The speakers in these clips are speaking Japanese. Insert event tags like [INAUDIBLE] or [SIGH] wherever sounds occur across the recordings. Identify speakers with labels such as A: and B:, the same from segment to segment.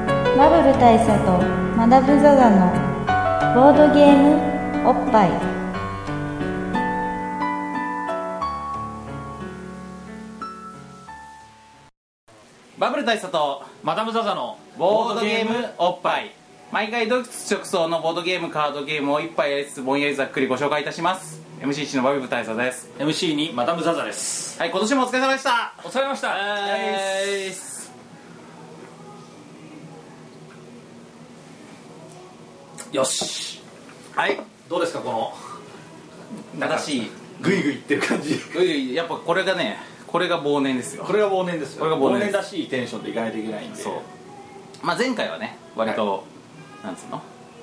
A: 部大佐とマダム・ザ・ザのボードゲームおっぱい
B: バブル大佐と
C: マダム・ザ・ザの
B: ボードゲームおっぱい毎回ドイツ直送のボードゲームカードゲームを一杯やりつつぼんやりざっくりご紹介いたします MC1 のバブル大佐です
C: MC にマダム・ザ・ザです
B: はい今年もお疲れ様でした
C: お疲れ様でした
B: えー
C: よし
B: はい
C: どうですかこの
B: 正しい
C: グイグイいってる感じ
B: ういやっぱこれがねこれが忘年ですよ
C: これが忘年ですよ
B: これが忘年です
C: らしいテンションでいかないといけないんで
B: そうまあ前回はね割と、なんつうの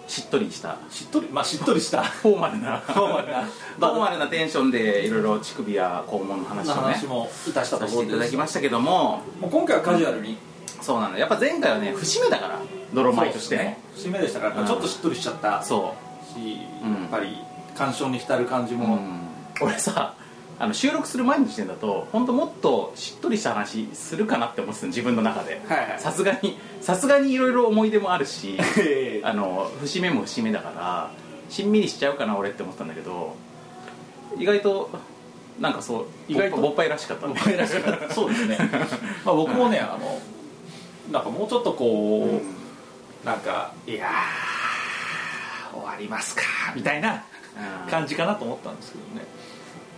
B: しっとりした
C: しっとりまあしっとりした
B: フォーマルなフ
C: ォーマ
B: [LAUGHS]
C: ルな
B: ォーマルなテンションでいろいろ乳首や肛門の話をね
C: 話もいたしたと
B: させて
C: ころ
B: い
C: で
B: ただきましたけども
C: もう今回はカジュアルに
B: そうなんだやっぱ前回はね節目だから泥米としてね
C: 節目でしたから
B: うん
C: ちょっとしっとりしちゃったし
B: そうん
C: やっぱり感傷に浸る感じ
B: う、
C: も [LAUGHS]
B: 俺さあの収録する前の時点だと本当もっとしっとりした話するかなって思ってたの自分の中で
C: はいはい
B: さすがにさすがにいろいろ思い出もあるし
C: ええ
B: あの節目も節目だからしんみりしちゃうかな俺って思ったんだけど意外となんかそう
C: 意外と
B: ぼっぱいらしかったね
C: 僕らし
B: [LAUGHS]
C: かったそうですねまあ僕もねあのなんかもうちょっとこう、なんかいやー終わりますかみたいな
B: うん
C: 感じかなと思ったんですけどね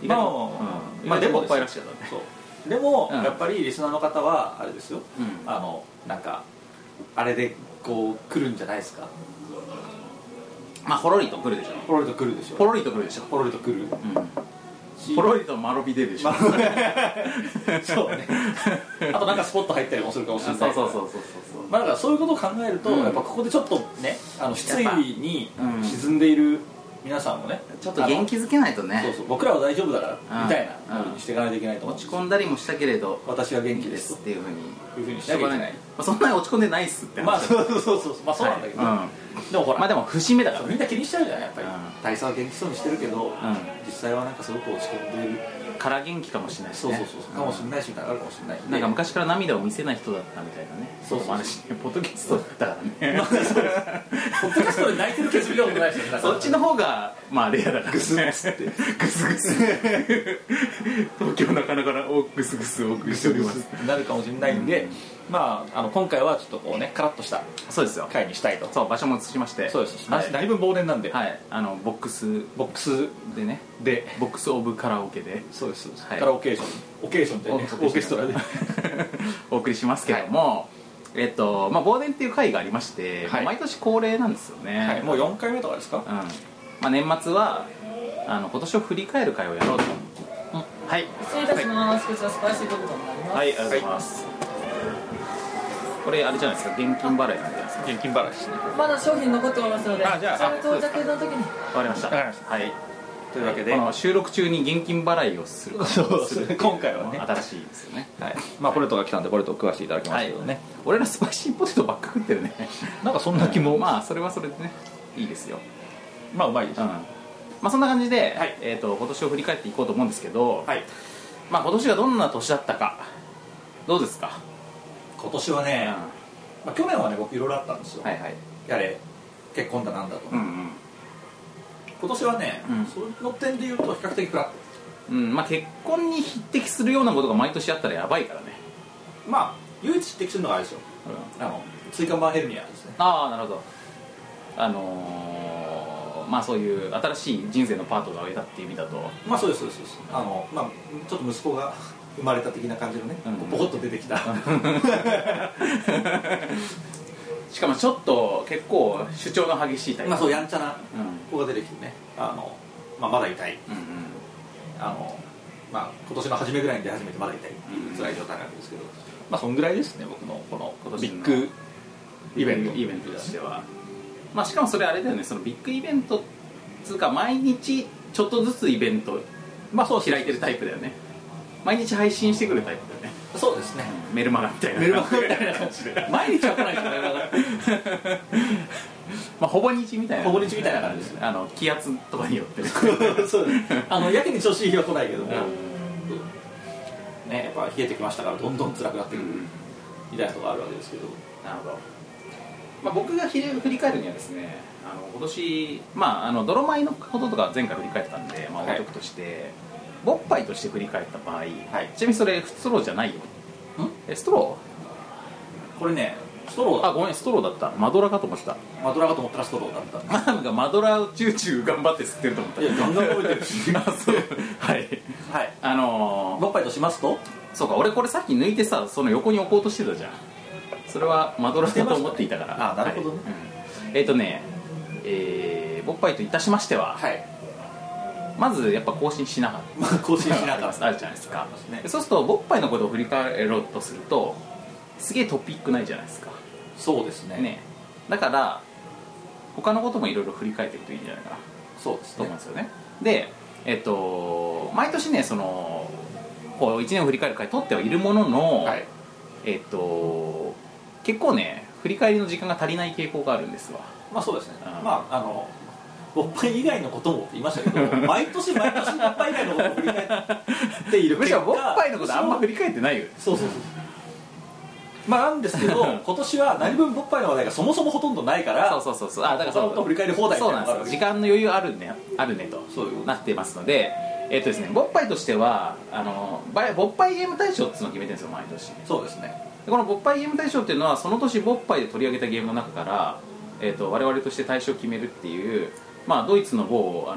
B: 意
C: ま
B: 外
C: あまあ
B: と
C: まあ
B: うんまあでもぼ
C: 意
B: っ
C: 外と
B: ぱい
C: で
B: ら
C: す
B: しかったね
C: そうでも、
B: うん
C: やっぱりリスナーの方はあれですよ、
B: うん
C: あのなんかあれでこう来るんじゃないですか
B: まあほろりとくるでしょ
C: ポロリと来るでし
B: ほ
C: ょ
B: ろりとくるでしょ
C: ポロリと来るし
B: ポロリとまろび出るでしょ、
C: まそうねあとなんかスポット入ったりもするかもし
B: そ
C: れな
B: う
C: い
B: そうそうそうそうそう
C: まあ、だからそういうことを考えると、
B: うん
C: やっぱここでちょっとねあの失意に
B: うん
C: 沈んでいる皆さんもね、
B: ちょっと元気づけないと
C: あのそう
B: ね
C: そう僕らは大丈夫だから、
B: うん
C: みたいなふうにしていかないといけないと思うん
B: 落
C: です
B: ち
C: よ
B: 込んだりもしたけれど
C: 私は元
B: 元
C: 気
B: 気
C: で
B: ですす
C: と
B: っていうふうに
C: いうふうにし
B: し
C: な
B: ょう
C: きゃい
B: が
C: け
B: ないま
C: ない
B: あそんなに落ち込んでないっすって
C: まあ
B: 話
C: そうそうそうそうまあそうなんだけど、
B: はい
C: でもほ
B: う
C: ら、
B: んまあでも節目だから
C: みんな気にしちゃうじゃんやっぱり、
B: うん
C: 大佐は元気そうにしてるけど、実際はなんかすごく落ち込んでいる
B: から元気かもしれないし
C: そう
B: ね
C: そうそう、かもしれないしみたいなのあるかもしれない
B: なんか昔から涙を見せない人だったみたいなね
C: そうそ
B: こ
C: うそう
B: ともあるしねポッドキャストだったから
C: [LAUGHS]
B: ね
C: まあそうですポッドキャストで泣いてるケース見たことないですよね
B: そっちの方がまあレアだからね
C: グスグスっ
B: [LAUGHS]
C: て
B: グスグス東京なかなかなおグスグスお送りしております
C: なるかもしれないんで、まああの今回はちょっとこうねカラッとした
B: そうですよ
C: 回にしたいと
B: そう場所も移しまして
C: そうです、
B: はい
C: だいぶ忘年なんで、
B: はいあのボックス
C: ボックス
B: でね
C: で
B: ボックスオブカラオケで
C: そうです、
B: はい
C: カラオケーションオケーションで、ね、オーケストラで [LAUGHS]
B: お送りしますけども、えっとまあ忘年っていう会がありまして、
C: はい
B: 毎年恒例なんですよね、
C: はいもう4回目とかですか
B: うんまあ、年末はあの今年を振り返る会をやろうと、はい
D: 失礼いたします。こちらスパイシードッグになります。
B: はいありがとうございます、これあれじゃないですか現金払いなんじゃないですか
C: 現金払いですね
D: まだ商品残っておりますので、
C: あじゃあ
D: それ到着の時に。
B: わかりました
C: わかりました
B: はい
C: というわけで
B: この収録中に現金払いをする
C: [LAUGHS] そうですね今回はね、
B: 新しいですよね
C: はい、まあポレトが来たんでポレトを食わせていただきま
B: は
C: した
B: い
C: けどね、
B: 俺らスパイシーポテトばっか食ってるね
C: なんかそんな気も、まあ
B: まあそれはそれでねいいですよ
C: まあうまいです、
B: うんまあそんな感じで、
C: はい
B: えー、と今年を振り返っていこうと思うんですけど、
C: はい
B: まあ今年がどんな年だったかどうですか、
C: 今年は
B: うん
C: ね、
B: は
C: まあ、去年はね僕いろいろあったんですよ、
B: いはい
C: やれ結婚だなんだと、
B: うん
C: 今年はね、
B: うん
C: その点で言うと比較的フラット
B: うん、うん、まあ結婚に匹敵するようなことが毎年あったらやばいからね、
C: まあ唯一匹敵するのがあれですよあの椎間板ヘルニアですね
B: ああなるほどあのーまあそういう新しい人生のパートが終えたっていう意味だと
C: まあそうですそうですそうですあのまあちょっと息子が [LAUGHS] 生まれた的な感じのね、
B: うん
C: ポコッと出てきた
B: しかもちょっと結構主張の激しいタイプ、
C: [LAUGHS] まあそうやんちゃな
B: うんうん
C: 子が出てきてねあの、まあ、まだ痛い
B: うん
C: あのまあ今年の初めぐらいに出始めてまだ痛いっていう辛い状態なんですけどまあそんぐらいですね僕のこの
B: 今
C: ビ
B: 年の
C: ッグイベント
B: イベントとしては、まあ、しかもそれあれだよねそのビッグイベントっつうか毎日ちょっとずつイベント
C: まあそうです
B: 開いてるタイプだよね毎日配信してくるタイプだよね
C: そうですね
B: メルマガみたいな
C: メルマガみたいな感じで毎日は来ないですよメルマガ
B: [LAUGHS] まあほぼ日みたいな
C: ほぼ日みたいな感じ [LAUGHS] ですね
B: あの気圧とかによって
C: そうですあのやけに調子いい日は来ないけども、ね、やっぱ冷えてきましたからどんどん辛くなってくるみたいなところあるわけですけど、
B: なるほど、ままあ、僕がひれ振り返るにはですねあの今年、まあ、あの泥米のこととか前回振り返ったんで、まあ、
C: はい
B: 音曲として、ボッパイとして振り返った場合、
C: はい
B: ちなみにそれストローじゃないよえストロ
C: これねストロー
B: ーあ
C: だ
B: ごめんストローだったマドラかと思ってた
C: マドラーかと思ったらストローだった
B: マダムがマドラをチューチュー頑張って吸ってると思った
C: いやガンガン覚えてるし
B: [LAUGHS] あそうはい
C: はい
B: あのー
C: ボッパイとしますと
B: そうか俺これさっき抜いてさその横に置こうとしてたじゃんそれはマドラだと思っていたから
C: あなるほどね
B: はいうんえっ、とねえー、ボッパイといたしましては、
C: はい
B: まずやっぱ更新しなかった
C: まあ更新しなかった
B: あるじゃないですか
C: ありますね
B: でそうするとボッパイのことを振り返ろうとするとすげえトピックないじゃないですか
C: そうですね
B: ねだから他のこともいろいろ振り返っていくといいんじゃないかな
C: そうです
B: と思うん
C: ね
B: ですよねでえっと毎年ねそのこう1年を振り返る会取ってはいるものの、
C: はい
B: えっと結構ね振り返りの時間が足りない傾向があるんですわ
C: まあそうですね、
B: うん
C: まああのおっぱい以外のことも言いましたけど
B: [LAUGHS]
C: 毎年毎年おっぱい以外のことを振り返っている
B: む
C: 結
B: し
C: 果
B: ろボッパイのことあんま振り返ってないよ
C: そうそうそうまあなんですけ
B: [LAUGHS]
C: ど今年は何分おっぱいの話題がそもそもほとんどないから
B: そうそうそうそうあだから
C: そのことを振り返り放題み
B: そ
C: た
B: う
C: い
B: なです
C: なんのがあ
B: よ
C: る
B: 時間の余裕あるねあるねと
C: そうよ
B: なってますのでえっとですねボッパイとしてはあのバイボッパイゲーム大賞っていうのを決めてるんですよ毎年
C: そうですね
B: でこの「勃発ゲーム大賞」っていうのはその年勃発で取り上げたゲームの中から、えー、と我々として大賞を決めるっていう、まあ、ドイツの某、あのー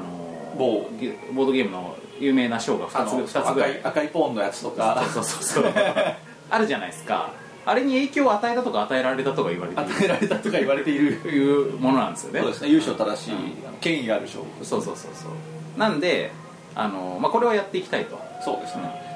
C: 某
B: ゲボードゲームの有名な賞が
C: あ
B: 2つ
C: の
B: 二つぐら
C: 赤
B: い
C: い赤いポーンのやつとか
B: そうそうそうそう [LAUGHS] あるじゃないですかあれに影響を与えたとか与えられたとか言われている
C: [LAUGHS] 与えられたとか言われている
B: というものなんですよね
C: そうですね優勝正しい、あの権威がある勝負
B: そうそうそうそうなんで、あのーまあ、これはやっていきたいと
C: そうですね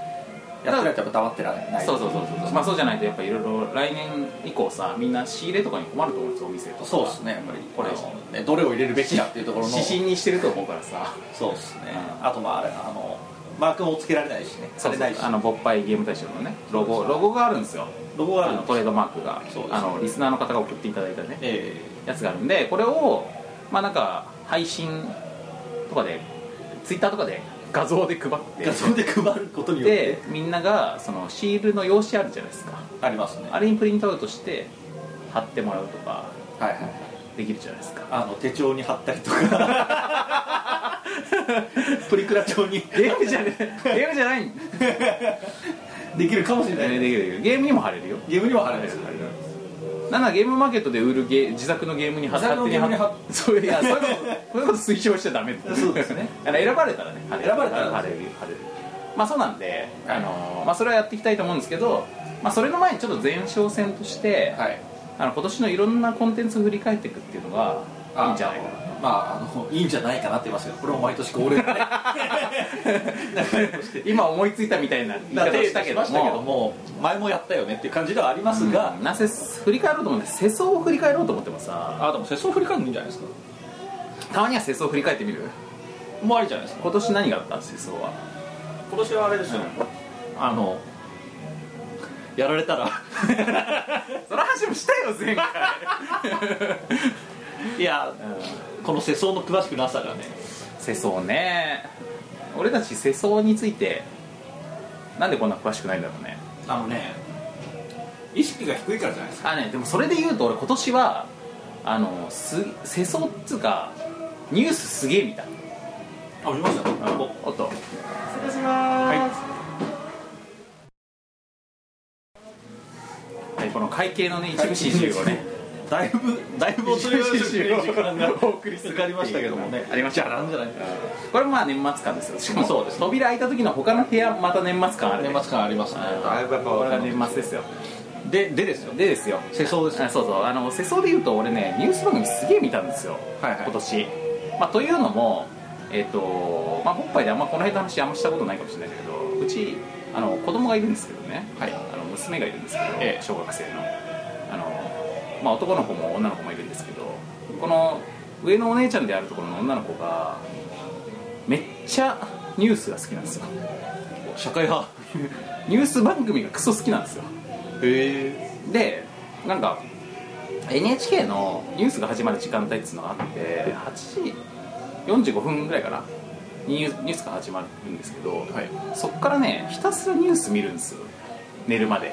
C: やってないとやっぱ黙ってられない
B: そうそうそうそうまあそうじゃないとやっぱいろいろ来年以降さみんな仕入れとかに困ると思うんですよお店とか
C: そうですねやっぱり
B: こ
C: こ
B: れ
C: れ、ね、どれを入れるべきかっていうところの
B: 指針にしてると思うからさ
C: そうですね、
B: うん
C: あとまああれあのマークもつけられないしねされないし
B: あの勃発ゲーム大賞のねロゴロゴがあるんですよ
C: ロゴがある
B: の
C: ん
B: ト
C: で
B: レードマークが
C: そうです
B: あのリスナーの方が送っていただいたね
C: え
B: やつがあるんでこれをまあなんか配信とかでツイッターとかで画像で配
C: え
B: って
C: 画像で配ることによって
B: でみんながそのシールの用紙あるじゃないですか
C: ありますね
B: あれにプリントアウトして貼ってもらうとか
C: はいはいはい
B: できるじゃないですか
C: あの手帳に貼ったりとか [LAUGHS] プリクラ帳に
B: ゲームじゃねゲームじゃ [LAUGHS] ないんだ
C: できるかもしれ
B: よ
C: ない、
B: ねできるできるゲームにも貼れるよ
C: ゲームにも貼れるんですよ
B: なんならゲームマーケットで売るゲー自作のゲームに貼
C: 自作のゲームに貼っ
B: [LAUGHS] そういやそういう
C: [LAUGHS]
B: ことこういうこと推奨しちゃダメって
C: そうですね
B: [LAUGHS] あの選ばれたらね貼る
C: 選ばれたら
B: 貼れる貼れるまあそうなんで、
C: はい
B: あのまあ、それはやっていきたいと思うんですけど、まあ、それの前にちょっと前哨戦として、
C: はい
B: あの今年のいろんなコンテンツを振り返っていくっていうのがいいんじゃないか
C: [LAUGHS]
B: な
C: まああのいいんじゃないかなって言いますけどこれも毎年恒例のね流れとして
B: 今思いついたみたいな言い
C: だ
B: 方
C: か
B: を
C: ら
B: したけど
C: しましたけ
B: も
C: ども前もやったよねっていう感じではありますが、
B: うんなせ振り返ろうと思って世相を振り返ろうと思ってもさ
C: あでも世相振り返るのいいんじゃないですか
B: たまには世相を振り返ってみる
C: もうありじゃないですか
B: 今年何があった世相は
C: 今年はあれですよ、あのやられたら
B: [LAUGHS] その話もしたよ前 [LAUGHS] 回
C: いやこの世相の詳しくなさがね
B: 世相ね俺たち世相についてなんでこんな詳しくないんだろうね
C: あのね意識が低いからじゃないですか
B: あねでもそれで言うと俺今年はあのす世相っつうかニュースすげえ見た
C: あ見ました
B: おおっと
D: 失礼します。
B: はいこの会計のね一部始終をね
C: だいぶだいぶお取り寄せる時間 [LAUGHS] が
B: お送りする
C: かかりましたけどもね
B: ありました
C: じゃあなんじゃないか
B: これまあ年末感ですよしかも
C: そうです
B: 扉開いた時の他の部屋また年末感あるね
C: 年末感ありますねだいぶやっぱ
B: これが年末ですよ
C: ででですよ
B: でですよ
C: 世相です
B: あ
C: よ
B: そうそうあの世相で言うと俺ねニュース番組すげえ見たんですよ、
C: はいはい
B: 今年、まあ、というのもえっ、とまあ本杯であんまこの辺の話あんましたことないかもしれないんだけどうちあの子供がいるんですけどね、
C: はい
B: あの娘がいるんですけど、
C: ええ
B: 小学生のあの、まあ、男の子も女の子もいるんですけどこの上のお姉ちゃんであるところの女の子がめっちゃニュースが好きなんですよ
C: 社会派
B: [LAUGHS] ニュース番組がクソ好きなんですよ
C: へえ
B: でなんか NHK のニュースが始まる時間帯っていうのがあって8時45分ぐらいかなにニューニュースが始まるんですけど、
C: はい
B: そっからねひたすらニュース見るんですよ寝るまで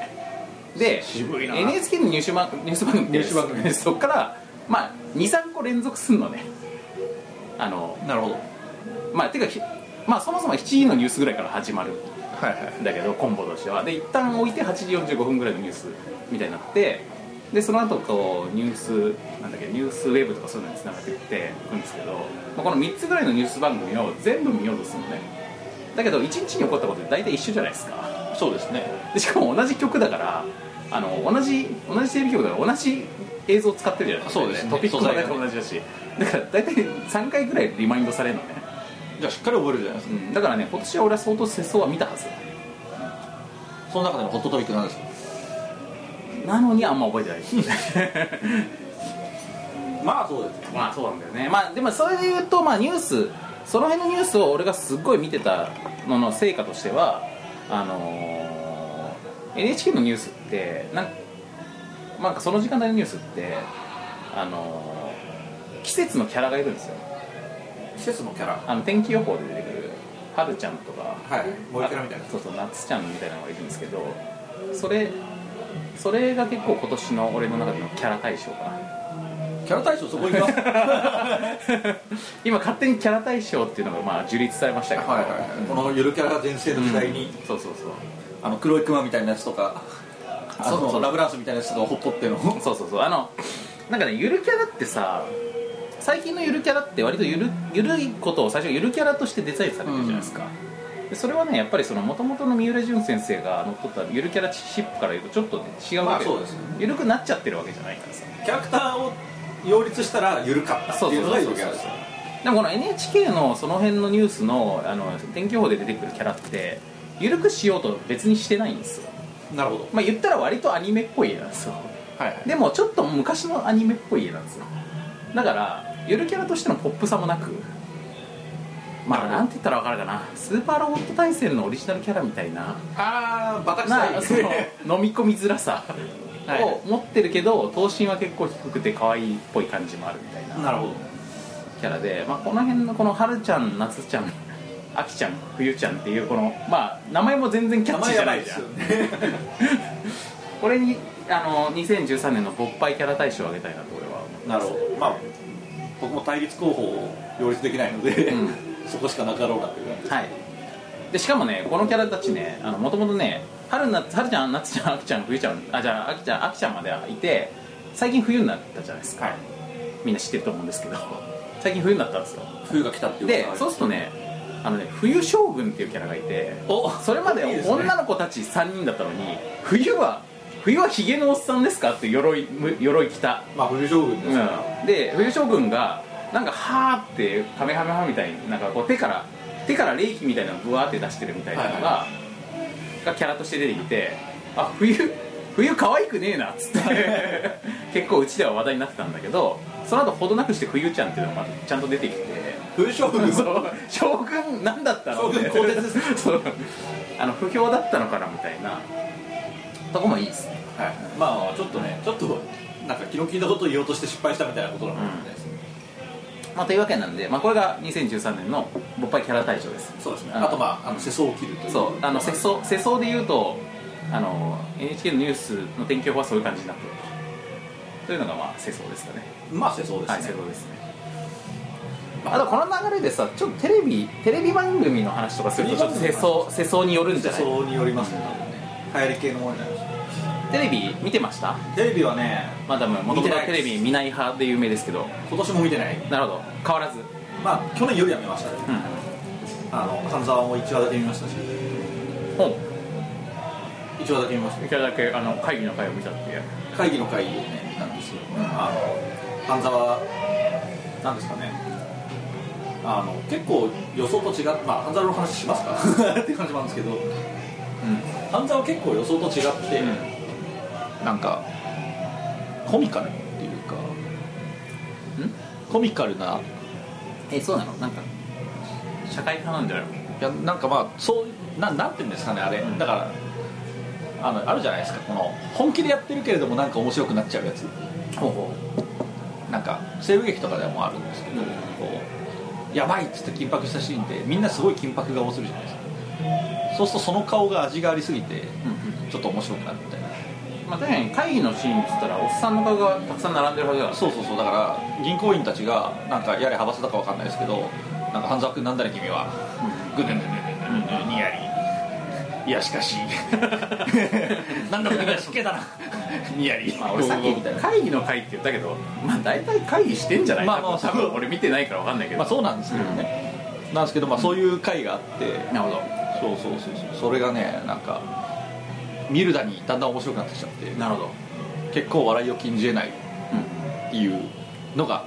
B: で
C: 渋いな
B: NHK のニュース番ニュース番組って
C: ニュース番組
B: そっから、まあ、23個連続すんのねあの
C: なるほど
B: まあてかひまあそもそも7時のニュースぐらいから始まる
C: はいはい
B: んだけどコンボとしてはで一旦置いて8時45分ぐらいのニュースみたいになってでその後こうニュースなんだっけニュースウェブとかそういうのにつながっていっていくんですけど、まあ、この3つぐらいのニュース番組を全部見ようとするのねだけど1日に起こったことって大体一緒じゃないですか
C: そうですね
B: でしかも同じ曲だからあの同じ同じテレビ局だから同じ映像を使ってるじゃないですか
C: そうですね
B: トピックも
C: 素
B: 大
C: 材
B: 体
C: がね
B: 同じだし、だから大体3回ぐらいリマインドされるのね、
C: じゃあしっかり覚えるじゃないですか
B: だからね今年は俺は相当世相は見たはず
C: その中でのホットトピックなんですか
B: なのにあんま覚えてないですね
C: まあそうですね
B: [LAUGHS] まあそうなんだよねまあでもそれで言うとまあニュースその辺のニュースを俺がすっごい見てたのの成果としてはあのー NHK のニュースってなんなんかその時間帯のニュースってあのー季節のキャラがいるんですよ
C: 季節のキャラ
B: あの天気予報で出てくる春ちゃんとか
C: はい萌えキャラみたいな
B: あそうそう夏ちゃんみたいなのがいるんですけどそれそれが結構今年の俺の中でのキャラ大賞かな
C: キャラ大賞そこ行き [LAUGHS] ます
B: 今勝手にキャラ大賞っていうのがまあ樹立されましたけど、うん
C: このゆるキャラ全盛の時代に、
B: そうそうそう
C: あの黒いクマみたいなやつとかあ
B: そうそう
C: のラブランスみたいなやつとかをほっとっての
B: そうそうそうあのなんかねゆるキャラってさ最近のゆるキャラって割とゆるゆるいことを最初ゆるキャラとしてデザインされてるじゃないですか、でそれはねやっぱりその元々の三浦淳先生が乗っ取ったゆるキャラシップから言うとちょっとね違うわけ
C: まあそうですね
B: ゆるくなっちゃってるわけじゃないからさ
C: キャラクターを擁立したらゆるかったっていうのがゆるキャラですよ
B: でもこの NHK のその辺のニュースのあの天気予報で出てくるキャラってゆるくしようと別にしてないんですよ
C: なるほど
B: まあ言ったら割とアニメっぽい絵なんですよ
C: はい
B: でもちょっと昔のアニメっぽい絵なんですよだからゆるキャラとしてのポップさもなくまあなんて言ったら分かるかなスーパーロボット対戦のオリジナルキャラみたいな
C: ああバタ臭
B: なそ
C: い
B: の飲み込みづらさ
C: はい
B: を持ってるけど頭身は結構低くて可愛いっぽい感じもあるみたいな
C: なるほど
B: キャラで、まあ、この辺のこの春ちゃん夏ちゃん秋ちゃん冬ちゃんっていうこのまあ名前も全然キャ
C: 名
B: ッチー
C: 前
B: じゃ
C: や
B: ない
C: ばい
B: じ
C: で
B: ゃ
C: す
B: ん
C: よね
B: これにあの2013年の勃発キャラ大賞をあげたいなと俺は思う
C: なるほどまあ僕も対立候補を擁立できないので、
B: うん
C: そこしかなかろうなっていう感じです
B: はいでしかもねこのキャラたちねもともとね春な春ちゃん夏ちゃん秋ちゃん冬ちゃんあじゃあ秋ちゃん秋ちゃんまではいて最近冬になったじゃないですか、
C: はい
B: みんな知ってると思うんですけど最近冬になったんですよ
C: 冬が来たっていう
B: で
C: こと
B: そうするとねあのね冬将軍っていうキャラがいて
C: お
B: それまで
C: いいですね
B: 女の子たち3人だったのに冬は冬はヒゲのおっさんですかっていう鎧む鎧着た、
C: まあ冬将軍ですから、
B: うん、で冬将軍がなんかはーってカメハメハみたいになんかこう手から手から冷気みたいなのブワーって出してるみたいなのが,、
C: は
B: がキャラとして出てきてあ冬冬可愛くねえなっつって [LAUGHS] 結構うちでは話題になってたんだけどその後ほどなくして冬ちゃんっていうのがちゃんと出てきて
C: 冬将 [LAUGHS] 軍
B: そう将軍なんだったの
C: 将軍
B: みたい
C: 更
B: な
C: 迭ですね
B: そうあの不評だったのかなみたいなとこもいいですね
C: はい、まあちょっとねちょっとなんか気の利いたことを言おうとして失敗したみたいなことなのかもしれないですね、
B: まあというわけなんで、まあ、これが2013年の勃発キャラ大賞です
C: そうですね
B: うん
C: あとまああの世相を切るという
B: そうあの世相世相で言うとあの NHK のニュースの天気予報はそういう感じになってるとというのがまあ世相ですかね
C: まあ世相ですね、
B: はい世相ですねあとこの流れでさちょっとテレビテレビ番組の話とかするとちょっと世相世相によるんじ
C: 世
B: ゃない
C: 相によりますね多分ね流行り系のものになります
B: テレビ見てました
C: テレビはね
B: マダムもと
C: 見
B: も
C: て
B: と
C: ない
B: テ
C: です
B: レビ見ない派で有名ですけど
C: 今年も見てない
B: なるほど変わらず
C: まあ去年よりは見ましたね
B: う
C: あの半沢も1話だけ見ましたし
B: ん本
C: 1話だけ見ました
B: 一回だけあの会議の会を見たっていう
C: 会議の会議をね見たんですよ、あの半沢なんですかねあの結構予想と違ってまあ半沢の話しますか [LAUGHS] っていう感じなんですけど半沢は結構予想と違って、なんかコミカルっていうかコミカルな
B: えそうなのなんか社会派なんじゃないの
C: いやなんかまあそうななんて言うんですかねあれだからあのあるじゃないですかこの本気でやってるけれどもなんか面白くなっちゃうやつ
B: ほうほ
C: なんか西部劇とかでもあるんですけど、こうやばいっつって緊迫したシーンでみんなすごい緊迫顔をするじゃないですかそうするとその顔が味がありすぎて
B: う、うん
C: ちょっと面白くなるみたいな
B: うん、まあ、確かに会議のシーンっつったらおっさんの顔がたくさん並んでるはずだから
C: そうそうそうだから銀行員たちがなんかやれ派閥だかわかんないですけどなんか半沢君なんだね君はぐぬぬぬぬぬぬぬにやりいやしかしなんだか君は失敬だなにやり
B: まあ、俺さっき言った会議の会って言ったけど、まあ、大体会議してんじゃない
C: ま
B: か
C: あ
B: な、
C: まあ
B: 多分多分俺見てないから分かんないけど、
C: まあそうなんですけどね、なんですけどまあそういう会があって
B: なるほ
C: そうそうそうそうそれがねなんか見るだにだんだん面白くなってきちゃって
B: どなるほど、
C: 結構笑いを禁じ得ないっていうのが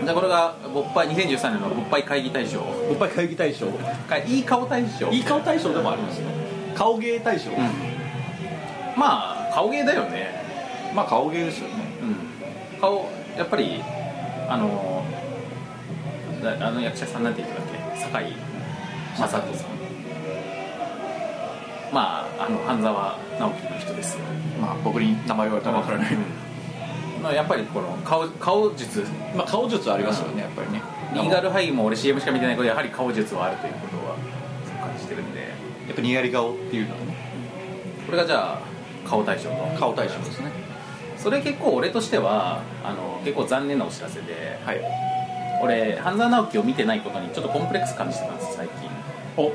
B: うん、でこれが勃発2013年の勃発会議大賞
C: おっぱい会議大賞
B: かいい顔大賞
C: いい顔大賞でもありますね顔芸大賞、
B: うんまあ顔芸だよね、
C: まあ顔芸ですよね
B: うん、顔やっぱりあのだあの役者さんなんて言ったっけ酒井雅人さんまああの半沢直樹の人ですよ
C: まあ僕に名前言われたら分からない、
B: うんまあ、やっぱりこの顔顔術
C: まあ顔術ありますよねやっぱりね
B: リーガルハイも俺 CM しか見てないけどやはり顔術はあるということは感じてるんで
C: やっぱにやり顔っていうのがね
B: これがじゃあ顔大賞の
C: 顔大賞ですね
B: それ結構俺としてはあの結構残念なお知らせで
C: はい
B: 俺半沢直樹を見てないことにちょっとコンプレックス感じてたんです最近
C: お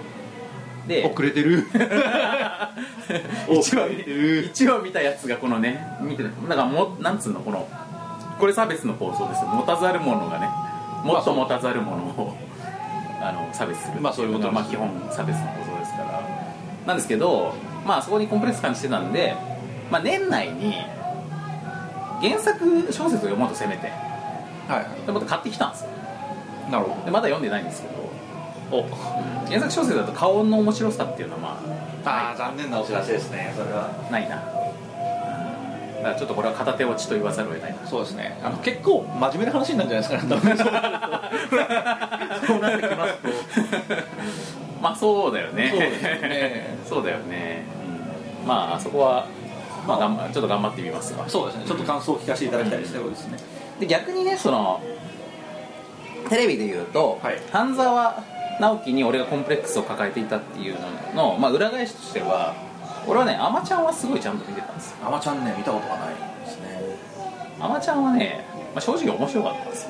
B: で
C: 遅れてる
B: [LAUGHS] 一話見一話見たやつがこのね見てないだからもうなんつうのこのこれ差別の放送ですよ持たざる者がねもっと持たざる者をあの差別するって
C: まあそういうことです
B: まあ基本差別の放送ですからなんですけどまあそこにコンプレックス感じてたんで、まあ、年内に原作小説を読もうとせめて
C: [LAUGHS] は
B: でまた買ってきたんですよ
C: いなるほ
B: でまだ読んでないんですけど
C: どお
B: 原作小説だと顔の面白さっていうのはまあ
C: ああ残念なお知らせですねそれは
B: ないなだからちょっとこれは片手落ちと言わざるを得
C: [LAUGHS]
B: ないな
C: そうですねあの結構真面目な話になるんじゃないですかね多分 [LAUGHS] そうなってきます [LAUGHS] と
B: まあそうだよね
C: そうですよね
B: [LAUGHS] そうだよね、うんまああそこは、まあ、頑張ちょっと頑張ってみますわ
C: そうですねちょっと感想を聞かせていただきたいですねそうですね
B: で逆にねそのテレビで言うと、
C: はい
B: 半沢直樹に俺がコンプレックスを抱えていたっていうのの、まあ、裏返しとしては俺はねあまちゃんはすごいちゃんと見てたんですよ
C: アマちゃんね見たことがないですね
B: あまちゃんはね、まあ、正直面白かったんですよ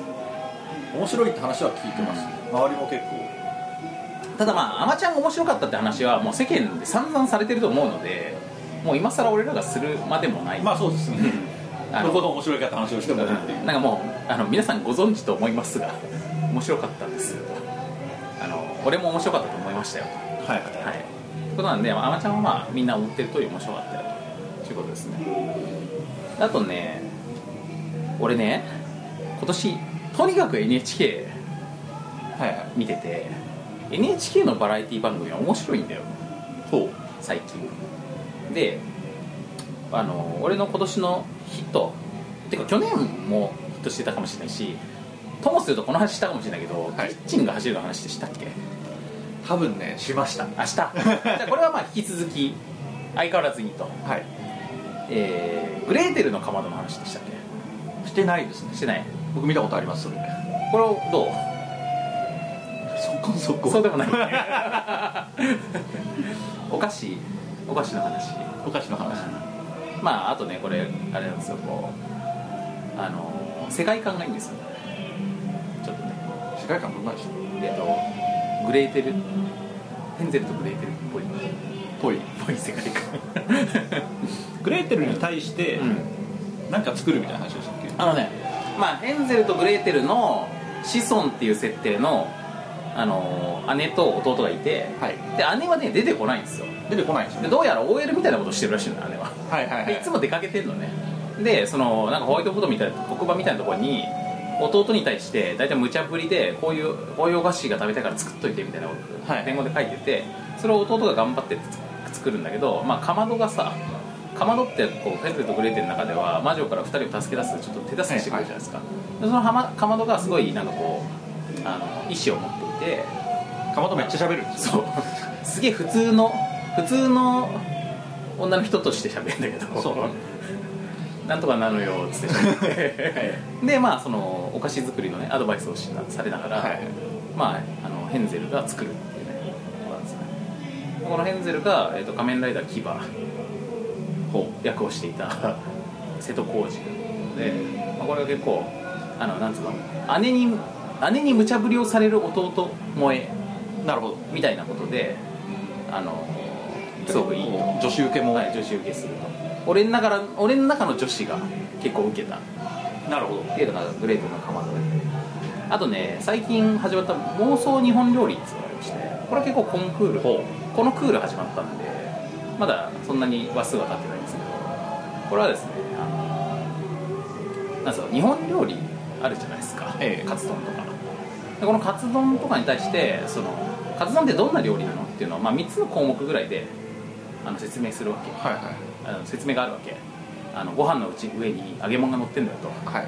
C: 面白いって話は聞いてます、周りも結構
B: ただまあアマちゃんが面白かったって話はもう世間で散々されてると思うのでもう今更俺らがするまでもない、
C: まあそうですね
B: あ
C: ど
B: の
C: こが面白いかって話をしてもらっていう
B: なんかもうあの皆さんご存知と思いますが面白かったんですあの俺も面白かったと思いましたよ
C: はい
B: とはいことなんでアマちゃんはまあみんな思ってる通り面白かったよということですねあとね俺ね今年とにかく NHK
C: はいはい
B: 見てて NHK のバラエティ番組は面白いんだよ
C: ほ
B: 最近であの俺の今年のヒットてか去年もヒットしてたかもしれないしともするとこの話したかもしれないけど、
C: はい
B: キッチンが走るの話ってしたっけ
C: 多分ねしました
B: 明
C: [LAUGHS]
B: 日じゃあこれはまあ引き続き相変わらずにと、
C: はい
B: えーグレーテルのかまどの話でしたっけ
C: してないですね
B: してない
C: 僕見たことありますそれ
B: これをどう
C: そこそこ
B: そうでもない [LAUGHS] お菓子お菓子の話
C: お菓子の話
B: まああとねこれあれなんですよこうあの世界観がいいんですよちょっとね
C: 世界観どんなでし
B: えっとグレーテルヘンゼルとグレーテルっぽいっ
C: ぽい
B: ぽい世界
C: [LAUGHS]
B: 観
C: グレーテルに対して
B: うん
C: なんか作るみたいな話でしたっけ
B: あのねまあヘンゼルとグレーテルの子孫っていう設定のあの姉と弟がいて
C: はい
B: で姉はね出てこないんですよ
C: 出てこないんです
B: で
C: ね
B: どうやら OL みたいなことしてるらしいんだ姉は
C: はいはいは
B: でいつも出かけてんのねでそのなんかホワイトボードみたいな黒板みたいなところに弟に対して大体無茶ぶりでこういうこういうお菓子が食べたいから作っといてみたいなこと
C: はい
B: 伝言で書いててそれを弟が頑張ってつ作るんだけどまあかまどがさかまどってこうヘンゼルとグレーテルの中では魔女から2人を助け出すちょっと手助けしてくれるじゃないですか、でそのはまかまどがすごいなんかこうあの意志を持っていて
C: かまどめっちゃ喋るんですよ [LAUGHS]
B: そうすげえ普通の普通の女の人として喋るんだけど
C: そう
B: なんとかなのよっつって喋って、でまあそのお菓子作りのねアドバイスをしなされながら、
C: はい
B: まああのヘンゼルが作るっていうねことなんですねこのヘンゼルが、えー、と仮面ライダーキバ
C: ほ
B: 役をしていた瀬戸康史君で、まあ、これが結構あのなんつうの姉に姉に無茶ぶりをされる弟萌え
C: なるほど
B: みたいなことであのすごくいいと
C: 女子受けも、
B: はい女子受けすると俺の中ら俺の中の女子が結構受けた
C: なるほど
B: っていうのがグレートなかまどあとね最近始まった妄想日本料理っていうのがありましてこれは結構コンクールこのクール始まったんでまだそんなに話数は経ってないんですけどこれはですねあのなんすか日本料理あるじゃないですか、
C: ええ
B: カツ丼とかでこのカツ丼とかに対してそのカツ丼ってどんな料理なのっていうのを、まあ、3つの項目ぐらいであの説明するわけ
C: はいは
B: あの説明があるわけあのご飯のうち上に揚げ物が乗ってんだよと
C: いはい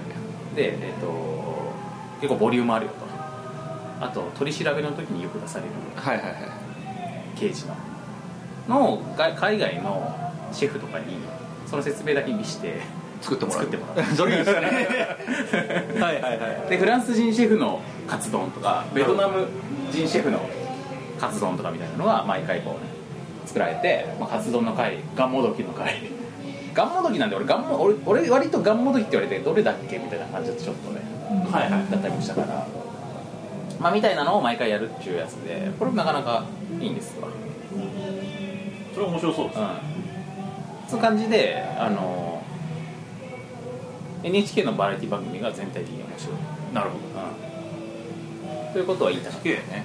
B: で、えっと結構ボリュームあるよとあと取り調べの時によく出される
C: はいはいはい
B: 刑事ののが海外のシェフとかにその説明だけ見して [LAUGHS]
C: 作ってもらう
B: 作ってもらう
C: [LAUGHS] それいいですねはいはいはい
B: でフランス人シェフのカツ丼とかベトナム人シェフのカツ丼とかみたいなのが毎回こうね作られて、まあ、カツ丼の回ガンモドキの回ガンモドキなんで俺ガンモ俺俺割とガンモドキって言われてどれだっけみたいな感じだとちょっとね
C: はいはい
B: だったりもしたからまあみたいなのを毎回やるっていうやつでこれもなかなかいいんですわ
C: それ面白そうです
B: うん、そういう感じであの NHK のバラエティ番組が全体的に面白い、
C: なるほ
B: うん、ということは言いたかった、
C: NHK ね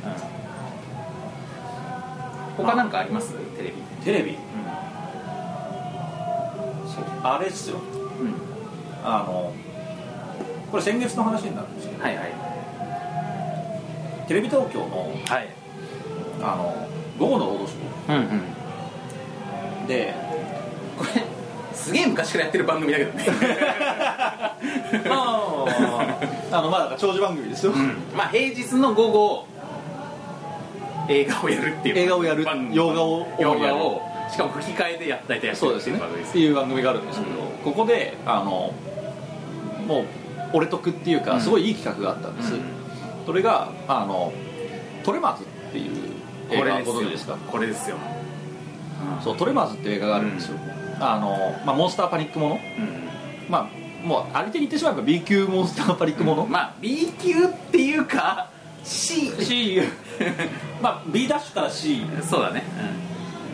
B: うん、他なんかありますテレビ
C: どテレビあれっすよ
B: うん、うん、
C: あのこれ先月の話になるんですけど
B: はいはい
C: テレビ東京の
B: はい
C: あの午後の労働
B: うんうん [LAUGHS]
C: 省で
B: これすげえ昔からやってる番組だけど [LAUGHS] ね
C: ああのまあだから長寿番組ですよ、
B: まあ平日の午後映画をやるっていう
C: 映画をやる
B: 番組
C: 洋画を
B: 洋画をしかも吹き替えでやったりやってるっていう番組です
C: っていう番組があるんですけど、
B: うん
C: ここであのもう俺得っていうか、
B: うん
C: すごいいい企画があったんです、
B: うん
C: それがあのトレマーズっていう映
B: これ
C: 画
B: で
C: ご存知ですす
B: よ
C: か
B: これですよ
C: そうトレマーズっていう映画があるんですよ、あのまあ、モンスターパニックものまあもうありてに言ってしまえば B 級モンスターパニックもの、
B: まあ B 級っていうか C
C: C [LAUGHS] まあ B ダッシュから C
B: そうだね、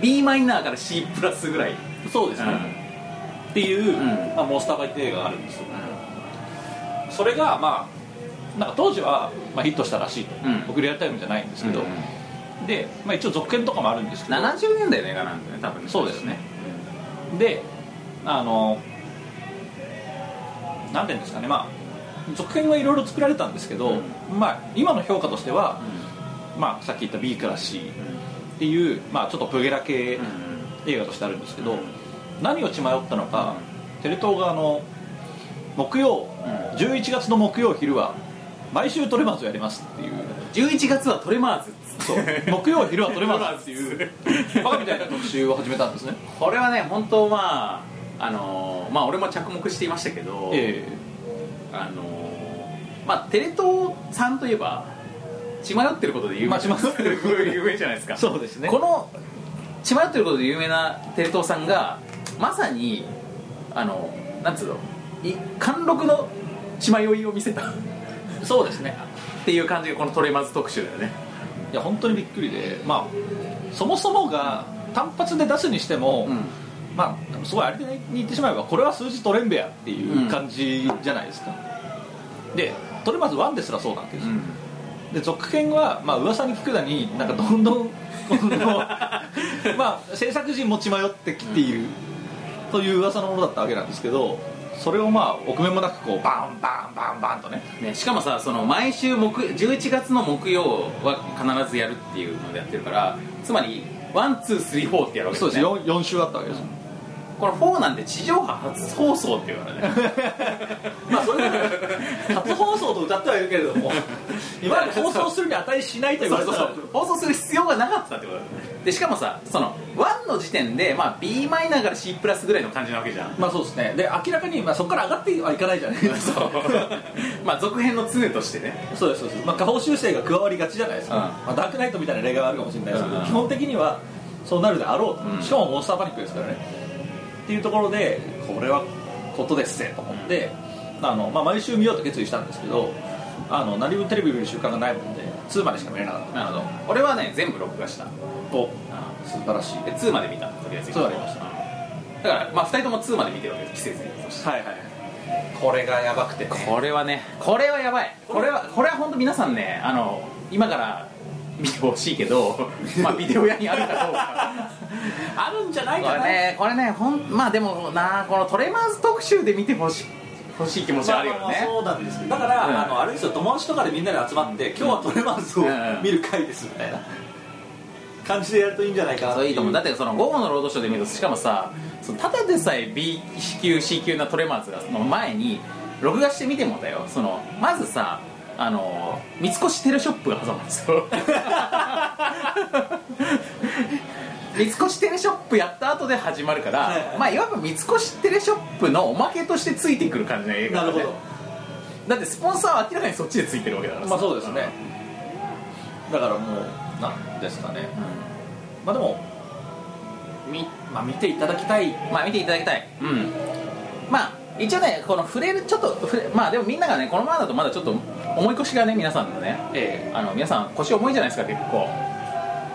B: B マイナーから C プラスぐらい、
C: そうですね、っていう、
B: うん
C: まあ、モンスターバイって映画があるんですよそれがまあなんか当時は、まあ、ヒットしたらしいと、
B: うん
C: 僕リアルタイムじゃないんですけど、
B: うん
C: で、まあ、一応続編とかもあるんですけど
B: 70年代の映画なんだよね多分ね
C: そうですねであのなんていうんですかねまあ続編はいろいろ作られたんですけど、まあ今の評価としては、まあさっき言った B から C っていう、まあちょっとプゲラ系、
B: うん
C: 映画としてあるんですけど、何を血迷ったのか、テレ東側の木曜、
B: う
C: 11月の木曜昼は毎週トレマーズをやりますっていう
B: 11月はトレマーズっつって
C: そう
B: [LAUGHS]
C: [LAUGHS] 木曜昼はトレマーズ
B: っていう
C: ってバカみたいな特集を始めたんですね
B: これはね本当まああのーまあ俺も着目していましたけど、
C: え
B: あのーまあテレ東さんといえば血迷ってることで有名
C: まあ血迷ってる
B: 有名じゃないです [LAUGHS] か
C: そうですね
B: この血迷ってることで有名なテレ東さんがまさにあのなんつうのい貫禄の血迷いを見せたっ
C: えそうですね
B: ていう感じがこのトレマズ特集だよね
C: いや本当にびっくりでまあそもそもが単発で出すにしても、まあすごいあれに言ってしまえばこれは数字取れんべやっていう感じじゃないですか、でトレマーズ1ですらそうなんですよ、で続編は、まあ噂に聞くだになんかどんどんこの [LAUGHS] まあ制作陣も血迷ってきているという噂のものだったわけなんですけどそれをまあ臆面もなくこうバンバンバンバンとね
B: ね、しかもさその毎週木11月の木曜は必ずやるっていうのでやってるからつまりワンツースリーフォーってやるわけ
C: そう
B: で
C: ですす
B: ね
C: よ 4, 4週あったわけですよ
B: この4なんて地上波初放送っていうからね
C: [LAUGHS] まあそれは初放送と歌ってはいるけれど [LAUGHS] も今まで放送するに値しないと言われた
B: そう放送する必要がなかったってことだよねでしかもさその1の時点で、まあ、B マイナーから C プラスぐらいの感じなわけじゃ
C: [LAUGHS]
B: ん
C: まあそうですねで明らかに、まあ、そこから上がってはいかないじゃないです
B: そう
C: か
B: [LAUGHS] まあ続編の常としてね
C: [LAUGHS] そうですそうです、まあ、下方修正が加わりがちじゃないですか、
B: うん
C: まあ、ダークナイトみたいな例外はあるかもしれないですけど、
B: うん
C: 基本的にはそうなるであろうと、
B: うん
C: しかもモンスターパニックですからねっていうところでこれはことですぜと思って、あのまあ、毎週見ようと決意したんですけどあの何もテレビ見る習慣がないもんで2までしか見れなかった
B: なるほど俺はね全部録画した
C: お
B: う
C: 素晴らしい
B: んで2まで見たとりあえず
C: 2まで見ました
B: うんだからまあ2人とも2まで見てるわけです季節にそして
C: はいはいこれがやばくてね
B: これはねこれはやばいこれはこれは本当皆さんねあの今から見てほしいけどまあビデオ屋にあるかどうか
C: あるんじゃない
B: これねこれねほんまあでもなこのトレマーズ特集で見てほしい欲しい気持ちはあるよね
C: そうなんですよだから、
B: うん
C: あのあれですよ友達とかでみんなで集まって、今日はトレマンスを
B: うん
C: 見る回ですみたいな感じでやるといいんじゃないかな
B: そういいと思うだっててその午後のロードショーで見るとしかもさそのただでさえ B 級 C 級なトレマーズがの前に録画して見てもだよそのまずさあの三越テレショップが挟まるんです
C: [LAUGHS]
B: よ三越テレショップやった後で始まるから、
C: はいはい
B: まあいわば三越テレショップのおまけとしてついてくる感じの映画
C: な
B: だ,、
C: るほど
B: だってスポンサーは明らかにそっちでついてるわけだからさ
C: まあそうですね、だからもうなんですかね
B: う
C: まあでもみ、まあ、見ていただきたい
B: んまあ見ていただきたいうんまあ一応ねこの触れるちょっと触れまあでもみんながねこのままだとまだちょっと重い腰がね皆さんのね
C: え
B: あの皆さん腰重いじゃないですか結構、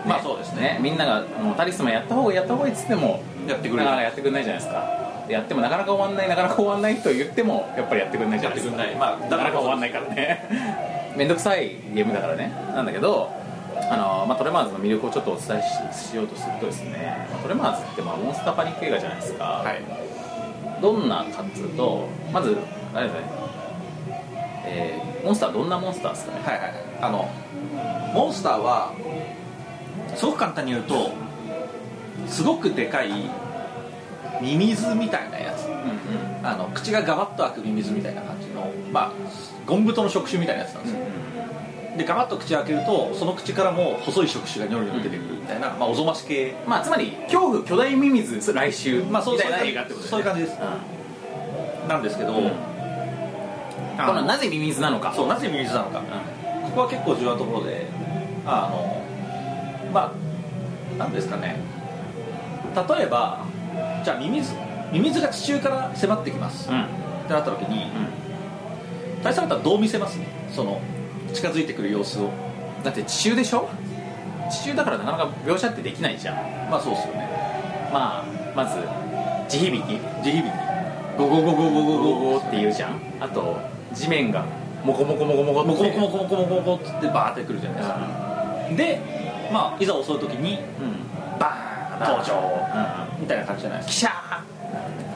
C: まあそうですね
B: みんながもうタリスマンやった方がいいやった方がいいっつっても
C: やってく
B: な
C: れる
B: かなかやってくれないじゃないですかでやってもなかなか終わんないなかなか終わんないと言ってもやっぱりやってくれないじゃないですか
C: やってくんないまあ
B: な
C: だ
B: か
C: から
B: なか
C: こそ
B: 終わんないからねめんどくさいゲームだからねなんだけどあの、まあ、トレマーズの魅力をちょっとお伝えししようとするとですね、まあトレマーズってまあモンスターパニック映画じゃないですか、
C: はい
B: どんなかっつうとまずあれですねえーモンスターどんなモンスターですかね
C: はいはいはいあのモンスターはすごく簡単に言うとすごくでかいミミズみたいなやつ
B: うんうん
C: あの口がガバッと開くミミズみたいな感じのまあゴンブトの触手みたいなやつなんですよ、でガバッと口開けるとその口からも細い触手がニョロニョロ出てくるみたいな、まあ、おぞまし系
B: まあつまり恐怖巨大ミミズ来週
C: まあそう
B: みたいな
C: そういう
B: 映画ってこと
C: そういう感じですなんですけど、
B: うん
C: あ
B: こ
C: の
B: のなぜミミズなのか
C: そうなぜミミズなのか、
B: う
C: ここは結構重要なところであのまあなんですかね例えばじゃあミミズミミズが地中から迫ってきます、
B: ん
C: ってなった時に大佐方はどう見せますねその近づいてくる様子を
B: だって地中でしょ地中だからなかなか描写ってできないじゃん
C: まあそうですよね
B: まあまず地響き
C: 地響きゴゴゴゴ
B: ゴ
C: ゴゴゴ
B: ーゴーって言うじゃんあと地面がモコモコモコモコって
C: モコモコモコモコモコモコっつってバーってくるじゃないですか、でまあいざ襲う時
B: う
C: に
B: んうん
C: バーン登場
B: うん
C: みたいな感じじゃないです
B: キシャ
C: か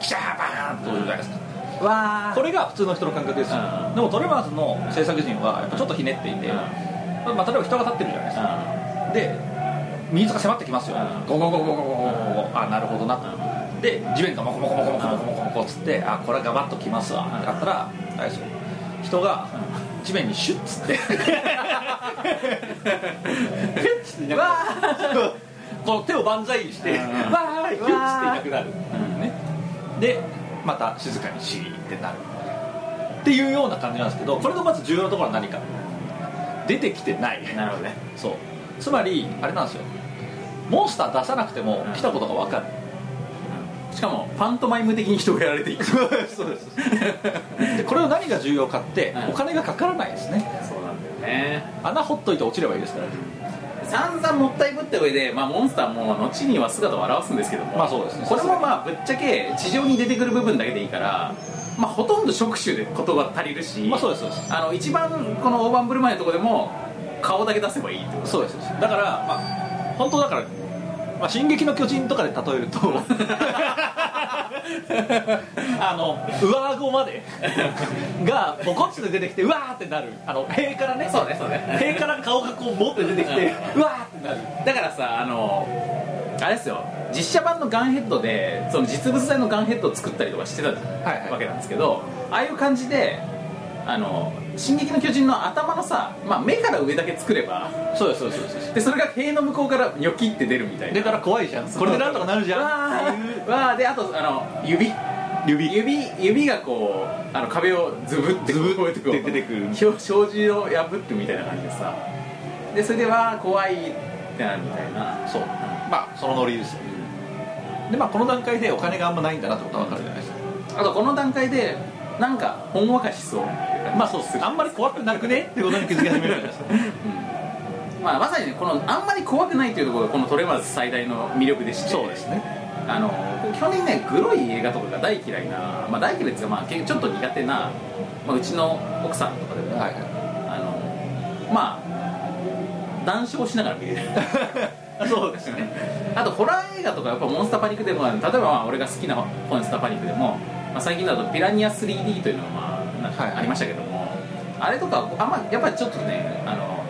C: シャーバーン登場じゃないですか
B: ーわー
C: これが普通の人の感覚ですよ、
B: うん
C: でもトレマーズの制作陣はやっぱちょっとひねっていて、
B: うん
C: まあ、例えば人が立ってるじゃないですか、で水が迫ってきますよ、
B: うん
C: ゴゴゴゴゴゴゴゴゴあなるほどなと、で地面がモコモコモコモコモコモコモコっつってあこれはガバッときますわってなったら、あれですよ人が地面にシュッつってピュッつっていなくなる
B: わ
C: この手を万歳にして、
B: うん
C: わーいピュッつっていなくなる
B: うん
C: ねでまた静かにシーンってなるっていうような感じなんですけどこれのまず重要なところは何か出てきてない
B: なるほどね
C: そうつまりあれなんですよモンスター出さなくても来たことが分かる、
B: しかもパントマイム的に人がやられていくそう
C: そうですでこれの何が重要かって、
B: うん
C: お金がかからないですね
B: なんだよね
C: 穴掘っといて落ちればいいですから、
B: 散々もったいぶった上で、まあ、モンスターも後には姿を現すんですけども、
C: まあそうですね
B: これもまあぶっちゃけ地上に出てくる部分だけでいいから、まあ、ほとんど触手でことが足りるし、
C: まあそうですそうです
B: あの一番この大盤振る舞いのとこでも顔だけ出せばいいってこ
C: そうですそうですだからまあ本当だからまあ、進撃の巨人とかで例え
B: [LAUGHS]
C: るとあの上顎までがボコッと出てきてうわーってなるあの塀からね
B: とそうねそうね
C: 塀から顔がこう持って出てきてうわーってなる
B: だからさあのあれですよ実写版のガンヘッドでその実物大のガンヘッドを作ったりとかしてた
C: はいはい
B: わけなんですけどああいう感じであの「進撃の巨人」の頭のさ、まあ、目から上だけ作れば
C: そうですそうですそうです
B: でそれが塀の向こうからニョキって出るみたいな
C: だから怖いじゃんこれでなんとかなるじゃんっていう
B: わあわあであとあの指
C: 指
B: 指指がこうあの壁をズブって
C: ズブ
B: こうやってこう
C: って出てくる
B: ひょ障子を破ってみたいな感じでさでそれでわあ怖いってなるみたいな
C: そうまあそのノリですよでまあこの段階でお金があんまないんだなってことは分かるじゃないですか
B: あとこの段階でなんかほんわかしそう
C: まあそうっすあんまり怖くなくねってことに気づき始めるじゃないですか
B: まあ、まさにねこのあんまり怖くないというところがこのトレマーズ最大の魅力でして
C: そうですね
B: あの基本的にねグロい映画とかが大嫌いな、まあ、大嫌いっていうか、まあ、結構ちょっと苦手な、まあ、うちの奥さんとかでも、
C: はい
B: あのまあ談笑しながら見
C: [LAUGHS]
B: れる
C: そうですね
B: あとホラー映画とかやっぱモンスターパニックでも例えばまあ俺が好きなモンスターパニックでも、まあ、最近だとピラニア 3D というのがまあなん
C: はい
B: かありましたけども、あれとかあんまやっぱりちょっとねあの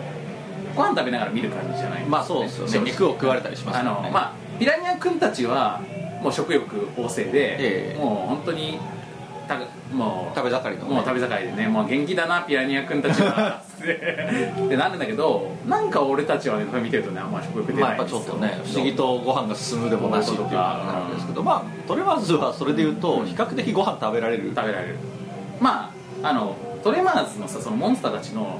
B: ご飯食べながら見る感じじゃない
C: まあそうですよね肉を食われたりします
B: あ
C: からね
B: のまあピラニア君たちはもう食欲旺盛で、
C: ええ
B: もう本当にたもう
C: 食べ盛りのね
B: もう食べ盛りでねもう元気だなピラニア君たち
C: [LAUGHS]
B: はってなるんだけどなんか俺たちはねこれ見てるとねあんま食欲出
C: まあ
B: な
C: や
B: い
C: っ
B: ん
C: ぱ
B: です
C: ち
B: よ
C: ょっとね不思議とご飯が進むでもなしっていうのがあるんですけどまあトレマーズはそれで言うと比較的ご飯食べられる
B: 食べられるまああのトレマーズのさそのモンスターたちの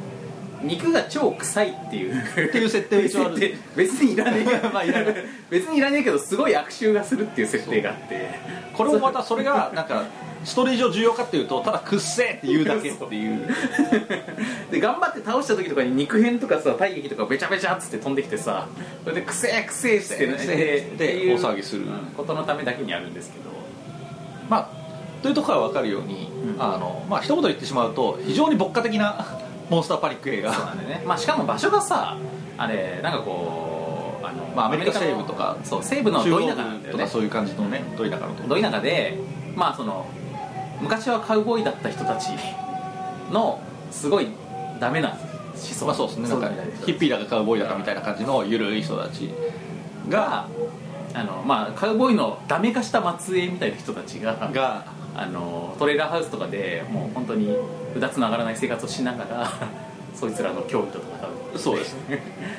B: 肉が超臭いっていう
C: っていう [LAUGHS] 設定が一応ある
B: 設定 [LAUGHS] 別にいらねえ
C: まあいらない
B: 別にいらねえけどすごい悪臭がするっていう設定があって
C: これもまたそれがなんかそれ以上重要かっていうとただくっせえって言うだけっていう
B: で頑張って倒した時とかに肉片とかさ体液とかべちゃべちゃっつって飛んできてさそれでくせえくせえしてね
C: くせえくせえ
B: っていう
C: 大騒ぎする
B: うんことのためだけにあるんですけど
C: まあというところは分かるように、
B: うん
C: あのまあ一言言ってしまうと非常に牧歌的な [LAUGHS] モンスターパニック映画
B: そうなんでね、まあ、しかも場所がさあれなんかこうあの、
C: まあ、アメリカ西部
B: の
C: とか
B: そう西部の
C: 中
B: ど
C: 央
B: 田舎
C: 部
B: なんだよ
C: と
B: ね
C: かそういう感じのねど田舎のとこ
B: ど田舎でまあその昔はカウボーイだった人たちのすごいダメな思想
C: まあそうですねなんかヒッピーだかカウボーイだかみたいな感じの緩い人たちが
B: があのまあカウボーイのダメ化した末裔みたいな人たちが
C: が
B: あのトレーラーハウスとかでもう本当にうだつの上がらない生活をしながら [LAUGHS] そいつらの脅威と戦う
C: そうです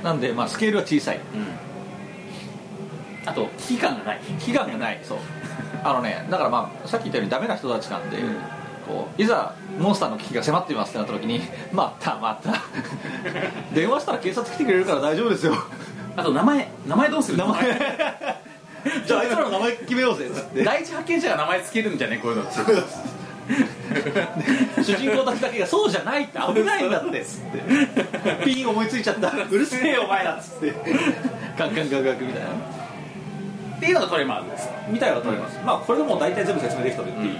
C: なんでまあスケールは小さい
B: あと危機感がない
C: 期間がないそうあのねだからまあさっき言ったようにダメな人たちなんで、
B: うん
C: こういざモンスターの危機が迫っていますってなった時に [LAUGHS] 「またまた」 [LAUGHS] 電話したら警察来てくれるから大丈夫ですよ
B: あと名前名前どうする
C: 名前じゃああいつらの名前決めようぜっつって
B: 第一発見者が名前つけるんじゃねこういうのって
C: 主人公たちだけが「そうじゃないって危ないんだって」っつってピン思いついちゃった「うるせえよお前ら」っつってカンカンガクガクみたいな
B: [LAUGHS] っていうのがトレマーズです
C: みたいなことあります、まあこれでもう大体全部説明できたでっていう、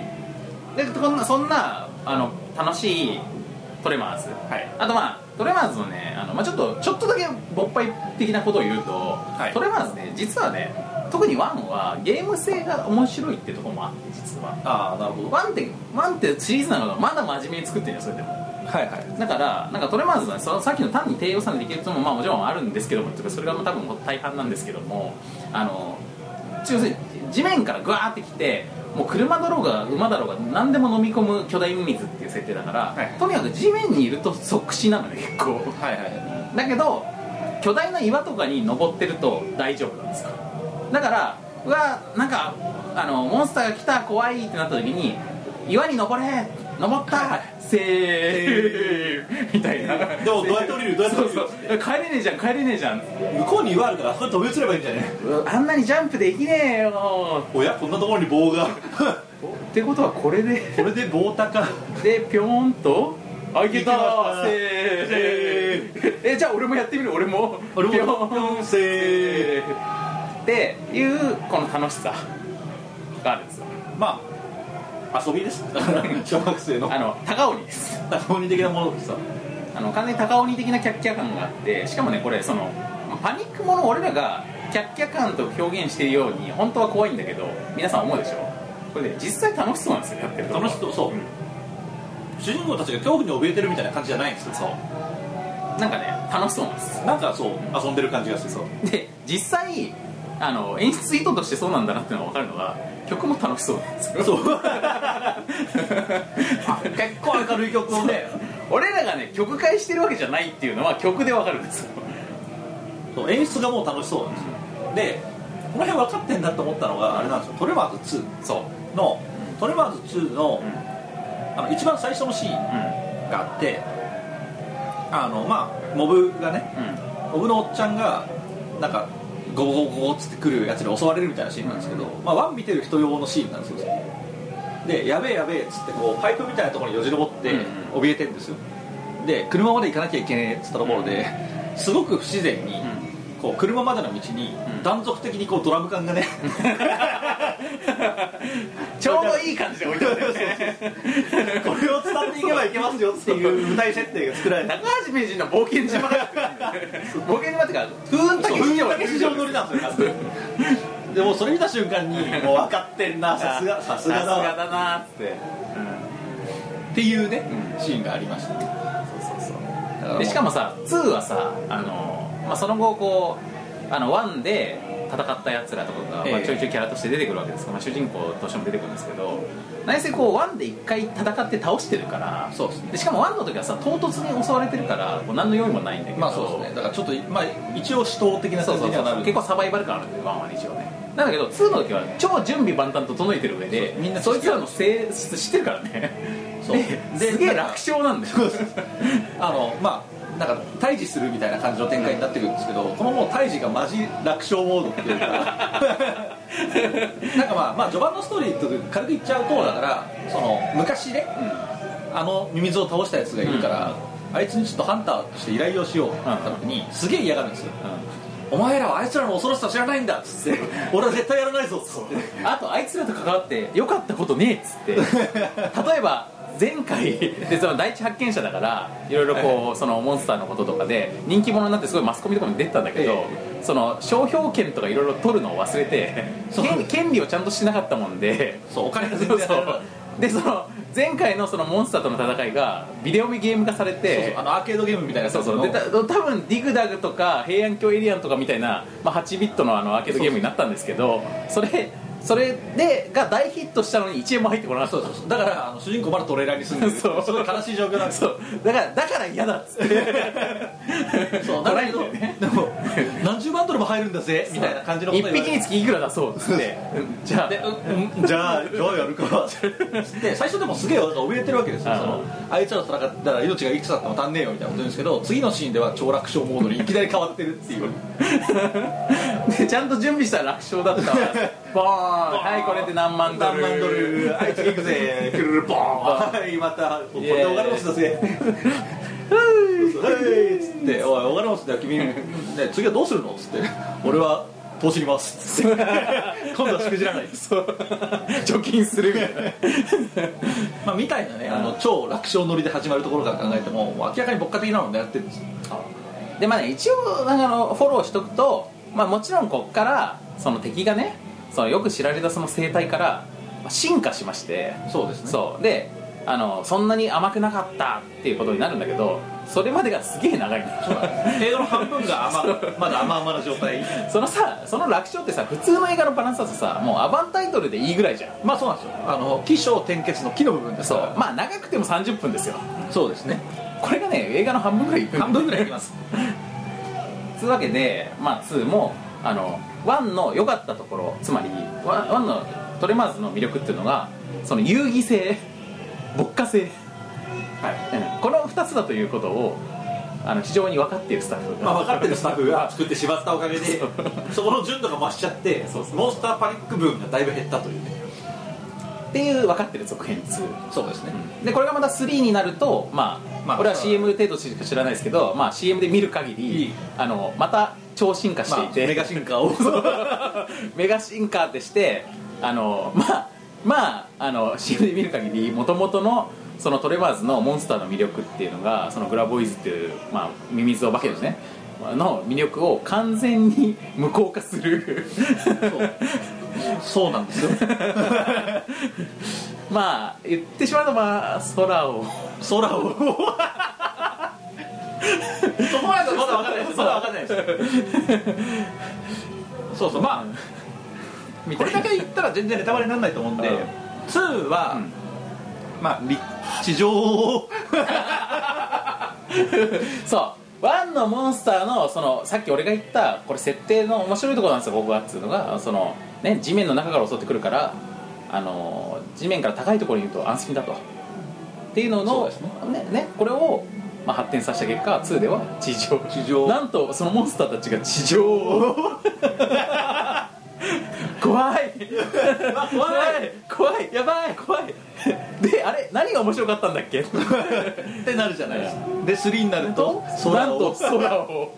B: でこんなそんなあの楽しいトレマーズ、
C: い
B: あとまあトレマーズのねあの、まあ、ちょっとちょっとだけ勃発的なことを言うと、
C: い
B: トレマーズね実はね特に1はゲーム性が面白いってとこもあって実は
C: ああなるほど
B: 1って1ってシリーズなのがまだ真面目に作ってるよそれでも
C: はいはい
B: だからなんかトレマーズはそのさっきの単に低予算でできるともまあもちろんあるんですけどもというかそれが多分大半なんですけどもあの要するに地面からグワーってきてもう車だろうが馬だろうが何でも飲み込む巨大ミミズっていう設定だから、
C: はい
B: とにかく地面にいると即死なのね結構
C: はいはい
B: だけど巨大な岩とかに登ってると大丈夫なんですよだからうわなんかあのモンスターが来た怖いってなった時に岩に登れ登ったせ
C: [LAUGHS]
B: ーみたいなで
C: でもどうやって降りるどうやって降りる
B: そうそう帰れねえじゃん帰れねえじゃん
C: 向こうに岩あるからそこに飛び移ればいいんじゃね
B: うわあんなにジャンプできねえよ
C: おやこんなところに棒 [LAUGHS] が
B: ってことはこれで [LAUGHS]
C: これで棒高
B: でぴょーんとあいけた
C: いけました
B: せーえじゃあ俺もやってみる俺も
C: 俺も
B: ぴょーん
C: せ
B: ーっていうこの楽しさがあるんですよ
C: まあ遊びです [LAUGHS] 小学生の
B: あの高鬼です
C: 高鬼的なものですさ
B: あの完全に高鬼的なキャッキャ感があってしかもねこれそのパニックもの俺らがキャッキャ感と表現しているように本当は怖いんだけど皆さん思うでしょこれね実際楽しそうなんですよやってると
C: 楽しそうそう、
B: うん
C: 主人公たちが恐怖に怯えてるみたいな感じじゃないんですよそう
B: なんかね楽しそうなんです
C: なんかそう遊んでる感じがするそう
B: で実際あの演出意図としてそうなんだなっていうのが分かるのが曲も楽しそうなん
C: [LAUGHS]
B: ですよ
C: そう結構明るい曲をね
B: [LAUGHS] 俺らがね曲解してるわけじゃないっていうのは曲で分かるんですよ
C: そう演出がもう楽しそうなんですよでこの辺分かってんだと思ったのがあれなんですよトレマーズ2
B: そう
C: のトレマーズ2の,、あの一番最初のシー
B: うん
C: ンがあってあのまあモブがね
B: うん
C: モブのおっちゃんがなんかゴボゴボゴボっつって来るやつに襲われるみたいなシーンなんですけど、まあ、ワン見てる人用のシーンなんですよでやべえやべえっつってこうパイプみたいなところによじ登って
B: う
C: 怯えてるんですよで車まで行かなきゃいけねえっつったところですごく不自然に、こう車までの道に
B: うん
C: 断続的にこうドラム缶がね
B: [LAUGHS] ちょうどいい感じで置いてあるよね
C: これを伝っていけばいけますよっていう舞台設定が作られた
B: 高橋名人の冒険島が
C: [LAUGHS]
B: 冒険島ってか風雲
C: そう
B: 竹
C: ふん
B: 市場
C: だけ市場乗りなんですよ完全に [LAUGHS] でもうそれ見た瞬間にもう分かってん [LAUGHS] なさすがさすがだ
B: さすが
C: わ
B: だなっつって、
C: っていうね、
B: う
C: シーンがありましたね
B: そうそうそう
C: だから
B: でしかもさ2はさあの、まあ、その後こうあの1で戦ったやつらとかが、まあ、
C: ええ
B: ちょいちょいキャラとして出てくるわけですから、まあ、主人公としても出てくるんですけど内せこう1で1回戦って倒してるから
C: そうですね
B: しかも1の時はさ唐突に襲われてるからこう何の用意もないんだけど
C: まあそうですねだからちょっと、まあ、一応死闘的な
B: そう
C: 感じ
B: そうそ
C: には
B: う
C: なる
B: 結構サバイバル感あるんで1は一応ねなんだけど2の時は超準備万端整えてる上で
C: そうみんな
B: そいつらの性質知ってる
C: [LAUGHS]
B: からね
C: そう
B: で
C: です
B: げえ楽勝なんだよ
C: あのまあなんか退治するみたいな感じの展開になってくるんですけど、このもう退治がマジ楽勝モードって [LAUGHS] いうかなんかまあまあ序盤のストーリーと軽く言っちゃうとだからその昔ね、あのミミズを倒したやつがいるから、あいつにちょっとハンターとして依頼をしようってなった時に、すげえ嫌がるんですよ、お前らはあいつらの恐ろしさを知らないんだっ [LAUGHS] つって俺は絶対やらないぞっつって
B: [LAUGHS] あとあいつらと関わって良かったことねえっつって
C: [LAUGHS]
B: 例えば前回でその第一発見者だからいろいろこうそのモンスターのこととかで人気者になってすごいマスコミとかに出てたんだけど
C: え
B: その商標権とかいろいろ取るのを忘れて
C: そう
B: 権権利をちゃんとしなかったもんで
C: そうお金が全
B: そ
C: 然
B: うそ
C: 入らないう
B: でその前回のそのモンスターとの戦いがビデオゲーム化され
C: そうそう
B: て
C: あのアーケードゲームみたいな
B: そう
C: 感じ
B: そ
C: の
B: うでた多分ディグダグとか平安京エリアンとかみたいな、まあ、8ビットのあのアーケードゲームになったんですけどそれそれでが大ヒットしたのに1円も入ってこなかった
C: そうそうそうだからあの主人公まだトレーラーに住んで [LAUGHS] る
B: そう
C: すごい悲しい状況なんですよ
B: そうだからだから嫌だっつって
C: そ
B: ト
C: うだ
B: ライ
C: け
B: アルだよ
C: ど、
B: ね
C: でも何十万ドルも入るんだぜみたいな感じのこと
B: 1匹につきいくら出そうっつってうんじゃあ
C: でうんうんじゃあどうや
B: [LAUGHS]
C: るかで最初でもすげえなんか怯えてるわけですよ
B: うん
C: そのあいつらと戦ったら命がいくつあっても足んねえよみたいなこと言うんですけど次のシーンでは超楽勝モードにいきなり変わってるっていう
B: でちゃんと準備したら楽勝だ
C: [LAUGHS]
B: ったわボーンはいこれで何万ド
C: 何
B: ル
C: 万ドルあいつ行くぜくるるボーンはいまたこれでオガルモスだ
B: [LAUGHS]
C: ぜはいっつって「おいオガルモスだよ君ね次はどうするの?」っつって「俺は投資にます」っつって
B: [LAUGHS]
C: 「今度はしくじらない」
B: そう [LAUGHS] 貯金するみたいな
C: まあ、みたいなねあの超楽勝乗りで始まるところから考えてももう明らかに牧歌的なのを狙ってるんですよ
B: でまあね一応あのフォローしとくと、まあ、もちろんこっからその敵がねそのよく知られたその生態からまあ進化しまして
C: そうですね
B: そうであのそんなに甘くなかったっていうことになるんだけどそれまでがすげえ長いんだよ
C: 映画の半分が
B: [LAUGHS]
C: 甘まだ甘々な状態
B: そのさその楽勝ってさ普通の映画のバランスだとさもうアバンタイトルでいいぐらいじゃん
C: まあそうなんですよあの起承転結の木の部分です
B: そ
C: か
B: う
C: ら
B: まあ長くても30分ですよ
C: そうですね
B: これがね映画の半分ぐらいいくんだよ
C: 半分ぐらいいきます
B: つうわけで、まあ、2もあの1の良かったところつまり 1, のトレマーズの魅力っていうのがその遊戯性牧歌性、うんこの2つだということをあの非常に分かっているスタッフが、
C: [LAUGHS] まあ、分かってるスタッフが作ってしまったおかげでそこの純度が増しちゃって
B: そうそう
C: モンスターパニック分がだいぶ減ったというね
B: っていう分かってる続編2
C: そうですね
B: でこれがまた3になるとまあ、
C: まあ
B: これは CM 程度しか知らないですけど、まあ、CM で見る限り
C: いい
B: あのまた超進化し
C: ま
B: てい
C: あ、
B: て、
C: メガ進化を
B: メガシンカーってしてあのまあまああの CM で見る限りもともとのそのトレバーズのモンスターの魅力っていうのがそのグラボーイズっていう、まあ、ミミズお化けですねの魅力を完全に無効化する
C: [LAUGHS] そうなんですよ
B: [LAUGHS] まあ言ってしまうとまあ空を
C: 空をそこまでまだ分かんないですまだ分かんないですそうそう [LAUGHS] まあ
B: みた
C: これ
B: いな
C: だけ言ったら全然ネタバレにならないと思うんで
B: うん
C: 2は、
B: うん
C: まあり地上を
B: そうワンのモンスターのそのさっき俺が言ったこれ設定の面白いところなんですよここがっつうのがその、ね、地面の中から襲ってくるからあの地面から高いところにいると安心だとっていうの
C: そう
B: の
C: ですね
B: ねねこれをまあ、発展させた結果2では地上
C: 地上
B: なんとそのモンスターたちが地上
C: [LAUGHS]
B: を怖い怖い怖いやばい怖いであれ何が面白かったんだっけってなるじゃないですか
C: で3になると
B: なん
C: を
B: と空を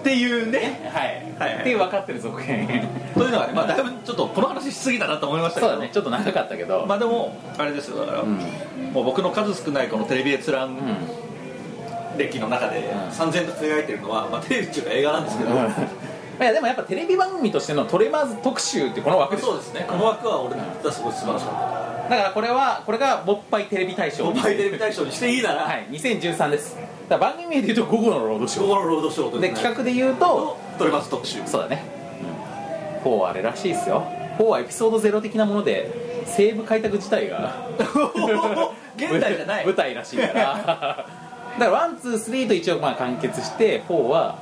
B: っていうねはい、
C: はいはい
B: っていう分かってる続編
C: というのはね、まあ、だいぶちょっとこの話しすぎたなと思いました
B: そ
C: け
B: う
C: ど
B: だねちょっと長かったけど、
C: まあでもあれですよだから、
B: うん
C: もう僕の数少ないこのテレビ閲覧
B: うん
C: 歴の中で
B: ん
C: 3000と描いてるのは、まあ、テレビっていうか映画なんですけど、
B: いやでもやっぱテレビ番組としてのトレマーズ特集ってこの枠でしょ
C: そうですねこの枠は俺にとってはすごい素晴らしかっ
B: だからこれはこれが勃発テレビ大
C: た
B: 賞
C: モバイテレビ大賞にしていいなら、
B: はい2013ですだから番組名で言うと午後の労働
C: 午
B: 賞
C: 後のロードショーという
B: で企画で言うと
C: を取れます特集
B: そうだね、うん、4はあれらしいですよ4はエピソードゼロ的なもので西部開拓自体が [LAUGHS]
C: [LAUGHS] 現代じゃない
B: 舞台らしいから
C: [LAUGHS]
B: だからワンツースリーと一応まあ完結して4は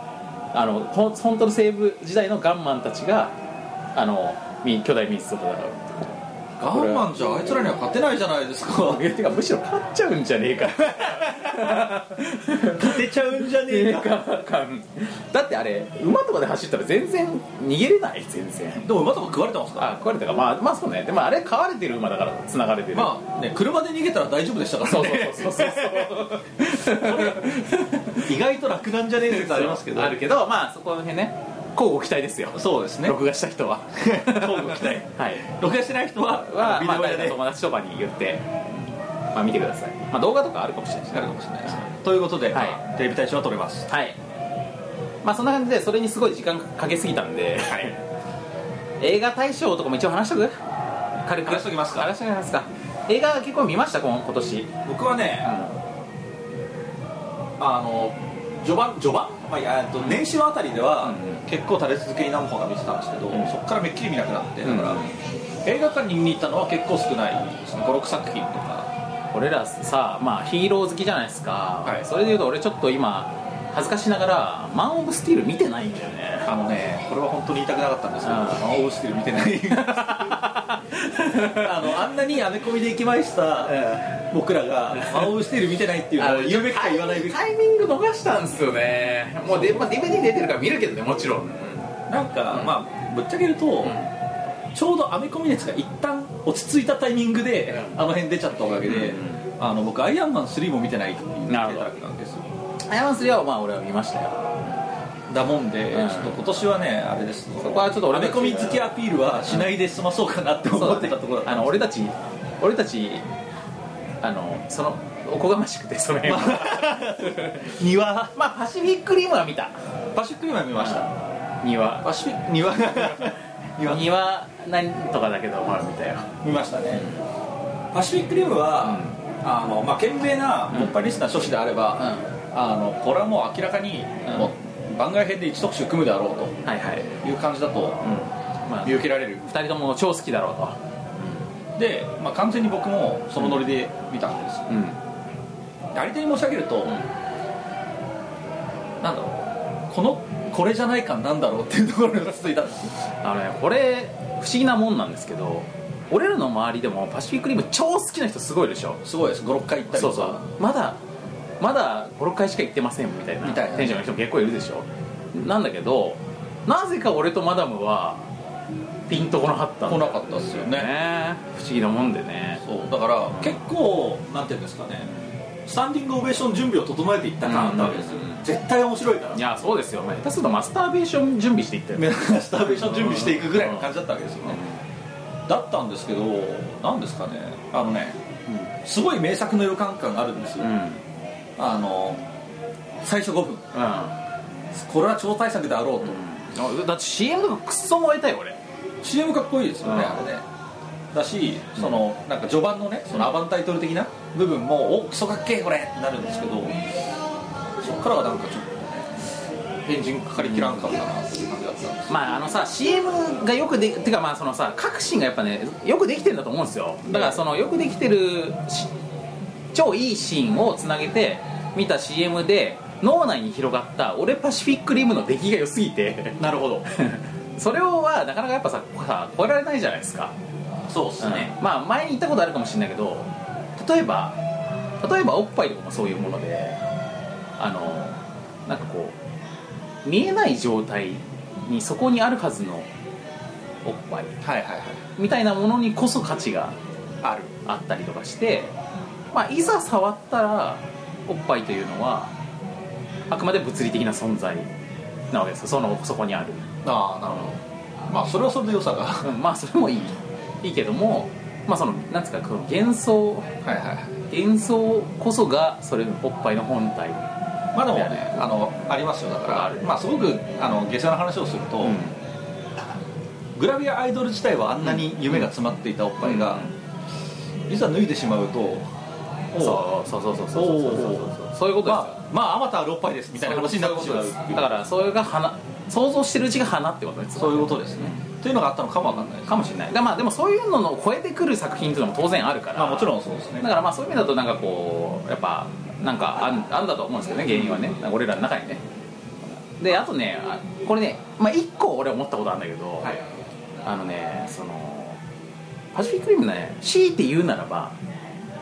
B: あのほん本当の西部時代のガンマンたちがあのみ巨大ミスと戦う
C: ガンマンじゃあいつらには勝てないじゃないで
B: [LAUGHS]
C: すか
B: てかむしろ勝っちゃうんじゃねえ
C: [LAUGHS]
B: か
C: 勝てちゃうんじゃね
B: 映画館だってあれ馬とかで走ったら全然逃げれない全然
C: [LAUGHS] でも馬とか食われてますから
B: あ壊れたかまあまあそうねでもあれ飼われてる馬だから繋がれてる
C: まあね車で逃げたら大丈夫でしたから
B: そう
C: ね
B: [LAUGHS] そうそうそうそう
C: [LAUGHS] 意外と楽なんじゃねえ説ありますけど
B: あるけどまあそこら辺ね交互期待ですよ
C: そうですね [LAUGHS]
B: 録画した人は
C: 交互期待
B: [LAUGHS] はい
C: 録画してない人は
B: は、
C: ビ
B: まあ、
C: デ
B: 誰
C: オ屋
B: か
C: で
B: 友達とかに言ってまあ見てくださいまあ動画とかあるかもしれないし
C: なるかもしれないですということで、
B: はい
C: まあテレビ大賞は取れます
B: はいまあそんな感じでそれにすごい時間かけすぎたんで、 [LAUGHS] 映画大賞とかも一応話しとく軽く
C: 話しときますか
B: 話しときますか映画結構見ました今今年、
C: 僕はねあの序盤序盤、まあいや、えっと年始のあたりでは、
B: う
C: 結構垂れ続けに何本か見てたんですけど、
B: うん
C: そこからめっきり見なくなってだから、
B: うん
C: 映画館に見に行ったのは結構少ないですね56作品とか
B: 俺らさまあヒーロー好きじゃないですか、
C: はい
B: それでいうと俺ちょっと今恥ずかしながら「マン・オブ・スティール」見てないんだよね
C: あのねこれは本当に言いたくなかったんですけど
B: うん
C: 「オースティル」見てない
B: [LAUGHS]
C: あのあんなにアメコミで行きました、僕らが「魔王スティール」見てないっていう
B: あ
C: の
B: の
C: を言うべきか言わないべきか
B: タイミング逃したんですよねもうで、まあ、DVD 出てるから見るけどねもちろん、
C: なんか、まあぶっちゃけると、ちょうどアメコミ熱が一旦落ち着いたタイミングで、
B: う
C: あの辺出ちゃったおかげで、
B: うん
C: あの僕アイアンマン3も見てないっていう手
B: なるほど
C: だけなんですよ
B: アイアンマン3はまあ俺は見ましたよ
C: だもんで、
B: うん
C: ちょっと今年はねあれですそ
B: こはちょっと俺
C: ア
B: た
C: メ
B: ち
C: コミ好きアピールはしないで済まそうかなって思ってたところだった
B: あの俺たち俺たちあのそのおこがましくてその辺は [LAUGHS]
C: 庭
B: まあパシフィックリムは見た
C: パシフィックリムは見ました
B: 庭
C: パシフィック庭庭
B: 庭何とかだけどまあ見たよ
C: 見ましたねパシフィックリムは、あのまあ賢明な
B: うん
C: もっぱりリスナー諸子であれば、あのこれはもう明らかに、
B: うん
C: もう番外編で一特集組むであろう
B: はいはい
C: という感じだと
B: まあ
C: 見受けられる
B: 2人とも超好きだろうと
C: で、まあ、完全に僕もそのノリで見たんです
B: うん
C: あり手に申し上げると、なんだろうこのこれじゃない感なんだろうっていうところが続いたんです
B: あのねこれ不思議なもんなんですけど俺らの周りでもパシフィックリム超好きな人すごいでしょ
C: すごいです56回行ったり
B: そ
C: と
B: う
C: か
B: そうまだまだ56回しか行ってませんみたいな
C: みたいな
B: テンションの人も結構いるでしょなんだけどなぜか俺とマダムはピンとこなかったんだ
C: 来
B: よ
C: なかったですよね
B: ね不思議なもんでね
C: そうだから結構なんていうんですかねスタンディングオベーション準備を整えていった感あったわけですよ、
B: うん
C: 絶対面白いから
B: いやそうですよまあ下手するとマスターベーション準備していったよね
C: 目立たスターベーション準備していくぐらいの感じだったわけですよねだったんですけどなんですかねあのねすごい名作の予感感があるんです
B: う
C: よ、
B: んうん
C: あの最初5分これは超大作であろうと、
B: うんあだって CM とかクッソ燃えたよ俺
C: CM かっこいいですよね、
B: うん
C: あれねだしそのなんか序盤のねそのアバンタイトル的な部分もおクソかっけえこれってなるんですけどそっからはなんかちょっとねエンジンかかりきらんかったなっていう感じだったんです
B: まああのさ CM がよくでてかまあそのさ革新がやっぱねよくできてるんだと思うんですよだからそのよくできてるし超いいシーンをつなげて見た CM で脳内に広がった俺パシフィックリムの出来が良すぎて
C: なるほど
B: [LAUGHS] それをはなかなかやっぱささ超えられないじゃないですか
C: そうっすね、
B: うんまあ前に言ったことあるかもしれないけど例えば例えばおっぱいとかもそういうものであのなんかこう見えない状態にそこにあるはずのおっぱい
C: はいはいはい
B: みたいなものにこそ価値が
C: ある
B: あったりとかして、まあ、いざ触ったらおっぱいというのはあくまで物理的な存在なわけですよそのそこにある、
C: ああなるほどまあそれはそれで良さがは
B: うんまあそれもいいいいけどもまあそのなんつうかこの幻想
C: いはいはい
B: 幻想こそがそれおっぱいの本体
C: まあでもねあのありますよだ
B: あ
C: か
B: る
C: らまあすごくあの下世な話をすると、グラビアアイドル自体はあんなに夢が詰まっていたおっぱいが、いざ脱いでしまうとおう
B: そうそうそうそうそうそうそうそうそういうことですよ、
C: まあまああまたあるおっぱいですみたいな話になってしまう
B: だからそれが花想像してるうちが花ってことです
C: そういうことですねっていうのがあったのかもわかんないです
B: かもしれないだまあでもそういうのを超えてくる作品っていうのも当然あるから、
C: まあもちろんそうですね
B: だからまあそういう意味だとなんかこうやっぱなんかあんあんだと思うんですけどね原因はね俺らの中にねであとねあこれね、まあ、1個俺思ったことあるんだけど、
E: はい
B: あのねそのパシフィックリムね強いて言うならば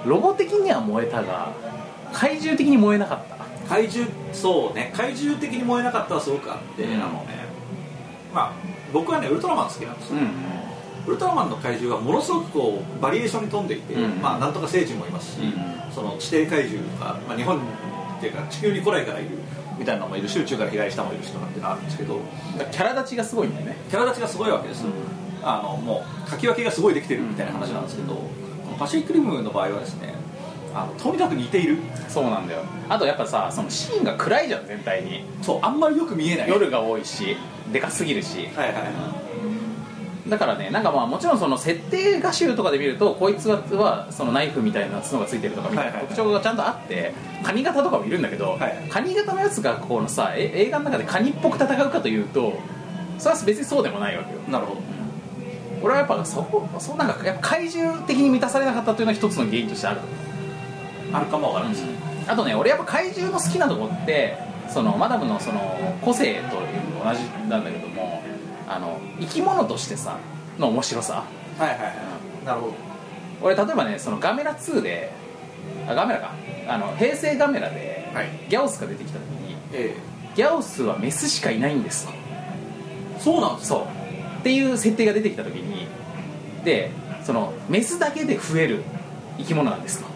B: ロボ的には燃えたが怪獣的に燃えなかった
E: 怪獣そうね怪獣的に燃えなかったらすごくあって、
B: うん
E: あのねまあ僕はねウルトラマン好きなんですよ、
B: う
E: ウルトラマンの怪獣がものすごくこうバリエーションに富んでいて、
B: うん
E: まあなんとか星人もいますし、
B: う
E: その地底怪獣とか、まあ、日本っていうか地球に古来からいるみたいなのもいるし宇宙から飛来したのもいるしとかっていうのがあるんですけど
B: んキャラ立ちがすごいんだよね
E: キャラ立ちがすごいわけです、あのもう書き分けがすごいできてるみたいな話なんですけど、このパシフィックリムの場合はですねあのとにかく似ている
B: そうなんだよあとやっぱさそのシーンが暗いじゃん全体に
E: そうあんまりよく見えない
B: 夜が多いしでかすぎるし
E: はいはいはい
B: だからねなんかまあもちろんその設定画集とかで見るとこいつはそのナイフみたいな角がついてるとかみたいな
E: はいはい
B: 特徴がちゃんとあってカニ型とかもいるんだけど、
E: はい
B: カニ型のやつがこのさえ映画の中でカニっぽく戦うかというとそれは別にそうでもないわけよ
C: なるほど
B: 俺はやっぱそこそうなんかやっぱ怪獣的に満たされなかったというのは一つの原因としてあると思う
E: あるかもわからないです、
B: あとね俺やっぱ怪獣の好きなとこってそのマダムのその個性と同じなんだけどもあの生き物としてさの面白さ
E: はいはいはいなるほど
B: 俺例えばねそのガメラ2であガメラかあの平成ガメラで
E: はい
B: ギャオスが出てきた時に
E: え
B: ギャオスはメスしかいないんですと
E: えそうなんです
B: そうっていう設定が出てきた時にでそのメスだけで増える生き物なんですと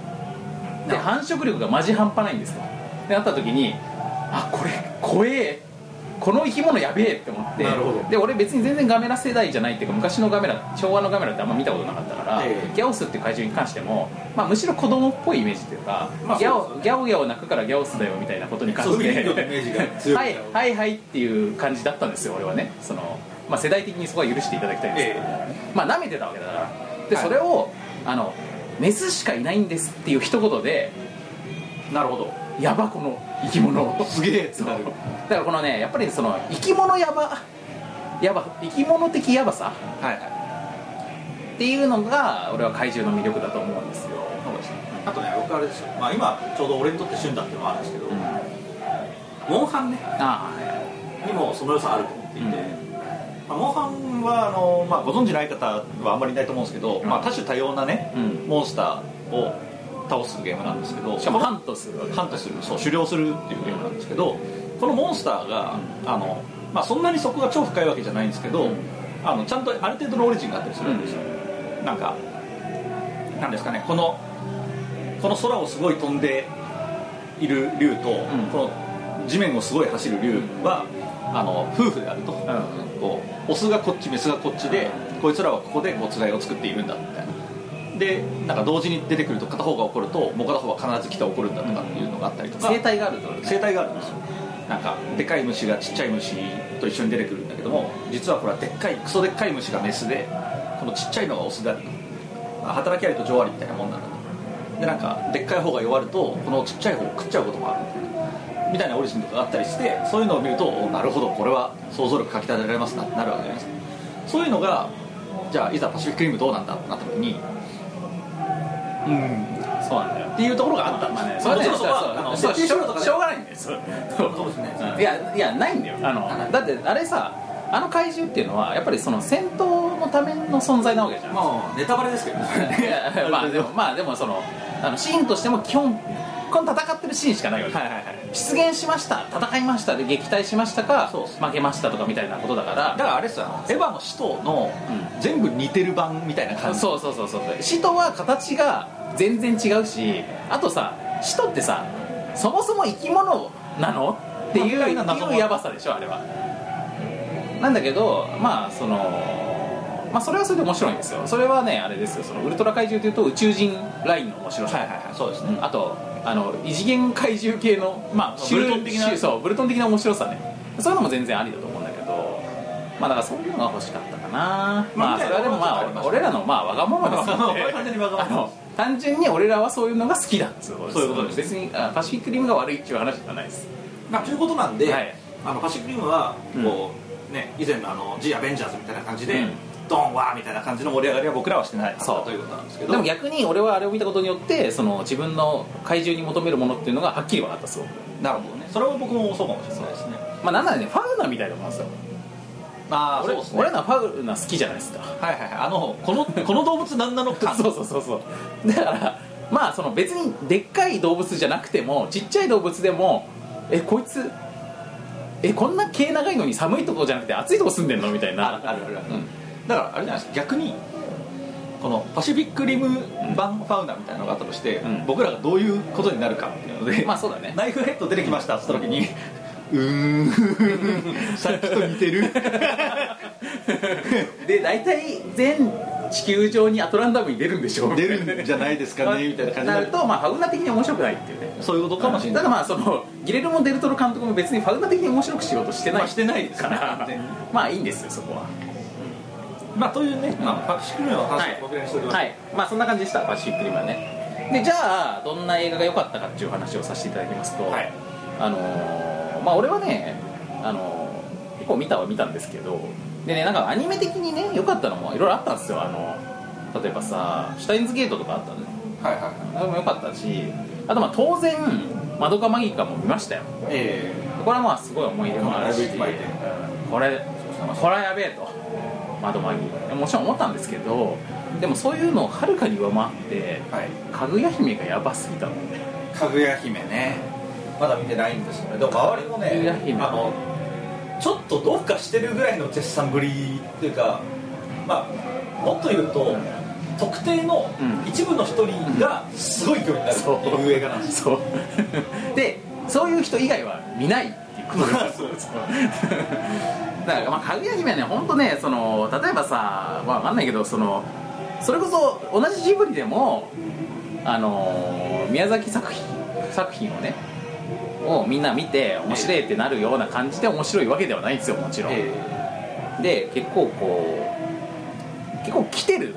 B: で繁殖力がマジ半端ないんですとでなった時にあこれ怖えこの生き物やべえって思って
E: なるほど
B: で俺別に全然ガメラ世代じゃないっていうか昔のガメラ昭和のガメラってあんま見たことなかったから、
E: ええ
B: ギャオスっていう怪獣に関しても、まあ、むしろ子供っぽいイメージっていうか、
E: まあ
B: ギャ
E: そうですよ
B: オ
E: ね
B: ギャオギャオ泣くからギャオスだよみたいなことに関
E: そう
B: して
E: 海人形のイメージが強い
B: はいはいはいっていう感じだったんですよ俺はねその、まあ、世代的にそこは許していただきたいんですけど、まあ舐めてたわけだからで、
C: はい
B: それをあのメスしかいないんですっていう一言で
C: なるほど
B: やばこの生き物を
C: すげえって
B: そうだ
C: なる
B: からこのねやっぱりその生き物やばやば生き物的やばさ
C: はいは
B: っていうのが俺は怪獣の魅力だと思うんですよ、
C: いそうですね
E: あとね僕あれですよ、まあ、今ちょうど俺にとって旬だっていうのもあるんですけど、
B: あ
E: モンハンね
B: あはい
E: にもその良さあると思っていて、
B: うん
C: まあモンハンはあの、まあ、ご存知ない方はあんまりいないと思うんですけど、まあ、多種多様なね、
B: うん
C: モンスターを倒すゲームなんですけど
B: しかもハントするわけ
C: ハントするそう狩猟するっていうゲームなんですけどこのモンスターがあの、まあ、そんなにそこが超深いわけじゃないんですけど、あのちゃんとある程度のオリジンがあったりするんですよ、なんかなんですかねこのこの空をすごい飛んでいる竜と、
B: ん
C: この地面をすごい走る竜は、あの夫婦であると、こうオスがこっちメスがこっちで、こいつらはここでこうつがいを作っているんだみたいなでなんか同時に出てくると片方が怒るともう片方は必ず来て怒るんだとかっていうのがあったりとか、
B: 生態があるってことね
C: 生態があるんですよなんかでかい虫がちっちゃい虫と一緒に出てくるんだけども実はこれはでっかいクソでっかい虫がメスでこのちっちゃいのがオスであるとまあ働きありと情ありみたいなもんなんだとでなんかでっかい方が弱るとこのちっちゃい方を食っちゃうこともあるみたいなみたいなオリジンとかがあったりしてそういうのを見るとおなるほどこれは想像力かきたてられますなってなるわけじゃないですかそういうのがじゃあいざパシフィックリムどうなんだってなった時にうんっ
B: そうなんだよ
C: ていうところがあったんで
B: まあね、
C: す
B: それはね
E: もちろんそこはあの
B: そうそう
E: 設定
B: しょ
E: 書とか
B: う
E: ね
B: しょうがないんだよそう
E: かもしれないですね
B: いやいやないんだよあのだってあれさあの怪獣っていうのはやっぱりその戦闘のための存在なわけじゃん、 [LAUGHS]
E: まあネタバレですけどね
B: いやまあでもまあでもそのあのシーンとしても基本この戦ってるシーンしかないわけ、
F: はいはい
B: 出現しました戦いましたで撃退しましたか
F: そう
B: 負けましたとかみたいなことだか
F: だ
B: ら
F: からあれさエヴァの使徒の
B: う
F: 全部似てる版みたいな感じ
B: そうそうそうそう使徒は形が全然違うしあとさ使徒ってさそもそも生き物なのっていう
F: まあみたいな謎も
B: いうやばさでしょあれはなんだけどまあそのまあそれはそれで面白いんですよそれはねあれですよそのウルトラ怪獣というと宇宙人ラインの面白さ、
F: はいはいはいそうですね、
B: あとあの異次元怪獣系の、まあ、
F: ブルトン的な
B: シュそうブルトン的な面白さねそういうのも全然ありだと思うんだけどまあだからそういうのが欲しかったかなま
F: まあ
B: あそれはでも
F: みたいなのもちょっとありまし
B: まあ
F: た
B: 俺らのまあわがままですの
F: [LAUGHS]
B: で
F: わがまま完全にわがまま
B: あの単純に俺らはそういうのが好きだっつうこと
F: そういうことです
B: 別にあパシフィックリムが悪いっていう話じゃないです
C: まあ、ということなんで、
B: はい
C: あのパシフィックリムはこう、ね、以前のあの「ジ・アベンジャーズ」みたいな感じで、
B: うん
C: ドンワーみたいな感じの盛り上がりは僕
F: 僕らはしてない
C: ら
B: そう
C: ということなんですけど
B: でも逆に俺はあれを見たことによってその自分の怪獣に求めるものっていうのがはっきり分かったそう
F: なるほどねそれは僕もそうかもしれないですね
B: まあなんならねファウナみたいなもんですよ
F: ああそう
B: 俺
F: ですね
B: 俺らファウナ好きじゃないですか
F: はいはいはいあのこのこの動物なんなのか
B: そうそうそうそうだからまあその別にでっかい動物じゃなくてもちっちゃい動物でもえこいつえこんな毛長いのに寒いとこじゃなくて暑いとこ住んでんのみたいな
F: あるあるある、だからあれじゃないですか逆にこのパシフィックリム版ファウナみたいなのがあったとして、
B: うん
F: 僕らがどういうことになるかっていうので、
B: [LAUGHS] まあそうだね
F: ナイフヘッド出てきましたっつった時にうーんさっきと似てる
B: [LAUGHS] で大体全地球上にアトランダムに出るんでしょ
F: 出るんじゃないですかねみたいな感じにな
B: る
F: る
B: とまあファウナ的に面白くないっていうね
F: そういうことかもしれ
B: た
F: ない
B: だまあそのギレルモ・デルトロ監督も別にファウナ的に面白くしようとしてない、
F: まあしてないです
B: か
F: ね
B: ら
F: 全然
B: まあいいんですよそこは
F: まあというね、
C: まあ、パシフィックリムの話
B: はい
C: は僕らにしておきます、
B: はい、まあそんな感じでしたパシフィックリムはねでじゃあどんな映画が良かったかっていう話をさせていただきますと、
C: はい
B: あのーまあ俺はね、あのー結構見たは見たんですけどでねなんかアニメ的にね良かったのもいろいろあったんですよあの例えばさ「シュタインズゲート」とかあったね
C: はいはいはい
B: あれも良かったしあとまあ当然「マドカマギカ」も見ましたよ
C: え
B: これはまあすごい思い出もあるし、
C: ライブいっぱいで
B: これこれはやべえと窓マギもちろん思ったんですけどでもそういうのをはるかに上回って
C: ーはい
B: かぐや姫がやばすぎたのね
C: かぐや姫ねまだ見てないんですよねでも周りも
B: かぐや姫
C: ねあのちょっとどうかしてるぐらいの絶賛ぶりっていうかまあもっと言うと特定の
B: うん
C: 一部の一人がすごい勢いになるっていう映画なんです
B: そう [LAUGHS] でそういう人以外は見ないっていうこと [LAUGHS] ですだからまあかぐや姫はね本当ねその例えばさまあわかんないけどそのそれこそ同じジブリでもあのー宮崎作品作品をねをみんな見て面白いってなるような感じで面白いわけではないんですよもちろん、で結構こう結構来てる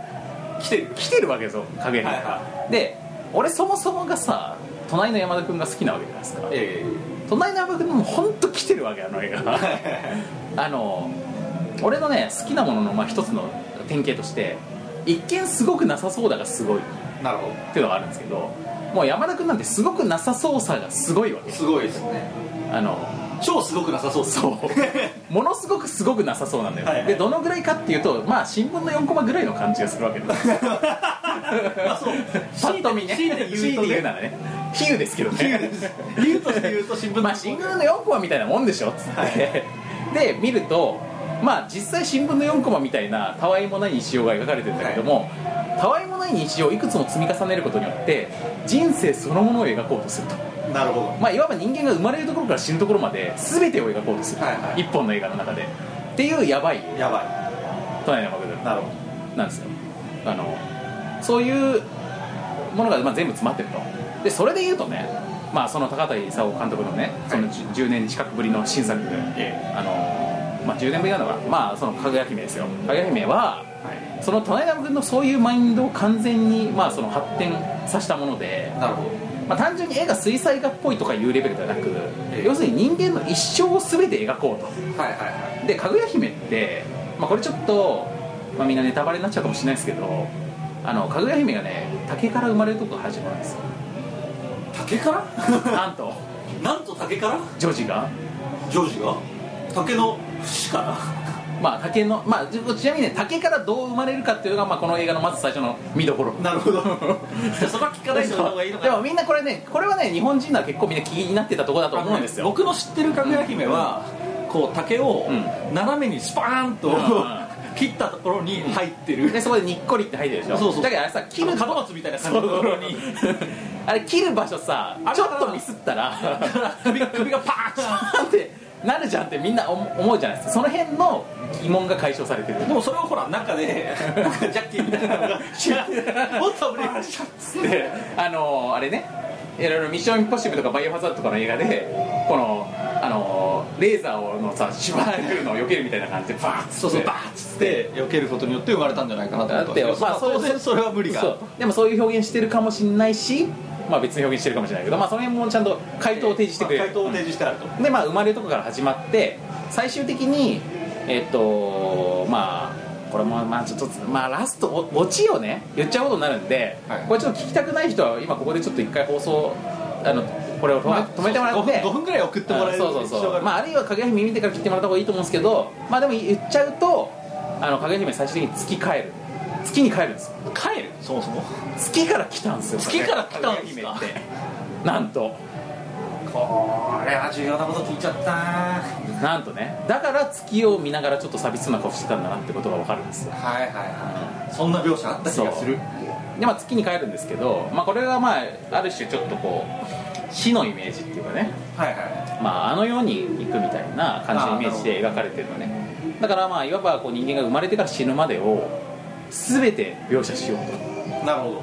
B: 来てる来てるわけですよ影に、
C: はい
B: で俺そもそもがさ隣の山田君が好きなわけじゃないですか、
C: え
B: 隣の山田君も本当来てるわけあの映画 [LAUGHS]
C: [LAUGHS]
B: あの俺のね好きなものの、まあ、一つの典型として一見すごくなさそうだがすごいっ
C: えなるほど
B: ていうのがあるんですけどもう山田君なんてすごくなさそうさがすごいわけ
C: すごいですね
B: あの
C: 超すごくなさそうです
B: そうものすごくすごくなさそうなんだよ、
C: はいはい
B: でどのぐらいかっていうとまあ新聞の4コマぐらいの感じがするわけです
C: [LAUGHS] まあそう
B: [LAUGHS] パッと見ね
C: 強いて言うとね
B: 強いて言うならね比喩ですけどね
C: 理由と [LAUGHS] して言うと新聞の
B: まあ新聞の4コマみたいなもんでしょっつって、で見るとまあ実際新聞の4コマみたいなたわいもない日常が描かれてるんだけども、たわいもない日常をいくつも積み重ねることによって人生そのものを描こうとすると
C: なるほ
B: まあ、いわば人間が生まれるところから死ぬところまで全てを描こうとする、
C: はいはい
B: 一本の映画の中でっていうやばい
C: どやば
B: 隣のマクド
C: いなるほど
B: なんですよあのそういうものがまあ全部詰まってるとでそれで言うとね、まあ、その高田勲監督のねその 10, 10年近くぶりの新作で、あのまあ、10年ぶりなのかなまあそのかぐや姫ですよかぐや姫は
C: は
B: その隣山君のそういうマインドを完全に、まあ、その発展させたもので
C: い、なるほど
B: まあ、単純に絵が水彩画っぽいとかいうレベルではなく、
C: ええ
B: 要するに人間の一生を全て描こうと
C: はいはいはい
B: でかぐや姫って、まあ、これちょっと、まあ、みんなネタバレになっちゃうかもしれないですけどあのかぐや姫がね竹から生まれるとこが始まるん
C: [LAUGHS]
B: ですよ
C: 竹から [LAUGHS]
B: なんと
C: なんと竹から
B: ジョージが
C: ジョージが竹の節から
B: まあ竹のまあちちなみにね竹からどう生まれるかっていうのが、まあ、この映画のまず最初の見どこ
C: [LAUGHS]
B: ろ
G: なるほど
C: じゃあそこは聞かない人の方がいいのか
B: で
C: な
B: もみんなこれねこれはね日本人なら結構みんな気になってたところだと思うんですよ
C: 僕の知ってるかぐや姫は、こう竹を
B: う
C: 斜めにスパーンと、
B: うん
C: 切ったところに入ってる、
B: でそこでにっこりって入ってるでしょ
C: そうそう
B: だからあれさ切る
C: 門松みたいな感じのところに
B: [LAUGHS] あれ切る場所さ
C: あれ
B: ちょっとミスった
C: [LAUGHS]
B: ら
C: 首首がパーン
B: なんてなるじゃんってみんな思思うじゃないですかその辺の疑問が解消されてる
C: [LAUGHS] でもそれをほら中でなんかジャッキーみたいなのがシュッ [LAUGHS] もっと危ないシャッつって
B: であのーあれねいろいろ「ミッションインポッシブル」とか「バイオハザード」とかの映画でこの、あのーレーザーをのさ縛られるのを避けるみたいな感じでバーッつって
C: そうそうバーッつって避けることによって生まれたんじゃないかなと
B: だ
C: 思
B: っ
C: って
B: て
C: ますけど
B: まあ
C: 当然それは無理があ
B: そうでもそういう表現してるかもしれないしまあ別に表現してるかもしれないけどまあその辺もちゃんと回答を提示してくれる、
C: 回答を提示してあると、
B: でまあ生まれるとこから始まって最終的にえっとまあこれもまあちょっとまあラストおオチをね言っちゃうことになるんで、
C: はい
B: これちょっと聞きたくない人は今ここでちょっと一回放送あのこれを止め,、止めてもらって
C: 5分ぐらい送ってもらえる
B: そうそう
C: 必要
B: そ
C: があ
B: う、
C: る
B: まあ、あるいは影姫見てから切ってもらった方がいいと思うんですけどまあでも言っちゃうとあの影姫最終的に月帰る月に帰るんですよ
C: 帰るそもそも
B: 月から来たんですよ
C: 月から来たんです
B: 影
C: か
B: 姫ってなんと
C: これは重要なこと聞いちゃった
B: なんとねだから月を見ながらちょっと寂しそうな顔してたんだなってことがわかるんですよ
C: はいはいは
G: そんな描写あった気がする
B: でまあ月に帰るんですけど、まあ、これがまあある種ちょっとこう死のイメージっていうかね、
C: はいは
B: まあ、あの世に行くみたいな感じのイメージで描かれてるのねだからまあいわばこう人間が生まれてから死ぬまでを全て描写しようと
C: なるほ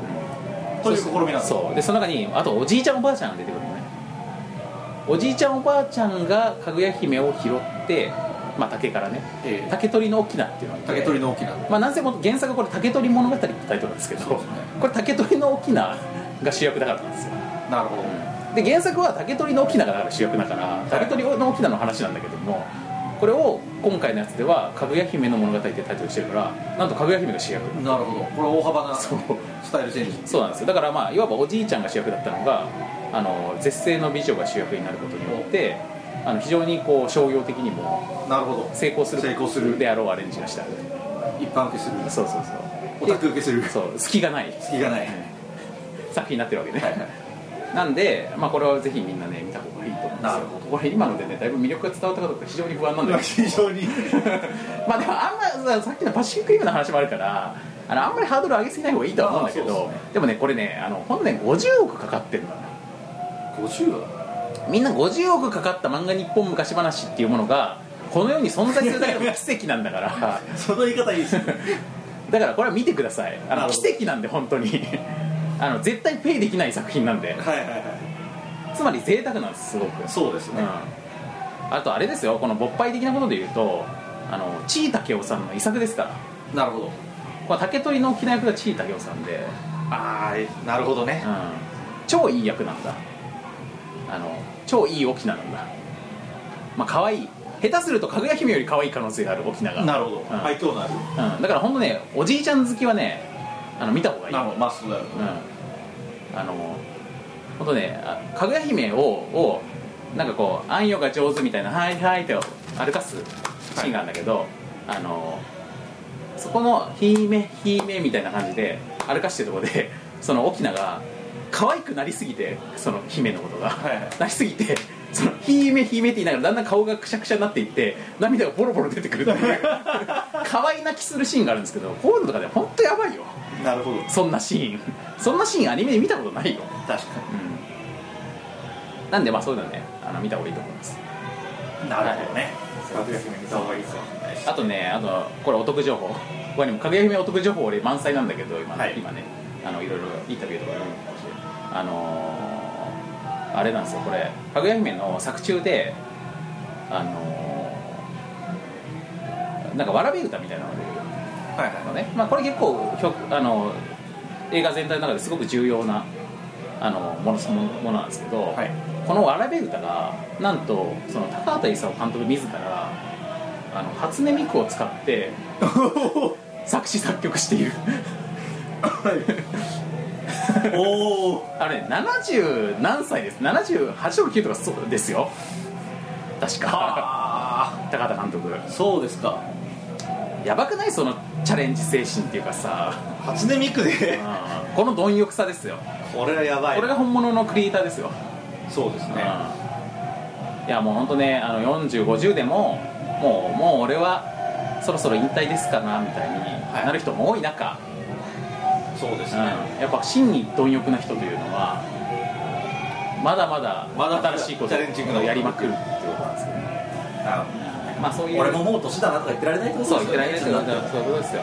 C: ど
G: という試みなんです
B: そうでその中にあとおじいちゃんおばあちゃんが出てくるのねおじいちゃんおばあちゃんがかぐや姫を拾って、まあ、竹からね
C: ええ
B: 竹取りの翁っていうのがいて
G: 竹取の大きな
B: まあ、なんせも原作はこれ「竹取物語」ってタイトルなんですけど
C: ですね
B: これ竹取の翁が主役だからなんですよ
C: なるほど
B: で原作は竹取の翁がだから主役だから竹取の翁の話なんだけどもこれを今回のやつでは「かぐや姫の物語」ってタイトルにしてるからなんとかぐや姫が主役
C: なるほどこれ大幅な
B: そう
C: スタイルチェンジ
B: そうなんですよだからまあいわばおじいちゃんが主役だったのがあの絶世の美女が主役になることによってあの非常にこう商業的にも
C: なるほど
B: 成功する
C: 成功する
B: であろうアレンジがしてある
C: 一般受けする
B: そうそう
C: オ
B: そう
C: タク受けする
B: そう隙がない
C: 隙がない
B: 作品になってるわけね、
C: はいはい
B: なんで、まあ、これはぜひみんなね見た方がいいと思うんですよ
C: なるほ
B: これ今のでねだいぶ魅力が伝わったかどうか非常に不安なんだけ
C: 非常に
B: どまあでもあんまささっきのパシフィックリムの話もあるからあのあんまりハードル上げすぎない方がいいとは思うんだけ
C: あーそ
B: ど
C: う
B: で
C: で
B: もねこれねあの本年50億かかってるんだな
C: 50は
B: みんな50億かかった漫画「日本昔話」っていうものがこの世に存在するだけでも奇跡なんだから
C: その言い方いいですね
B: だからこれは見てくださいあ
C: な
B: の
C: るほど
B: 奇跡なんで本当にあの絶対ペイできない作品なんで
C: はいはいはい
B: つまり贅沢なんですすごく
C: そうですね、
B: うんあとあれですよこの勃発的なことで言うとあの地井武雄さんの遺作ですから
C: なるほど
B: この竹取の沖縄役が地井武雄さんで、
C: ああなるほどね
B: うん、超いい役なんだあの超いい沖縄なんだまあ可愛い下手するとかぐや姫より可愛い可能性がある沖縄が
C: なるほど
B: うん
C: 愛嬌のある
B: うん、だから本当ねおじいちゃん好きはねあの見た方がいい
C: なるほどマストだよ
B: うん、あの本当ねあかぐや姫ををなんかこう「あんよが上手」みたいな「はいはい」って歩かすシーンがあるんだけど、あのそこの「ひーめひーめ」みたいな感じで歩かしてるとこで [LAUGHS] その沖縄が可愛くなりすぎてその姫のことが、
C: はいはい
B: なりすぎてその「ひーめひーめ」って言いながらだんだん顔がくしゃくしゃになっていって涙がボロボロ出てくるって
C: [LAUGHS]
B: いう可愛い泣きするシーンがあるんですけどこういうのとかで本当やばいよ
C: なるほど
B: そんなシーンそんなシーンアニメで見たことないよ、
C: 確か
B: うん、なんでまあそういうのねあの見た方がいいと思います
C: になるほどねかぐや姫見た方がいいですよ
B: あとねあとこれお得情報他にも「かぐや姫お得情報」俺満載なんだけど今,、
C: はい
B: 今ねあのいろいろインタビューとか読んでたしあのーあれなんですよこれかぐや姫の作中であのーなんかわらび歌みたいなのが出てくる
C: はいはい
B: のね、まあ、これ結構ひょあの映画全体の中ですごく重要なあのものものものなんですけど、
C: はい
B: この「わらべ歌」がなんとその高畑勲監督自らあの初音ミクを使って作詞作曲している [LAUGHS]
C: おお
B: あれ70何歳です78とか9とかそうですよ確か
C: あ
B: 高畑監督
C: あそうですか
B: やばくないそのチャレンジ精神っていうかさ
H: 初音ミクで
B: この貪欲さですよ
H: これはやばい
B: これが本物のクリエイターですよ
C: そうですね
B: いやもう本当ねあの4050でももうもう俺はそろそろ引退ですかなみたいになる人も多い中、
C: そうです
B: うん
C: ね、
B: やっぱ真に貪欲な人というのはまだまだ
C: まだま
B: 新
C: だ
B: しいこと
C: チャレンジングな
B: をやりまくるっていうことなんですよね
I: あ
B: まあそういう
I: 俺ももう年だなとか言ってられないってこと
B: そう
I: で
B: 言っ
I: す
B: て
I: よ
B: ら
I: ね
B: れないですよそういうことですよ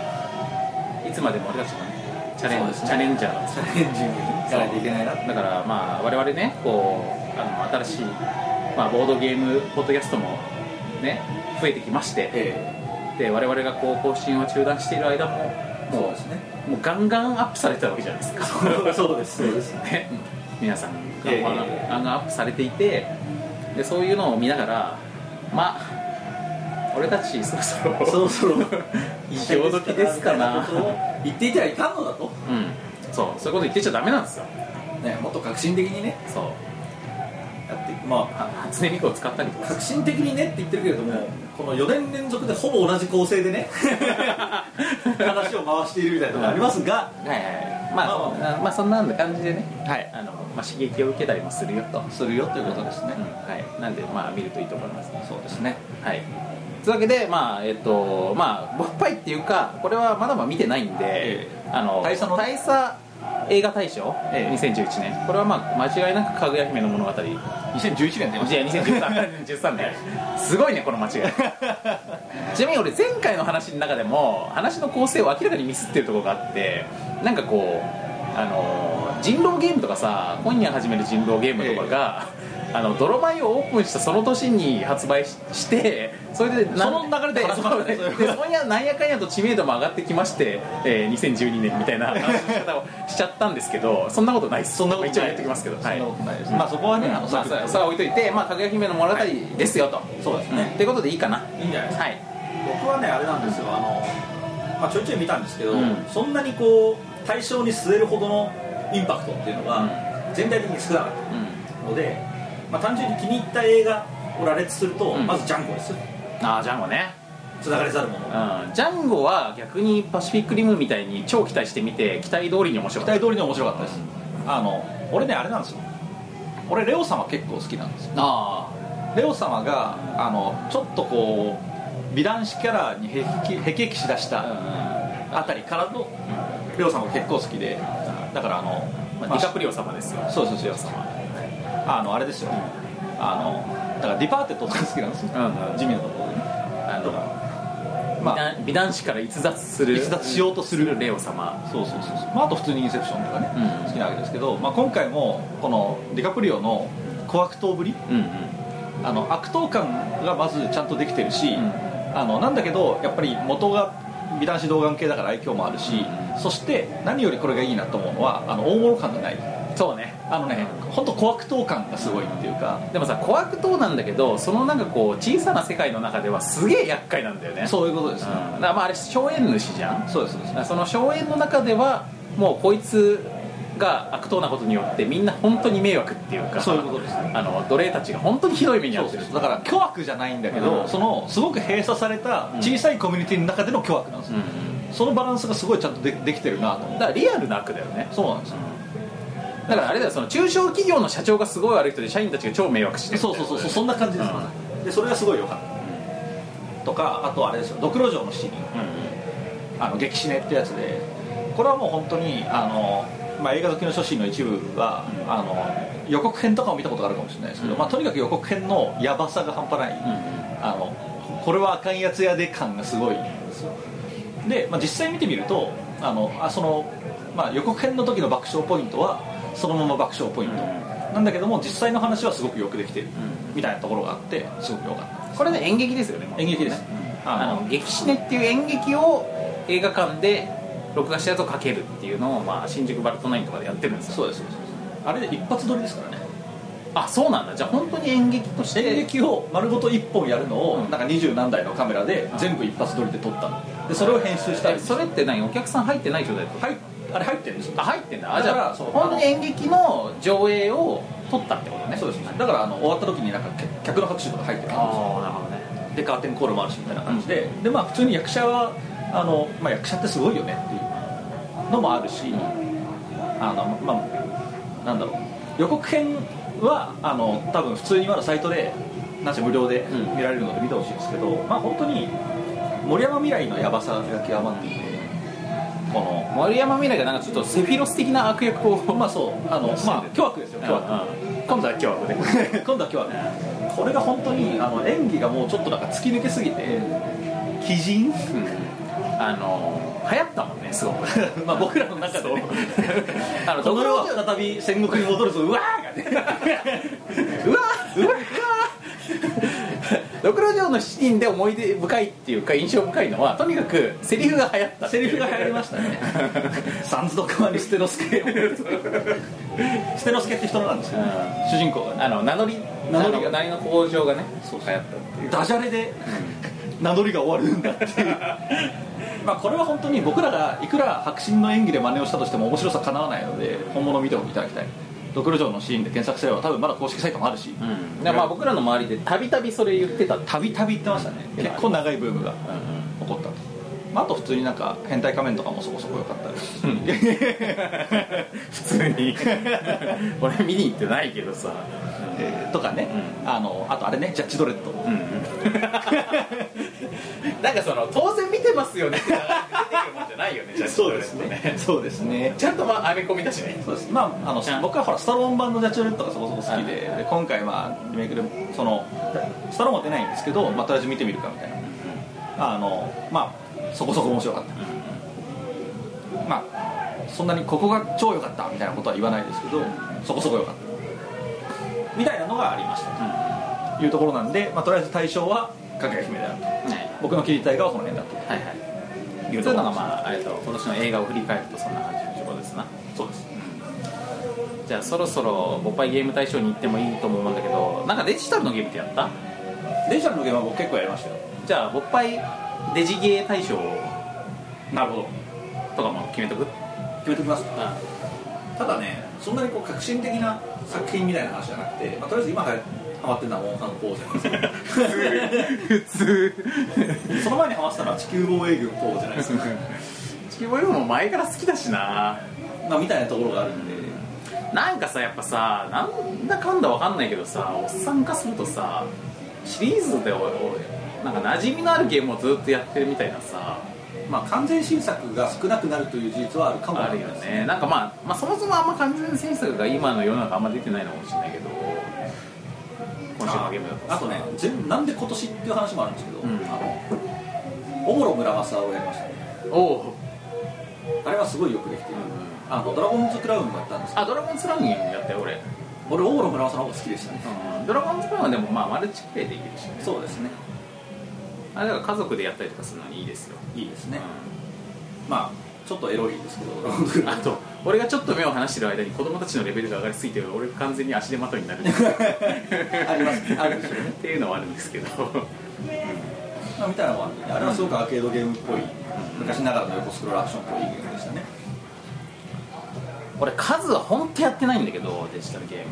B: いつまでも俺たちもねチャレン
I: そうで
B: ジ
I: すね
B: チャレンジャーなんですよ
I: チャレンジングにやらないといけないなって
B: だからまあ我々ねこうあの新しい、まあ、ボードゲームポッドキャストもね増えてきまして
I: え
B: で我々がこう更新を中断している間も
I: え
B: もう
I: そうです
C: [LAUGHS]
I: ね
B: もうガンガンアップされてたわけじゃないですか [LAUGHS]
I: そうですそうです
B: ね皆さんが
I: ええ
B: まあガンガンアップされていてでそういうのを見ながらまあ俺たちそろそろ
I: そろそ
B: [LAUGHS]
I: ろ
B: 潮時ですかな
I: みたいことを言っていてはいかんのだと
B: うんそうそういうこと言ってちゃダメなんですよ
I: ねもっと革新的にね
B: そう
I: やっていくまあ
B: は初音ミクを使ったりとか
I: [LAUGHS] 革新的にねって言ってるけれども、この4年連続でほぼ同じ構成でね話を回しているみたいなところありますが、
B: はいはいはいまあ、
I: ま
B: まあ、まあ、そんなんで感じでね、
C: はい
B: あの、まあ、刺激を受けたりもするよと。
C: するよということですね、
B: はい、なんで、まあ、見るといいと思います。
C: そうですね
B: はい。というわけで、まあ、えっと、まあ、勃発っていうか、これはまだまだ見てないんで、
C: え
B: あの、
C: 大佐の
B: 大佐映画大賞、
C: ええ
B: 2011年。これはまあ、間違いなくかぐや姫の物語。いや、
C: 2011年出まし
B: 2013
C: た [LAUGHS]
B: 2013年。すごいね、この間違い。ちなみに俺前回の話の中でも話の構成を明らかにミスってるところがあってなんかこうあのー人狼ゲームとかさ今夜始める人狼ゲームとかが、あの泥米をオープンしたその年に発売ししてそれでな
C: その流れで話しましたね
B: そうでそんやなんやかんやと知名度も上がってきまして、えー2012年みたい
C: [LAUGHS]
B: な話の仕方をしちゃったんですけどそんなことないです
C: そんなことない
B: 一応言っときますけどはい
C: そんなことないですまあそこはねあの
B: まあ、ささあ置いといて、まあ、かぐや姫の物語ですよと、
I: そうです
B: うん
I: ね、
B: ということでいいかな、
I: いいんじゃないですか、
B: はい
I: 僕はねあれなんですよあの、まあ、ちょいちょい見たんですけど、
B: うん
I: そんなにこう対象に据えるほどのインパクトっていうのが全体的に少なかっ
B: うん
I: たので、まあ、単純に気に入った映画を羅列すると、
B: うん
I: まずジャンゴですよ
B: ああジャンゴね、
I: つながれざるもの
B: うん、ジャンゴは逆にパシフィックリムみたいに超期待してみて期待通りに面白
C: 期
B: かっ
C: 待通りに面白かったですあの俺ねあれなんですよ俺レオ様結構好きなんですよ
B: たあ
C: レオ様があのちょっとこうヴィラン視キャラにへきへきへきしだした
B: あ
C: あたりからのレオ様が結構好きでだからあの、
B: うん、まあ、
C: まあ
B: ディカプリオ様ですよ
C: そうそうそうレオ様あのあれですよあのだからディパーテッドとか好きなんですよ
B: うんうん
C: 地味なところでね
B: あ
I: と
B: の
I: か、
C: ま
B: 美
C: あ
B: 男美男子から逸脱する
C: 逸脱しようとする
B: レオ様
C: そうそうそうそう、まあ、あと普通にインセプションとかね、
B: うん
C: 好きなわけですけど、まあ、今回もこのディカプリオの小悪党ぶり
B: うんうん
C: あの悪党感がまずちゃんとできてるし、
B: ん
C: あのなんだけどやっぱり元が美男子童顔系だから愛嬌もあるし、そして何よりこれがいいなと思うのはあの大物感がない
B: そうね
C: あのね本当小悪党感がすごいっていうか、
B: でもさ小悪党なんだけどそのなんかこう小さな世界の中ではすげえ厄介なんだよねう、
C: そういうことで
B: ん、
C: す
B: だ
C: ね、
B: からまああれ荘園主じゃん
C: そうですそうです
B: その荘園の中ではもうこいつが悪党なことによってみんな本当に迷惑っていうか
C: そういうことですね
B: あの奴隷たちが本当にひどい目に
C: そ
B: 遭
C: う
B: って
C: そ
B: る
C: うそうだから巨悪じゃないんだけど、
B: うん
C: そのすごく閉鎖された小さいコミュニティの中での巨悪なんですよ、
B: うん
C: そのバランスがすごいちゃんとでできてるなと思
B: だ
C: っ
B: か
C: て
B: らリアルな悪だよね
C: そうなんですよ
B: だからあれだよその中小企業の社長がすごい悪い人で社員たちが超迷惑してる
C: そうそうそうそうそんな感じです、
I: でそれがすごい良かった
C: とかあとあれですよ「ドクロ城の七
B: う
C: 人
B: んうん」
C: あの激死ねってやつでこれはもう本当にあのまあ、映画好きの初心の一部は、あの予告編とかを見たことがあるかもしれないですけど、
B: うん
C: まあ、とにかく予告編のヤバさが半端ない、あのこれはあかんやつやで感がすごいで、まあ、実際見てみるとあのあその、まあ、予告編の時の爆笑ポイントはそのまま爆笑ポイント、
B: うん
C: なんだけども実際の話はすごくよくできてる、みたいなところがあってすごくよかった
B: これね演劇ですよね
C: 演劇です、
B: あ
C: あの
B: の劇シネっていう演劇を映画館で録画したやつをかけるっていうのを、まあ、新宿バルトナインとかでやってるんですよ
C: そうですそうですあれで一発撮りですからね
B: あそうなんだじゃあ本当に演劇として
C: 演劇を丸ごと一本やるのを
B: うん
C: なんか二十何台のカメラで全部一発撮りで撮ったのでそれを編集した
B: え
C: り
B: それって何お客さん入ってない状態で撮った
C: はいあれ入ってるんですよ
B: あ入ってんだあ
C: だ
B: じ
C: から
B: ゃあ
C: そう
B: 本当に演劇の上映を撮ったってことね
C: そうですねだからあの終わった時になんか客客の拍手とか入ってる
B: ああなるほどね
C: でカーテンコールもあるしみたいな感じで、でまあ普通に役者は
F: あの、まあ、役者ってすごいよねっていうのもあるし、あのまあなんだろう予告編はあの多分普通にまだサイトでなぜ無料で見られるので見てほしいんですけど、まあ本当に森山未来のヤバさが極まっていてこの
B: 森山未来がなんかちょっとセフィロス的な悪役を
F: まあそうあのまあ巨悪ですよ巨悪、
B: 今度は今日ね
F: 今度は今日はこれが本当にあの演技がもうちょっとなんか突き抜けすぎて鬼人
B: あの流行ったもんねすご [LAUGHS] く
F: まあ僕らの中で、ね、
B: あ
F: あの
B: の
F: こ
B: と
F: の
B: こ
F: 世
B: ろ
F: は再び戦国に戻るぞうわーが [LAUGHS] ね
B: うわうわ六郎城の7人で思い出深いっていうか印象深いのはとにかくセリフが流行った
F: セリフが流行りましたねサンズド川に捨ての助 [LAUGHS] 捨ての助って人なんですよ、ね、主人公がね
B: あの名乗り
F: 名
B: 名
F: 乗
B: 乗
F: りが
B: りがの向上がねそう流行った
F: ダジャレ
B: [LAUGHS]
F: で名乗りが終わるんだっていう [LAUGHS] まあこれは本当に僕らがいくら迫真の演技で真似をしたとしても面白さかなわないので本物を見ていただきたい六路城のシーンで検索すれば多分まだ公式サイトもあるし
B: うん、でまあ僕らの周りでたびたびそれ言ってたって
F: たびたび言ってましたね結構長いブームが起こったと、まあ、あと普通になんか変態仮面とかもそこそこ良かったですし、
B: 普通に [LAUGHS] 俺見に行ってないけどさ
F: [LAUGHS] えーとかね、あのあとあれねジャッジドレッド、
B: なん [LAUGHS] かその当然見てますよねって流れで出てくるもんじゃないよね [LAUGHS]
F: そうですねそうですね
B: ちゃんとまあ編み込みだしね
F: そうですまああの
B: うん
F: 僕はほらスタローン版のジャッジドレッドがそこそこ好きでで今回まあリメイクでそのスタローンは出ないんですけど、まあ、とりあえず見てみるかみたいなあのまあそこそこ面白かったまあそんなにここが超良かったみたいなことは言わないですけどそこそこ良かったみたいなのがありましたというところなんで、まあ、とりあえず対象はかぐや姫であると
B: は
F: 僕の切りたいがこの辺だと
B: いはいはいいうのがまああれと今年の映画を振り返るとそんな感じのところですな
F: そうです
B: じゃあそろそろボッパイゲーム大賞に行ってもいいと思うんだけどなんかデジタルのゲームってやった
F: デジタルのゲームは僕結構やりましたよ
B: じゃあボッパイデジゲー大賞
F: なるほど
B: とかも決めとく
F: 決めておきます
B: う
C: ただねそんなにこう革新的な作品みたいな話じゃなくて、まあ、とりあえず今はやハマってるのはモンハンポーゼなんです
B: [LAUGHS] 普通
C: けど
B: [LAUGHS]
C: その前にハマってたのは地球防衛軍ポーじゃないですか、
B: 地球防衛軍も前から好きだしな
C: まあ、みたいなところがあるんで
B: なんかさやっぱさなんだかんだわかんないけどさおっさん化するとさシリーズでおいおいなんか馴染みのあるゲームをずっとやってるみたいなさ
C: まあ完全新作が少なくなるという事実はあるかも
B: あるよねなんかまあ、まあ、そもそもあんま完全制作が今の世の中あんま出てないのかもしれないけど今週のゲームだと
C: あとね全なんで今年っていう話もあるんですけど、
B: うん
C: あのおもろ村正をやりましたね
B: おお
C: あれはすごいよくできてる、あのドラゴンズクラウンもやったんですけど
B: あドラゴンズラウンやったよ俺、
C: 俺おもろ村正の方が好きでしたね、
B: ドラゴンズラウンはでもまあマルチプレイできるしね
C: そうですね
B: あれだから家族でやったりとかするのにいいですよ
C: いいです
B: ね
C: ね、まあちょっとエロいですけどドラゴンズクラウン
B: あと俺がちょっと目を離してる間に子供たちのレベルが上がりすぎて俺完全に足手まといになる
C: ありますあるんですよね
B: っていうのはあるんですけど
C: まあ、みたいなのもあってあれはすごくアーケードゲームっぽい昔ながらの横スクロールアクションっぽいゲームでしたね
B: 俺数は本当やってないんだけどデジタルゲーム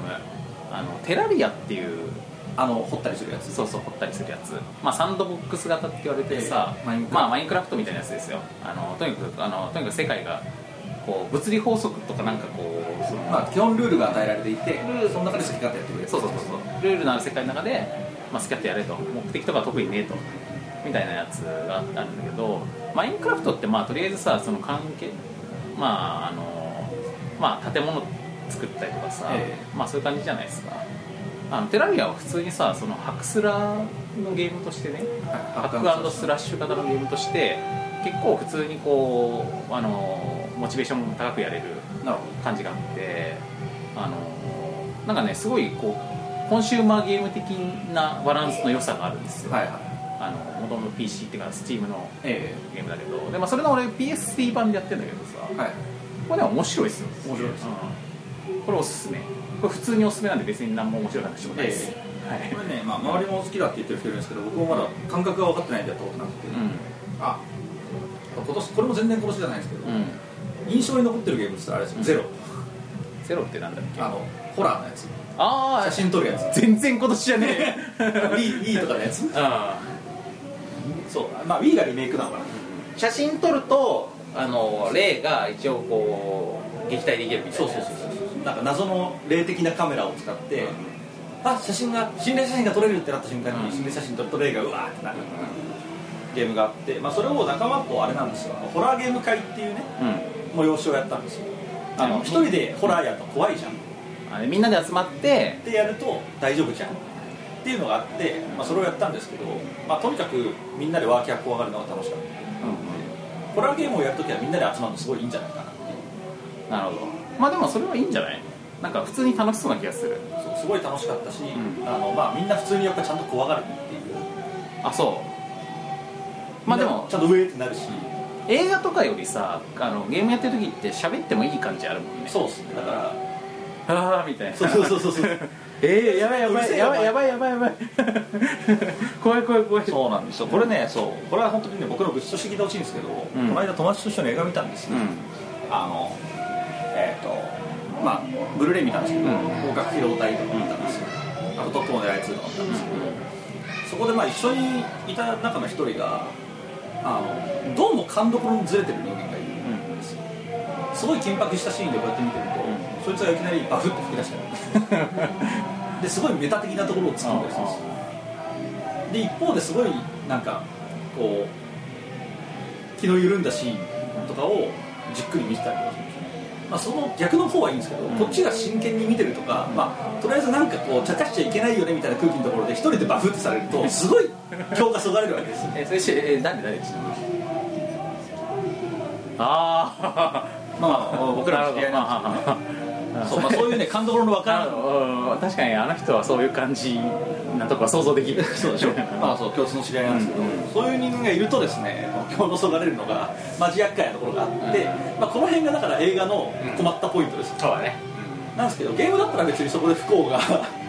B: あのテラリアっていう
C: あの掘ったりするやつ
B: そうそう掘ったりするやつ、まあ、サンドボックス型って言われてさ、
C: ええマインクラフト
B: まあ、マインクラフトみたいなやつですよあのとにかくあのとにかく世界がこう物理法則とかなんかこうその、
C: まあ基本ルールが与えられていてその中で好き勝手やってくれる
B: そうそうそうそうルールのある世界の中で、まあ、スキャットやれと目的とかは特にねえとみたいなやつがあったんだけどマインクラフトってまあとりあえずさその関係まああのまあ建物作ったりとかさ、
C: え
B: まあそういう感じじゃないですかあのテラリアは普通にさそのハクスラーのゲームとしてねハクスラッシュ型のゲームとして結構普通にこうあのモチベーションも高くやれる
C: なるほ
B: 感じがあってあのなんかねすごいこうコンシューマーゲーム的なバランスの良さがあるんですよ、
C: どはいはい
B: あの元の PC っていうか Steam の
C: え
B: ゲームだけどで、まあ、それが俺 PS3 版でやってんだけどさ
C: えはい
B: これは面白いですよ
C: 面白いです、
B: うんこれおすすめこれ普通におすすめなんで別に何も面白い話もないです、
C: え
B: はい
C: これね、まあ、周りも好きだって言ってる人いるんですけど僕もまだ感覚が分かってないんでやったことなくて、
B: う
C: あ今年これも全然今年じゃないんですけど、
B: ん、うん、
C: 印象に残ってるゲームって言ったらあれですよ、ゼロ
B: ゼロってなんだっけ
C: あのホラーのやつ
B: あ
C: 写真撮るやつ
B: ー全然今年じゃね [LAUGHS]
C: Wii Wii とかのやつ
B: えあ
C: そうまあ Wii がリメイクなのかな、
B: 写真撮るとあの霊が一応こう撃退できるみたい
C: そう
B: な
C: そうそうそうなんか謎の霊的なカメラを使って、あ写真が心霊写真が撮れるってなった瞬間に、
B: うん
C: 心霊写真撮ると霊がうわーってなる、ゲームがあって、まあ、それを仲間とあれなんですよあのホラーゲーム会っていうね
B: うん
C: 催しをやったんですよあ
B: う
C: の
B: ん
C: 一人でホラーやると怖いじゃんっ
B: あれみんなで集まって
C: てやると大丈夫じゃんっていうのがあって、まあ、それをやったんですけど、まあ、とにかくみんなでワーキャー怖がるのが楽しかったホラーゲームをやるときはみんなで集まるのすごいいいんじゃないかな
B: なるほどまあでもそれはいいんじゃないなんか普通に楽しそうな気がする
C: そうすごい楽しかったし、
B: うん
C: あのまあ、みんな普通にやっぱちゃんと怖がるっていう
B: あそうまあでも
C: ちゃんと上ってなるし
B: 映画とかよりさあのゲームやってる時って喋ってもいい感じあるもんね
C: そうっすねだから
B: ああみたいな
C: そうそうそうそうそう
B: [LAUGHS] えー、やばいや
C: うる
B: ば
C: せえ
B: い
C: よ
B: やばいやばいやばいやばい [LAUGHS] 怖い怖い怖い
F: そうなんですよこれねそうこれは本当にね僕の愚痴として聞いてほしいんですけど、
B: ん
F: この間友達と一緒に映画見たんですよ、
B: う
F: あのえっ、とまあブルーレイ見たんですけど、
B: うん
F: 合格披露隊とか見たんですよ、あと「トップモデライ2」とか見たんですけど、
C: そこでまあ一緒にいた中の一人があのどうも勘どころにずれてる人間がいるんですよ、すごい緊迫したシーンでこうやって見てると、そいつがいきなりバフって吹き出し
F: [LAUGHS]
C: たりですごいメタ的なところを突っ込んだりするんですよで一方ですごいなんかこう気の緩んだシーンとかをじっくり見てたりとかするんですねまあ、その逆の方はいいんですけど、こっちが真剣に見てるとか、まあ、とりあえずなんかこう茶化しちゃいけないよねみたいな空気のところで一人でバフってされるとすごい強化そがれるわけです
B: ん
C: よ
B: えそれしえ誰誰ちなみにあ
F: [LAUGHS] ま
C: [LAUGHS]
F: あ
B: あ
F: 僕らの知り合いなんですけどねそうまあ、そういうね勘どころの分から
B: あ
F: ん
B: のうん確かにあの人はそういう感じなとこは想像できるそうで
C: [LAUGHS]
B: しょ
F: まあそう共通の知り合いなんですけど、そういう人間がいるとですね
C: 今日のそがれるのがマジ厄介なところがあって、まあ、この辺がだから映画の困ったポイントです、
B: そうだね
C: なんですけどゲームだったら別にそこで不幸が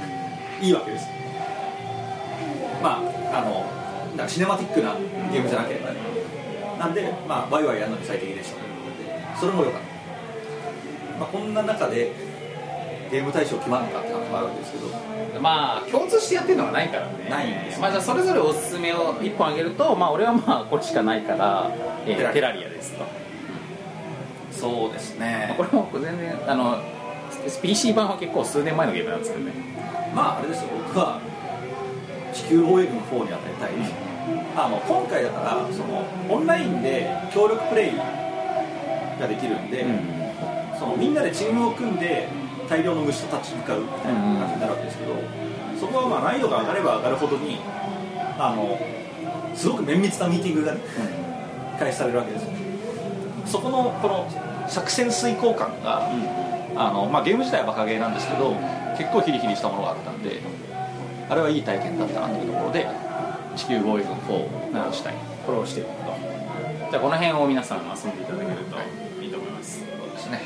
C: [LAUGHS] いいわけですまああのなんかシネマティックなゲームじゃなければねなんでまあワイワイやるのに最適でしたということでそれも良かった、まあ、こんな中でゲーム大賞決まるのかって話もあるわけですけど
B: まあ共通してやってるのはないからね
C: ないんですよ
B: まあじゃあそれぞれおすすめを一本あげるとまあ俺はまあこれしかないから、えー
C: テラリア
B: テラリアですと
C: そうですね
B: これも全然あの PC 版は結構数年前のゲームなんですけどね
C: まああれですよ僕は地球防衛軍4に与えたいです、あの今回だからそのオンラインで協力プレイができるんで、そのみんなでチームを組んで大量の虫と立ち向かうみたいな感じになるわけですけど、そこはまあ難易度が上がれば上がるほどにあのすごく綿密なミーティングが、ね開始されるわけですよ
F: そこのこの作戦遂行感が、あのまあ、ゲーム自体はバカゲーなんですけど、結構ヒリヒリしたものがあったんであれはいい体験だったなというところで地球防衛軍4を直したい
B: これをしていくとじゃあこの辺を皆さん遊んでいただけるといいと思います
F: そうですね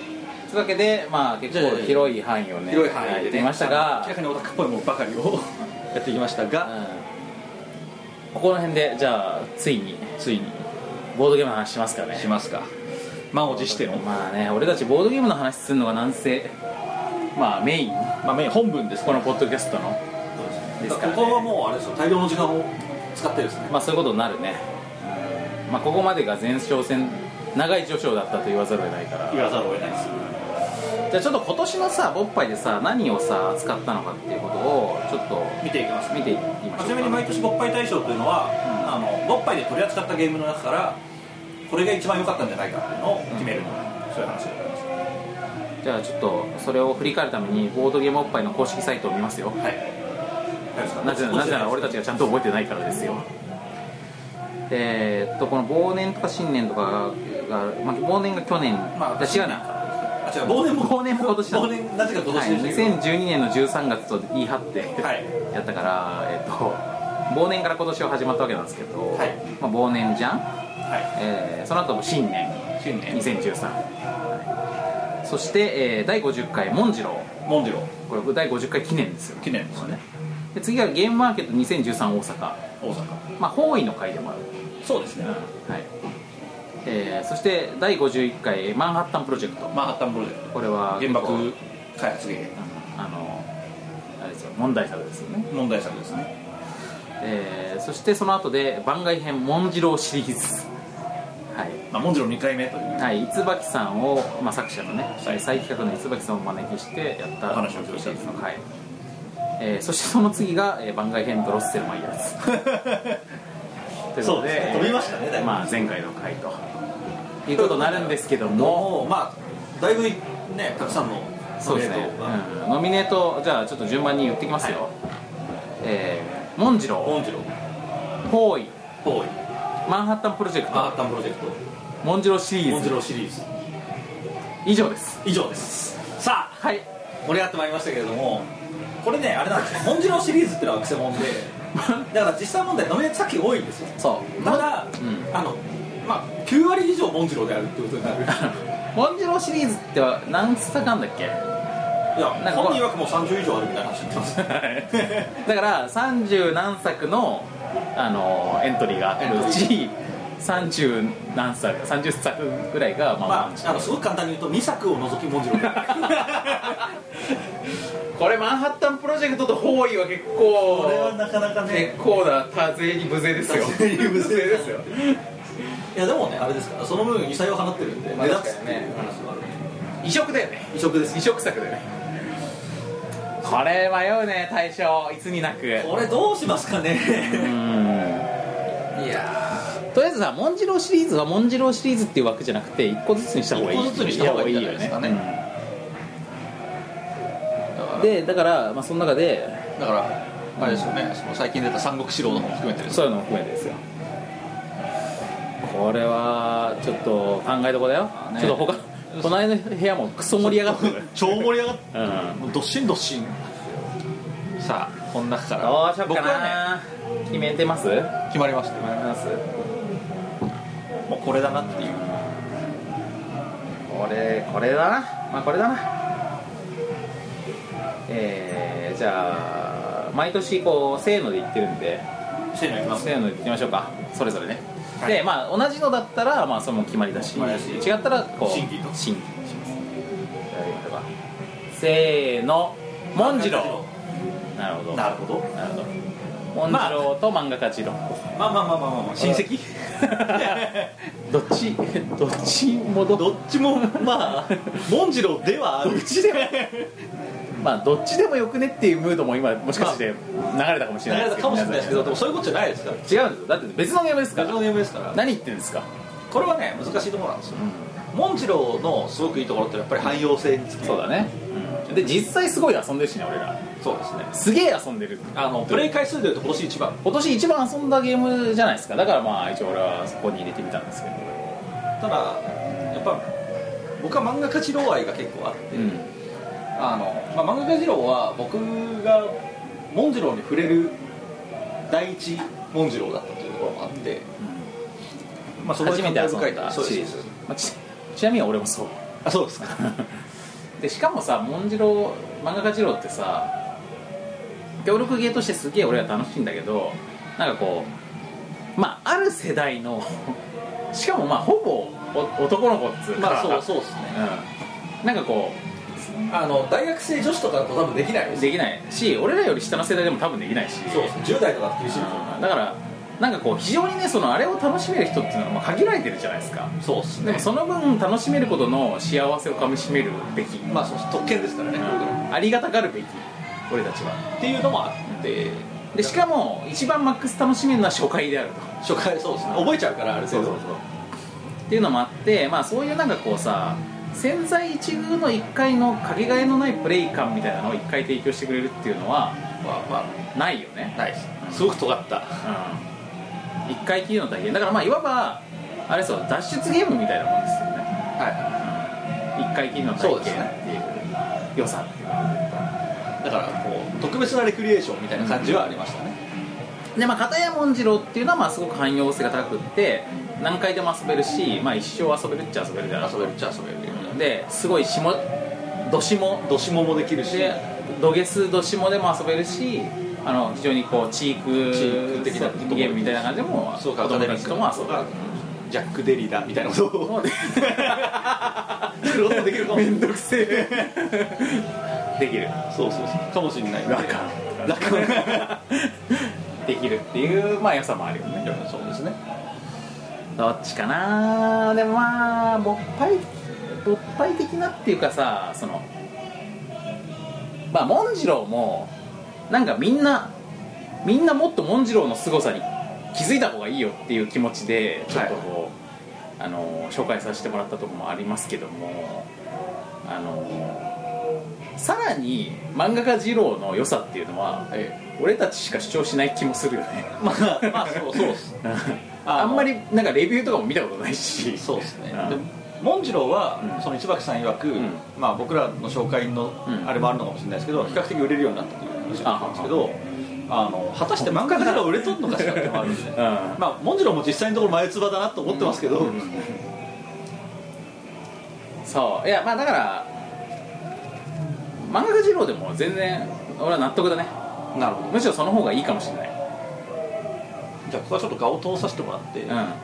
B: というわけでまあ結構広い範囲をね
F: 広い範囲でね
B: やってみましたが
F: 明らかにオタクっぽいものばかりを [LAUGHS] やってきましたが、
B: ここの辺でじゃあついに
F: ついに
B: ボードゲームの話しますかね
F: しますか満を持しての、ま
B: まあね俺たちボードゲームの話するのがなんせまあメイン
F: あ、メイン本文です
B: このポッドキャストのですからね
C: ここはもうあれですよ大量の時間を使ってですね、
B: まあそういうことになるねまあここまでが前哨戦長い序章だったと言わざるを得ないから
C: 言わざるを得ないです
B: じゃあちょっと今年のさボッパイでさ何をさ扱ったのかっていうことをちょっと
C: 見ていきます
B: 見ていきま
C: まあち
B: しょ
C: なみに
B: うか
C: 毎年勃発大賞というのは、あの勃発で取り扱ったゲームの中からこれが一番良かったんじゃないかっていうのを決めるのが、そういう話でございます
B: じゃあちょっとそれを振り返るためにボードゲームボッパイの公式サイトを見ますよ
C: はい
B: なぜならなぜなら俺た
C: ち
B: ちがちゃんと覚えてないからですよえーっとこの忘年とか新年とかが、まあ、忘年が去年、
C: まあ
B: だ違うな
C: あ違う忘年も
B: 忘年も今年だ
C: 忘年なぜか今
B: は
C: 年
B: い、
C: でしたけど
B: 2012年の13月と言い張って、
C: はい
B: やったから、えっと、忘年から今年は始まったわけなんですけど、
C: はい
B: まあ、忘年じゃん、
C: は
B: えーその後も新年
C: い新年
B: 2013、はいそして、えー第50回モンジロー
C: モンジロ
B: これ第50回記念ですよ
C: 記念ですね
B: で次はゲームマーケット2013大阪
C: 大阪
B: まあ方位の回でもある
C: そうですね
B: はい、えーそして第51回マンハッタンプロジェクト
C: マンハッタンプロジェク
B: これは
C: ト原
B: 結構
C: 爆開発ゲーム
B: あのあれですよ問題作ですよね
C: 問題作ですね
B: えーそしてその後で番外編「モンジロー」シリーズ、はい
F: まあ、モンジュロ2回目という
B: はい、椿さんを、まあ、作者のね再企画の椿さんをお招きしてやった
F: お話を聞いた
B: んですはいえーそしてその次が、えー番外編ドロッセルマイヤーズということ
J: そう
B: で
J: ですね飛びましたねだいぶ
B: まあ、前回の回ということになるんですけども
C: もうまあだいぶねたくさんの
B: そうですね
C: トが、
B: うんノミネートじゃあちょっと順番に言ってきますよ、えー、モンジロ
C: モンジロ
B: ーホーイ
C: ホーイ
B: マンハッタンプロジェク
C: マンハ
B: ト
C: ッタンプロジェク
B: モンジロシリ
C: トモ
B: ー
C: ンジ
B: ズ
C: ロシリーズ
B: 以上です
C: 以上ですさあ
B: はい
C: 盛り上がってまいりましたけれどもこれねあれなんですよモンジロシリーズってのはくせ者でだから実際問題ノミネート作品多いんですよ
B: そう
C: た
B: う
C: だ、
B: ん
C: あのまあ9割以上モンジロであるってことにな [LAUGHS] るい
B: [LAUGHS] モンジロシリーズっては何作かんだっけ
C: や
B: なんか
C: 本人曰くもう30以上あるみたいな話になってます
B: だから30何作の、あのーエントリーがあるうち30何作30作ぐらいがまあ、
C: まあ、あのすごく簡単に言うと2作を除きモンジロ
B: [LAUGHS]
C: [LAUGHS]
B: これマンハッタンプロジェクトと包囲は結構
J: これはなかなかね
B: 結構な多勢に無勢ですよ
J: 多勢に無勢
B: ですよ
C: いやでもねあれですからその分異彩を放ってるんで
B: まあ
C: 目立つ
B: 確
C: っ
B: か
C: て
B: にね
C: いう話もあるんで
B: 異色だよね
C: 異色です
B: 異色作だよねこれ迷うね大賞いつになく
C: これどうしますか
B: う
C: ね
B: ん
C: いや
B: とりあえずさモンジローシリーズはモンジローシリーズっていう枠じゃなくて1個ずつにした方がいい
F: 一個ずつにした方がいいんじゃないですかね
B: やうんでだから、まあ、その中で
F: だからあれですよねその最近出た「三国志郎」の方も含めてです
B: そういうのも含めてですよこれはちょっと考えどこだよ、
F: ね
B: ちょっと他この間の部屋もクソ盛り上がってる
F: 超盛り上がって
B: うん
F: もうどっしんどっしんさあこの中から
B: どうしよっ
F: 僕
B: か
F: はね
B: な、決めてます決
F: 決まりました
B: めます
F: もうこれだなっていう
B: これこれだなまあこれだなえー、じゃあ毎年こうせーので言ってるんで
C: せーのいきます
B: せーので言ってみましょうかそれぞれね、でまあ同じのだったらまあそれも決まりだし
C: 決まりだし
B: 違ったらこう
C: 審議と
B: 審議しますじゃあやりましょうかせーのモンジローなるほど
C: な
B: な
C: るほど
B: るほどモンジローと漫画家ジロー
C: まあまあまあまあまあ、まあ、
F: 親戚
B: どっち [LAUGHS] どっちも [LAUGHS] ど
J: どっちもまあモンジロでは
F: [LAUGHS]
J: ある
B: まあどっちでもよくねっていうムードも今もしかして流れたかもし
C: 流
B: れない
C: れ
B: ですけ
C: たか
B: ど
C: もしれないですけどでもそういうことじゃないですから
B: 違うんですよだって別のゲームですか
C: 別
B: ら
C: のゲームですから
B: 何言ってんですか
C: これはね難しいところなんですよ
F: モンジローのすごくいいところってやっぱり
J: 汎用性につき
B: そうだね、で実際すごい遊んでるしね俺ら
C: そうですね
B: すげえ遊んでる
C: あのプレイ回数でいうと今年一番
B: 今年一番遊んだゲームじゃないですかだからまあ一応俺はそこに入れてみたんですけど
C: ただやっぱ僕は漫画家二郎愛が結構あって、
B: うん
C: あの、まあ、漫画家二郎は僕がモンジローに触れる第一モンジローだったというところもあって、まあ、そこ
B: 初
C: で
B: めて遊ん
C: 感慨深い
B: だ
C: そう
B: シリ
C: で
B: ーズ
C: す
B: まあちちなみに俺もそう
C: あそうですか
B: でしかもさモンジロー漫画家ジローってさ協力ゲーとしてすげえ俺は楽しいんだけどなんかこうまあある世代の [LAUGHS] しかもまあほぼお男の子っつうか
C: [LAUGHS] まあそうそうですね
B: うん、なんかこ
C: あの大学生女子とかだと多分できないで
B: う
C: すよ
B: できないし俺らより下の世代でも多分できないし
C: そうですね10代とかって厳しいですよ
B: うんだからなんかこう非常にねそのあれを楽しめる人っていうのはまあ限られてるじゃないですか
C: そうです
B: でもその分楽しめることの幸せをかみしめるべき、
C: まあそうです特権ですからね、
B: うんありがたがるべき俺たちは
C: っていうのもあって
B: でしかも一番マックス楽しめるのは初回であると
C: 初回そうですね覚えちゃうからある程度
B: っていうのもあってまあそういうなんかこうさ潜在一遇の1回のかけがえのないプレイ感みたいなのを1回提供してくれるっていうのは
C: まあま
B: ないよね
C: あないですすごく尖った
B: うん1回きりの体験だからまあいわばあれそう脱出ゲームみたいなもんですよね
C: は
B: 1回きりの体験っていう良さっていうか
C: いだからこう特別なレクリエーションみたいな感じはありましたね、
B: でまあ片山文次郎っていうのはまあすごく汎用性が高くって何回でも遊べるし、まあ、一生遊べるっちゃ遊べるじゃない
C: 遊べるっちゃ遊べるような
B: ですごい下どしも
C: どしももできるし
B: でどげすどしもでも遊べるしあの非常にこうチーク
C: チーク的な
B: ゲームみたいな感じでも
C: そう
B: 子
C: か
B: 供たちとも遊べる
C: ジャック・デリだみたいなことを
B: もう
C: [LAUGHS] 作ることもできるかもしれない
B: どくせえ [LAUGHS]
C: [LAUGHS]
B: できる
C: そうそうそうかもしれないんで
B: 楽観
C: 楽観
B: [LAUGHS] できるっていうまあ良さもあるよね
C: そうですね
B: どっちかなでもまあ勃発勃発的なっていうかさそのまあモンジローもなんかみんなみんなもっとモンジローの凄さに気づいた方がいいよっていう気持ちでちょっとこう、あの紹介させてもらったとこもありますけどもあのさらに漫画家二郎の良さっていうのは
F: え
B: 俺たちしか主張しない気もするよね
F: えまあまあそうそうっす
B: あんまりなんかレビューとかも見たことないし
F: そうですね
B: うん
F: でモンジローは、
B: うん
F: その椿さん曰く、
B: ん
F: まあ、僕らの紹介の
B: うん
F: あれもあるのかもしれないですけど、比較的売れるようになったという話だったんですけどあの果たして漫画家が売れとんのかしらってのもあるんで、
B: うんま
F: [LAUGHS] まあ、モンジローも実際のところ前つばだなと思ってますけど、
B: うんそういやまあだから漫画家二郎でも全然俺は納得だね
F: なるほど
B: むしろその方がいいかもしれない
F: じゃあここはちょっと顔を通させてもらって、
B: う
F: ま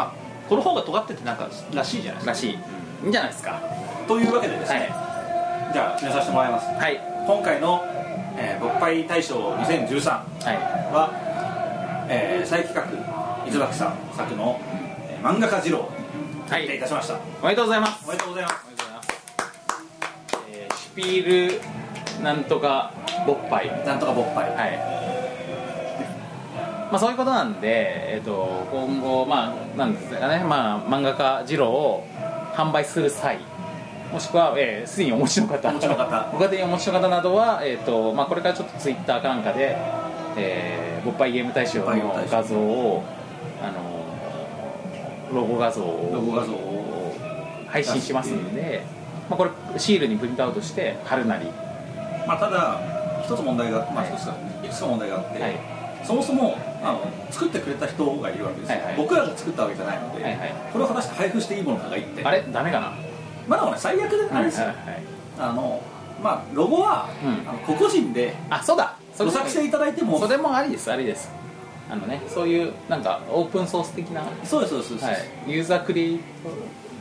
F: あこの方が尖っててなんからしいじゃない
B: ん
F: で
B: ら
F: す
B: しい、いいんじゃないですかは
C: というわけでですね、
B: い
C: じゃあ決めさせてもらいます
B: はい
C: 今回の、えー、勃発大賞2013
B: はい
C: は、えー再企画伊豆脇さん作の、えー漫画家二郎
B: は
C: 決定い
B: い
C: たしました、
B: おめでとうございます
C: おめでとうございます
B: えーシュピールなんとかボッパイ
C: なんとか勃発
B: はい、まあ、そういうことなんで、えっと今後、まあ、なんですかね、まあ、漫画家二郎を販売する際もしくは、えーすでにお持ちの方
C: お持ちの方
B: ご家庭にお持ちの方などは、えっとまあ、これからちょっとツイッターかなんかで「えー、勃発ゲーム大賞」
C: 勃発ゲーム
B: の
C: 大賞
B: 画像をあのロゴ画像を
C: ロゴ画像を
B: 配信しますんで、まあ、これシールにプリントアウトして貼るなり、
C: まあ、ただ一つ問題が、まあ、
B: はい
C: 一つか、い、くつか問題があって、
B: はい
C: そもそもあの作ってくれた人がいるわけですよ、
B: はいはい
C: 僕らが作ったわけじゃないので、
B: はいはい
C: これを果たして配布していいものかがいって
B: あれダメかな
C: まだ俺最悪であれですよ、
B: はいはいはい
C: あのまあロゴは、
B: うん
C: あの個々人で
B: あそうだそ
C: ご
B: れ
C: 作成いただいても
B: それもありですありですあのねそういうなんかオープンソース的な、は
C: そうですそうですそうです、
B: い、ユーザークリエイト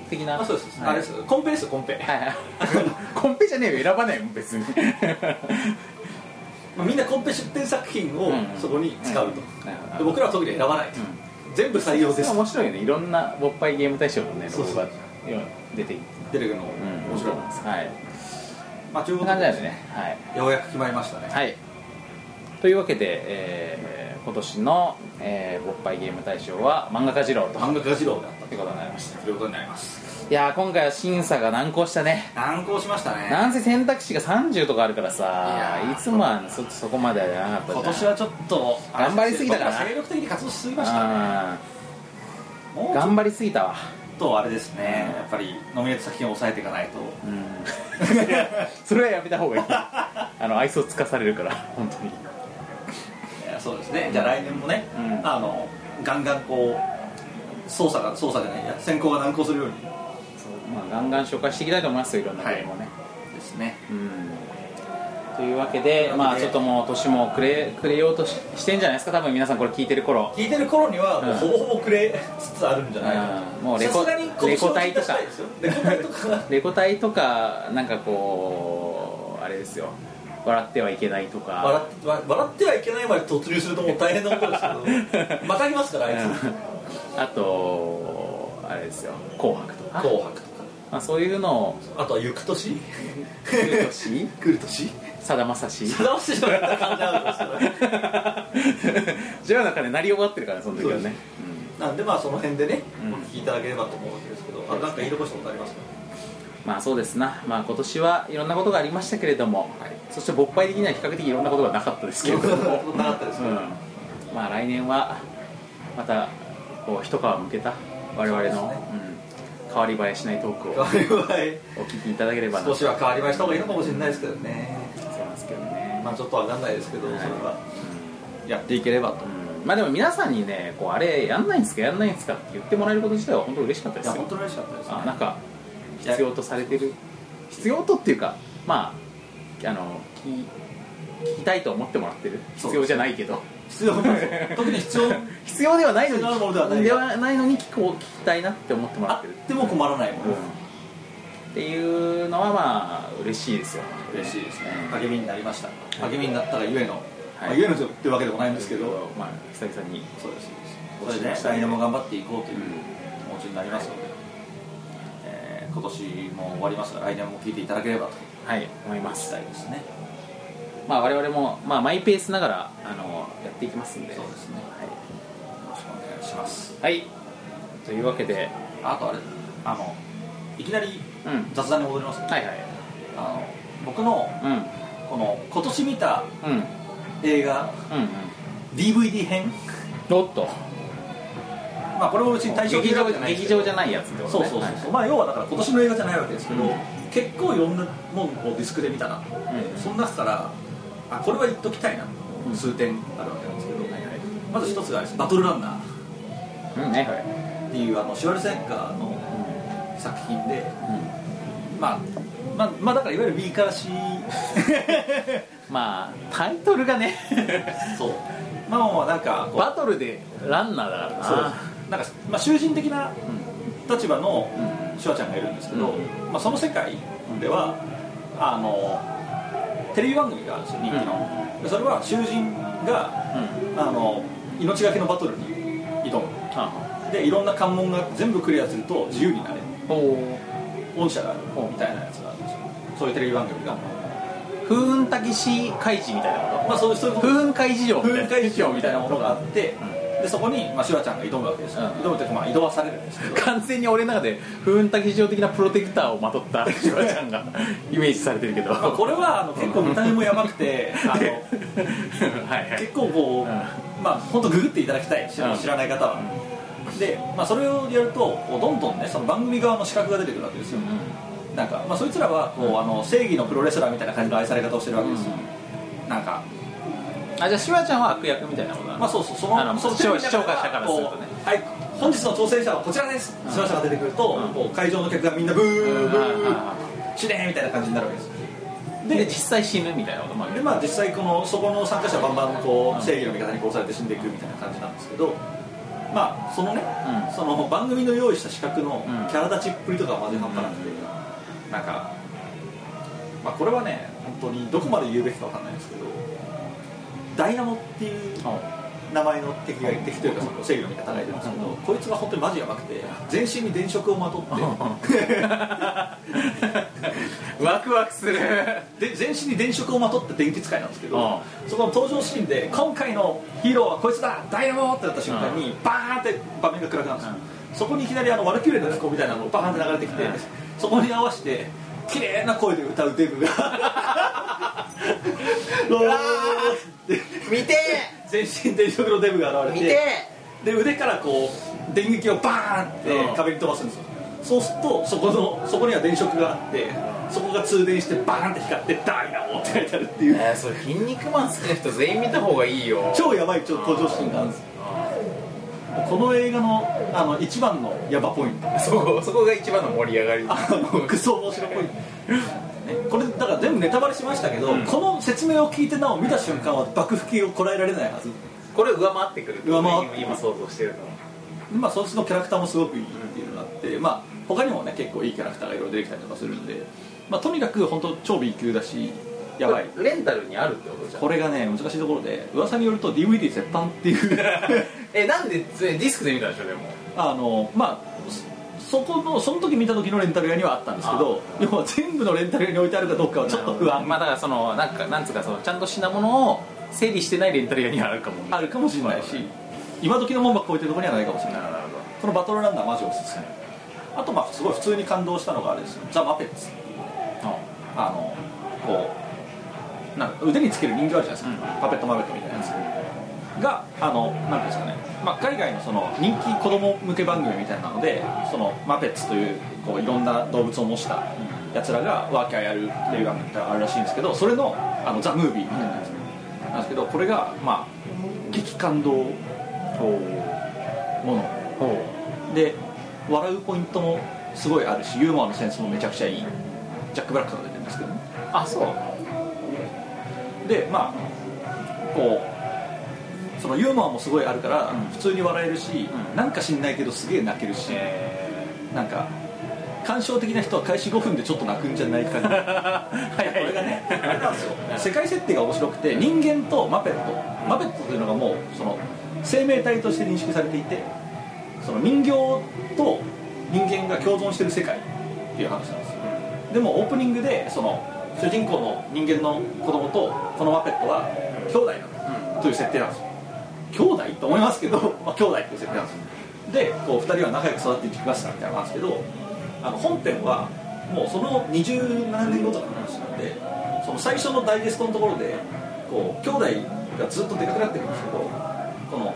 B: 的な
C: あそうです、
B: はい
C: あれですコンペですよコンペ、
B: はい [LAUGHS] はいコンペじゃねえよ選ばないもん別に
C: まあ、みんなコンペ出展作品を
B: うん
C: そこに使うと、
B: なるほ
C: で
B: ど
C: 僕らは特に選ばないと、全部採用です
B: 面白いよねいろんな勃発ゲーム大賞のね
C: そうそう
B: ロゴが出ていて、
C: 出てくるのも
B: うん、
C: 面白いな
B: はい
C: まあという
B: こ
C: こ
B: ん
C: と
B: な
C: で
B: 感じなんですねはい
C: ようやく決まりましたね、
B: はい。というわけで、えー今年の、えー、勃発ゲーム大賞は漫画家二郎と
C: 漫画家次郎だっ
B: ということになりました
C: たということになります
B: いやー今回は審査が難航したね
C: 難航しましたね
B: なんせ選択肢が30とかあるからさ
C: いや
B: い
C: ー
B: つもはそそこまではやらなかったじゃん
C: 今年はちょっと
B: 頑張りすぎたかな
C: 僕ら精力的に活動しすぎましたね
B: う
C: も
B: ん
C: うちょ
B: 頑張りすぎたわ
C: っとあれですねやっぱりノミネート作品を抑えていかないと
B: うん
C: [LAUGHS]
B: それはやめた方がいいあの愛想つかされるから本当に
C: いやそうですねじゃあ来年もね、
B: うん
C: あのガンガンこう操作が操作じゃないいや選考が難航するように
B: そうまあガンガン紹介していきたいと思いますよいろんなゲームをね、
C: ですね
B: うんというわけで、まあ、ちょっともう年もくれくれようとししてんじゃないですか多分皆さんこれ聞いてる頃
C: 聞いてる頃にはもう
B: うん
C: ほぼほぼくれつつあるんじゃないかな
B: うんもうレコ
C: さすがに今年は
B: レコ大とか
C: 出したいですよレコ大とか
B: [LAUGHS]
C: が
B: レコ大とかなんかこうあれですよ笑ってはいけないとか
C: 笑ってわ笑ってはいけないまで突入するともう大変なことです
B: [LAUGHS]
C: けどまたぎますからあいつ
B: うんあとあれですよ「紅白」とか、
C: 紅白とか
B: まあ、そういうのを
C: あとは行く年
B: 来る年
C: [LAUGHS] 来る年
B: さだまさし [LAUGHS]
C: 直してしまった感じあるんですけ
B: ジョアの鐘鳴り終わってるからねその時はね
C: どなんでまあその辺でね、
B: うん
C: お聞きいただければと思うわけですけどあなんか言い残したことありますか
B: うんまあそうですな、まあ、今年はいろんなことがありましたけれども、そして勃発的には比較的いろんなことがなかったです
C: [LAUGHS]
B: けれども
C: なかったです
B: う
C: け
B: ん
C: ど、
B: まあ来年はまたこう一皮向けた我々の、
C: そうです
B: うん、変わり映えしないトークを
C: 変わり映
B: お聞きいただければ
C: え
B: なと
C: 少し
B: 思い
C: は変わり映えした方がいいのかもしれないですけどね
B: ますけどね、
C: まあちょっとわかんないですけどそれは
F: やっていければと
B: うんまあでも皆さんにねこうあれやんないんですかやんないんですかって言ってもらえること自体は本当嬉しかった
C: い
B: で
C: や
B: すよ
C: 本当に嬉しかったですね
B: あなんか必要とされてる必要とっていうかまああの聞き聞きたいと思ってもらってる
C: そう
B: 必要じゃないけど
C: 必要なんですよ特に必要
B: 必要ではないのに
C: 必要なものではない
B: ではないのに聞こう聞きたいなって思ってもら
C: あ
B: ってる
C: っても困らないもの、
B: っていうのはまあ嬉しいですよ
C: 嬉しいですね
B: うん
C: 励みになりました励みになったがゆえの、
B: はい
C: まあゆえのってわけでもないんですけど、
B: まあ久々に
C: そうですそうですそれでね来年も頑張っていこうという気持ちになりますので、えー今年も終わりますが来年も聞いていただければと
B: はい思います
C: したいですね
B: まあ我々も、まあ、マイペースながらあのやっていきますんで
C: そうですねよろしくお願いします
B: はいというわけで
C: あとあれあのいきなり
B: うん
C: 雑談に戻りますけど、
B: はいはい
C: あの僕の
B: うん
C: この今年見た
B: うんうん
C: 映画
B: うん
C: DVD 編
B: おっと
C: まあこれも別に対象
B: 劇場
C: ないです
B: 劇
C: けど
B: 場じゃないやつってこと
C: そう
B: ね
C: そうそうそうまあ要はだから今年の映画じゃないわけですけど、
B: うん
C: 結構いろんなものをディスクで見たなと思って、
B: うん
C: その中からあこれは言っときたいな、
B: うん
C: 数点あるわけなんですけど、
B: はいはい
C: まず一つがあれですバトルランナー
B: うんうんねはい
C: っていうあのシュワルツェネッガーの作品で、
B: うん
C: まあ、まあまあだからいわゆる B から
B: [LAUGHS]
C: C
B: まあタイトルが [LAUGHS] ね
C: そうまあまあなんかこう
B: バトルでランナーだからな
C: そうなんか、まあ、囚人的な立場のシュワちゃんがいるんですけど、
B: う
C: まあ、その世界ではあのテレビ番組があるんですよ人気の、でそれは囚人が
B: うん、うん
C: あの命がけのバトルに挑む
B: あ
C: でいろんな関門が全部クリアすると自由になれる
B: おお
C: 御社があるみたいなやつがあるんですよそういうテレビ番組が、
B: 風雲たけし開示みたいなこ
C: まあ、そういうそういう
B: と
C: こと
B: 風雲開示場
C: 風雲会場みたいなものがあ
B: う
C: っ
B: ん
C: て、でそこに、まあ、シュワちゃんが挑むわけですよ、
B: うん
C: 挑むというか、まあ、挑まされるんですけど
B: 完全に俺の中で風雲たけし場的なプロテクターをまとったシュワちゃんがイメージされてるけど
C: まあ、これはあの結構見た目もやばくて
B: [LAUGHS]
C: あの
B: はいはい
C: 結構こう、まあ本当ググっていただきたい知ら,、
B: うん
C: 知らない方は、で、まあ、それをやるとこうどんどんねその番組側の資格が出てくるわけですよ、なんか、まあ、そいつらはこうあの正義のプロレスラーみたいな感じの愛され方をしてるわけですよ、なんか、
B: あじゃあシュワちゃんは悪役みたいなことなの
C: まあ、そうそうその
B: あの
C: そっ
B: 視聴視聴者からするとね
C: はい本日の挑戦者はこちらです、視聴者が出てくると、
B: うん
C: こう会場の客がみんなブー、
B: うん
C: ブ
B: はいはい
C: ー
B: は
C: 死ねーみたいな感じになるわけですよ
B: いで実際死ぬみたいなこともある
C: でまあ、実際このそこの参加者はバンバンこう正義の味方に殺されて死んでいくみたいな感じなんですけど、まあ、そのね、
B: うん
C: その番組の用意した資格の
B: うん
C: キャラ立ちっぷりとかはまず半端なくて、なんか、まあ、これはね本当にどこまで言うべきかわかんないんですけどダイナモっていう名前の敵が敵というかその正義の味方がいるんですけど、こいつが本当にマジやばくて全身に電飾をまとって
B: ワクワクする
C: で全身に電飾をまとって電気使いなんですけど、
B: あ
C: そこの登場シーンで今回のヒーローはこいつだダイナモってなった瞬間に、バーンって場面が暗くなるんですよ、そこにいきなりあのワルキューレの息子みたいなのがバーンって流れてきて、
B: うん
C: そこに合わせて綺麗な声で歌うデブが [LAUGHS] うわーって
A: 見て
C: [LAUGHS] 全身電飾のデブが現れてで腕からこう電撃をバーンっ
B: う
C: て
B: ん
C: 壁に飛ばすんですよそうするとそこのそこには電飾があってそこが通電してバーンって光ってダイナモって書いてあるっていう
B: えー、それ筋肉マン好きな人全員見た方がいいよ
C: 超やばいちょっと登場シーンがあるんですよこの映画のあの一番のヤバポイント
B: そこそこが一番の盛り上がり
C: あのクソ面白ポイントねこれだから全部ネタバレしましたけど、この説明を聞いてなお見た瞬間は爆吹きをこらえられないはず
B: これ上回ってくる
C: 上回ってくる
B: 今想像してるの
C: まあそっちのキャラクターもすごくいいっていうのがあって、まあ他にもね結構いいキャラクターがいろいろ出てきたりとかするんで、まあとにかく本当超 B 級だしやばい
B: これレンタルにあるってことじゃん
C: これがね難しいところで噂によると DVD 絶版っていう [LAUGHS]
B: えなんでそれディスクで見たんでしょでも
C: あのまあそそこのその時見た時のレンタル屋にはあったんですけど要は全部のレンタル屋に置いてあるかどうかはちょっと不安
B: まあだからそのなんかなんつうかそのちゃんと品物を整理してないレンタル屋にはあるかも
C: あるかもしれないし今時の門ばっか置いてるところにはないかもしれない
B: なるほど
C: このバトルランナーマジおすすめあとまあすごい普通に感動したのがあれですよザ・マペッツあのこうなんか腕につける人形あるじゃないですか、パペットマペットみたいなやつがあのなんていうんですかね、まあ、海外のその人気子供向け番組みたいなのでそのマペッツというこういろんな動物を模したやつらがワーキャーやるっていう番組があるらしいんですけどそれのあのザ・ムービーみたいなやつなんですけどこれがまあ激感動もので笑うポイントもすごいあるしユーモアのセンスもめちゃくちゃいいジャック・ブラックとか出てるんですけどね
B: あそう
C: でまあこうそのユーモアもすごいあるから、普通に笑えるし、
B: うん
C: なんか知んないけどすげえ泣けるし、
B: え
C: なんか感傷的な人は開始5分でちょっと泣くんじゃないかなはいこれがねあれなんですよ世界設定が面白くて人間とマペットマペットというのがもうその生命体として認識されていてその人形と人間が共存してる世界っていう話なんですよでもオープニングでその主人公の人間の子供とこのマペットは兄弟なんだという設定なんですよ兄弟と思いますけど、 [LAUGHS] まあ、兄弟っていう設定なんですよでこう2人は仲良く育っていきましたみたいな話ですけどあの本編はもうその27年後とかの話なんでその最初のダイジェストのところでこう兄弟がずっとでかくなってるんですけどこの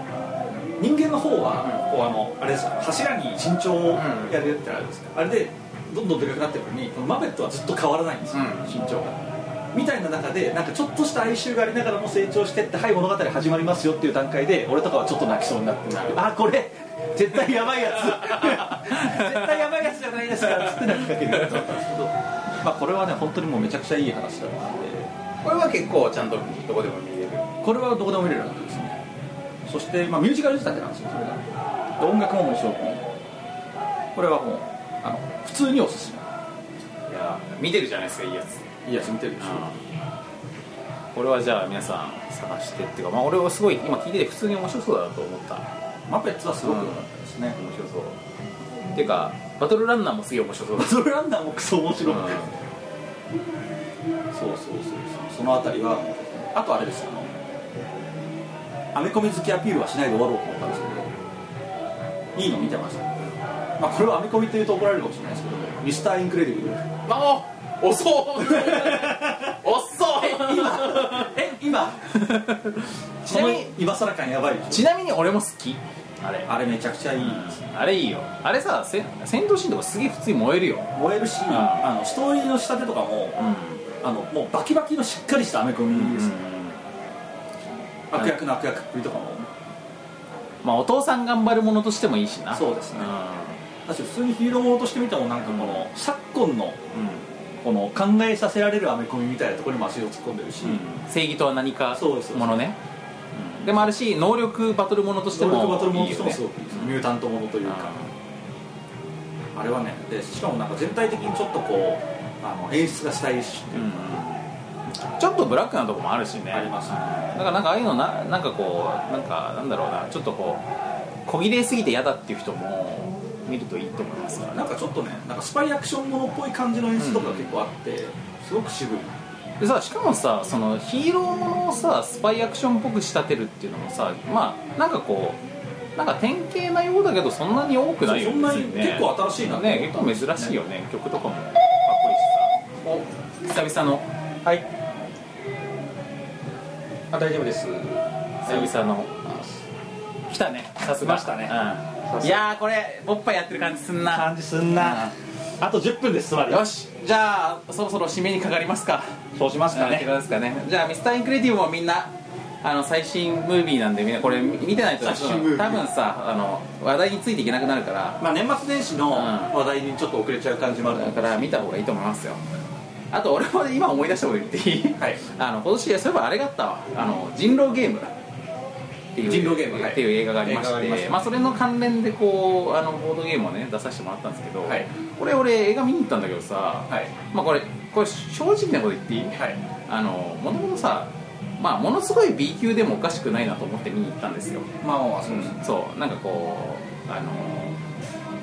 C: 人間の方はこうあのあれですよ柱に身長をやるってあるんですか、あれでどんどんでかくなってるのにこのマペットはずっと変わらないんですよ、身長が。みたいな中でなんかちょっとした哀愁がありながらも成長してってはい物語始まりますよっていう段階で俺とかはちょっと泣きそうになってあこれ絶対やばいやつ絶対やばいやつじゃないですかっつって泣きかけ [LAUGHS] てると思ったんですけど、まあ、これはね本当にもうめちゃくちゃいい話だったので
B: これは結構ちゃんとどこでも見れる
C: これはどこでも見れるわけですねそして、まあ、ミュージカル仕立てなんですよそれがで音楽も面白くこれはもうあの普通におすす
B: いや見てるじゃないですかいいやつ
C: めいいやつ見てるでしょ
B: これはじゃあ皆さん探してっていうか、まあ、俺はすごい今聞いてて普通に面白そうだなと思った
C: マペッツはすごく良かったですね、
B: 面白そうっていうかバトルランナーもすげえ面白そうだ
C: バトルランナーもクソ面白くて、そうそうそうそうそのあたりはあとあれですあのアメコミ好きアピールはしないで終わろうと思ったんですけどいいの見てました、まあ、これはアメコミっていうと怒られるかもしれないですけどミスターインクレディブル
B: あお遅っ遅い
C: え [LAUGHS] 今
B: ちなみに
C: その今更感やばいでしょ
B: ちなみに俺も好きあれ
C: あれめちゃくちゃいいです
B: あれいいよあれさせ戦闘シーンとかすげえ普通に燃えるよ
C: 燃えるし
B: あ
C: あのストーリーの仕立てとかも、あのもうバキバキのしっかりしたアメコミです、悪役の悪役っぷりとかも
B: まあお父さん頑張るものとしてもいいしな
C: そうですね
B: ん
C: だし普通にヒーローものとしてみてもなんかこの昨今の
B: う
C: この考えさせられるアメコミみたいなところにも足を突っ込んでるし、
B: ん正義とは何か
C: そうですそうで
B: も
C: す
B: のねうんでもあるし能力バトルものとして
C: 能
B: も
C: 力バトルもの
B: い
C: と
B: い
C: し
B: よ
C: て
B: ね
C: もすごくいいですミュータントものというかあれはねでしかもなんか全体的にちょっとこうあの演出がスタイリッシュっていうか
B: うんちょっとブラックなとこもあるしね
C: ありますね
B: だからなんかああいうのななんかこうなんかなんだろうなちょっとこう小切れすぎて嫌だっていう人も見るといいと思いますから
C: なんかちょっとねなんかスパイアクションものっぽい感じの演出とかが結構あって、すごく渋い
B: でさしかもさそのヒーローものをさスパイアクションっぽく仕立てるっていうのもさまあなんかこうなんか典型なようだけどそんなに多くないよ
C: そうそんなに
B: 別ね
C: 結構新しいなと思った
B: ね結構珍しいよね曲とかもかっこいいしさお久々の
C: はいあ大丈夫です
B: 久々の来たねさすが
K: 来ましたね
B: うんいやーこれボッパイやってる感じすんな
K: 感じすんなあと10分ですつまり
B: よしじゃあそろそろ締めにかかりますか
K: そうしますか
B: うん
K: ね
B: ですかねじゃあミスターインクレディブもみんなあの最新ムービーなんでみんなこれ見てないと多分さあの話題についていけなくなるから
C: まあ年末年始の話題にちょっと遅れちゃう感じもあると
B: だ
C: 思う
B: から見た方がいいと思いますよあと俺も今思い出したこと言っていい、
C: はい
B: あの今年そういえばあれがあったわあの人狼ゲームっていう
C: 人狼ゲームはい
B: っていう映画がありまし
C: 映画
B: て
C: がありました
B: まあ、それの関連でこうあのボードゲームをね出させてもらったんですけど、
C: はい
B: これ俺映画見に行ったんだけどさ、
C: はい
B: まあこれこれ正直なこと言っていい
C: はい
B: あのもともとさまあものすごい B 級でもおかしくないなと思って見に行ったんですよ、
C: まあまあまあそうです、
B: そうなんかこうあの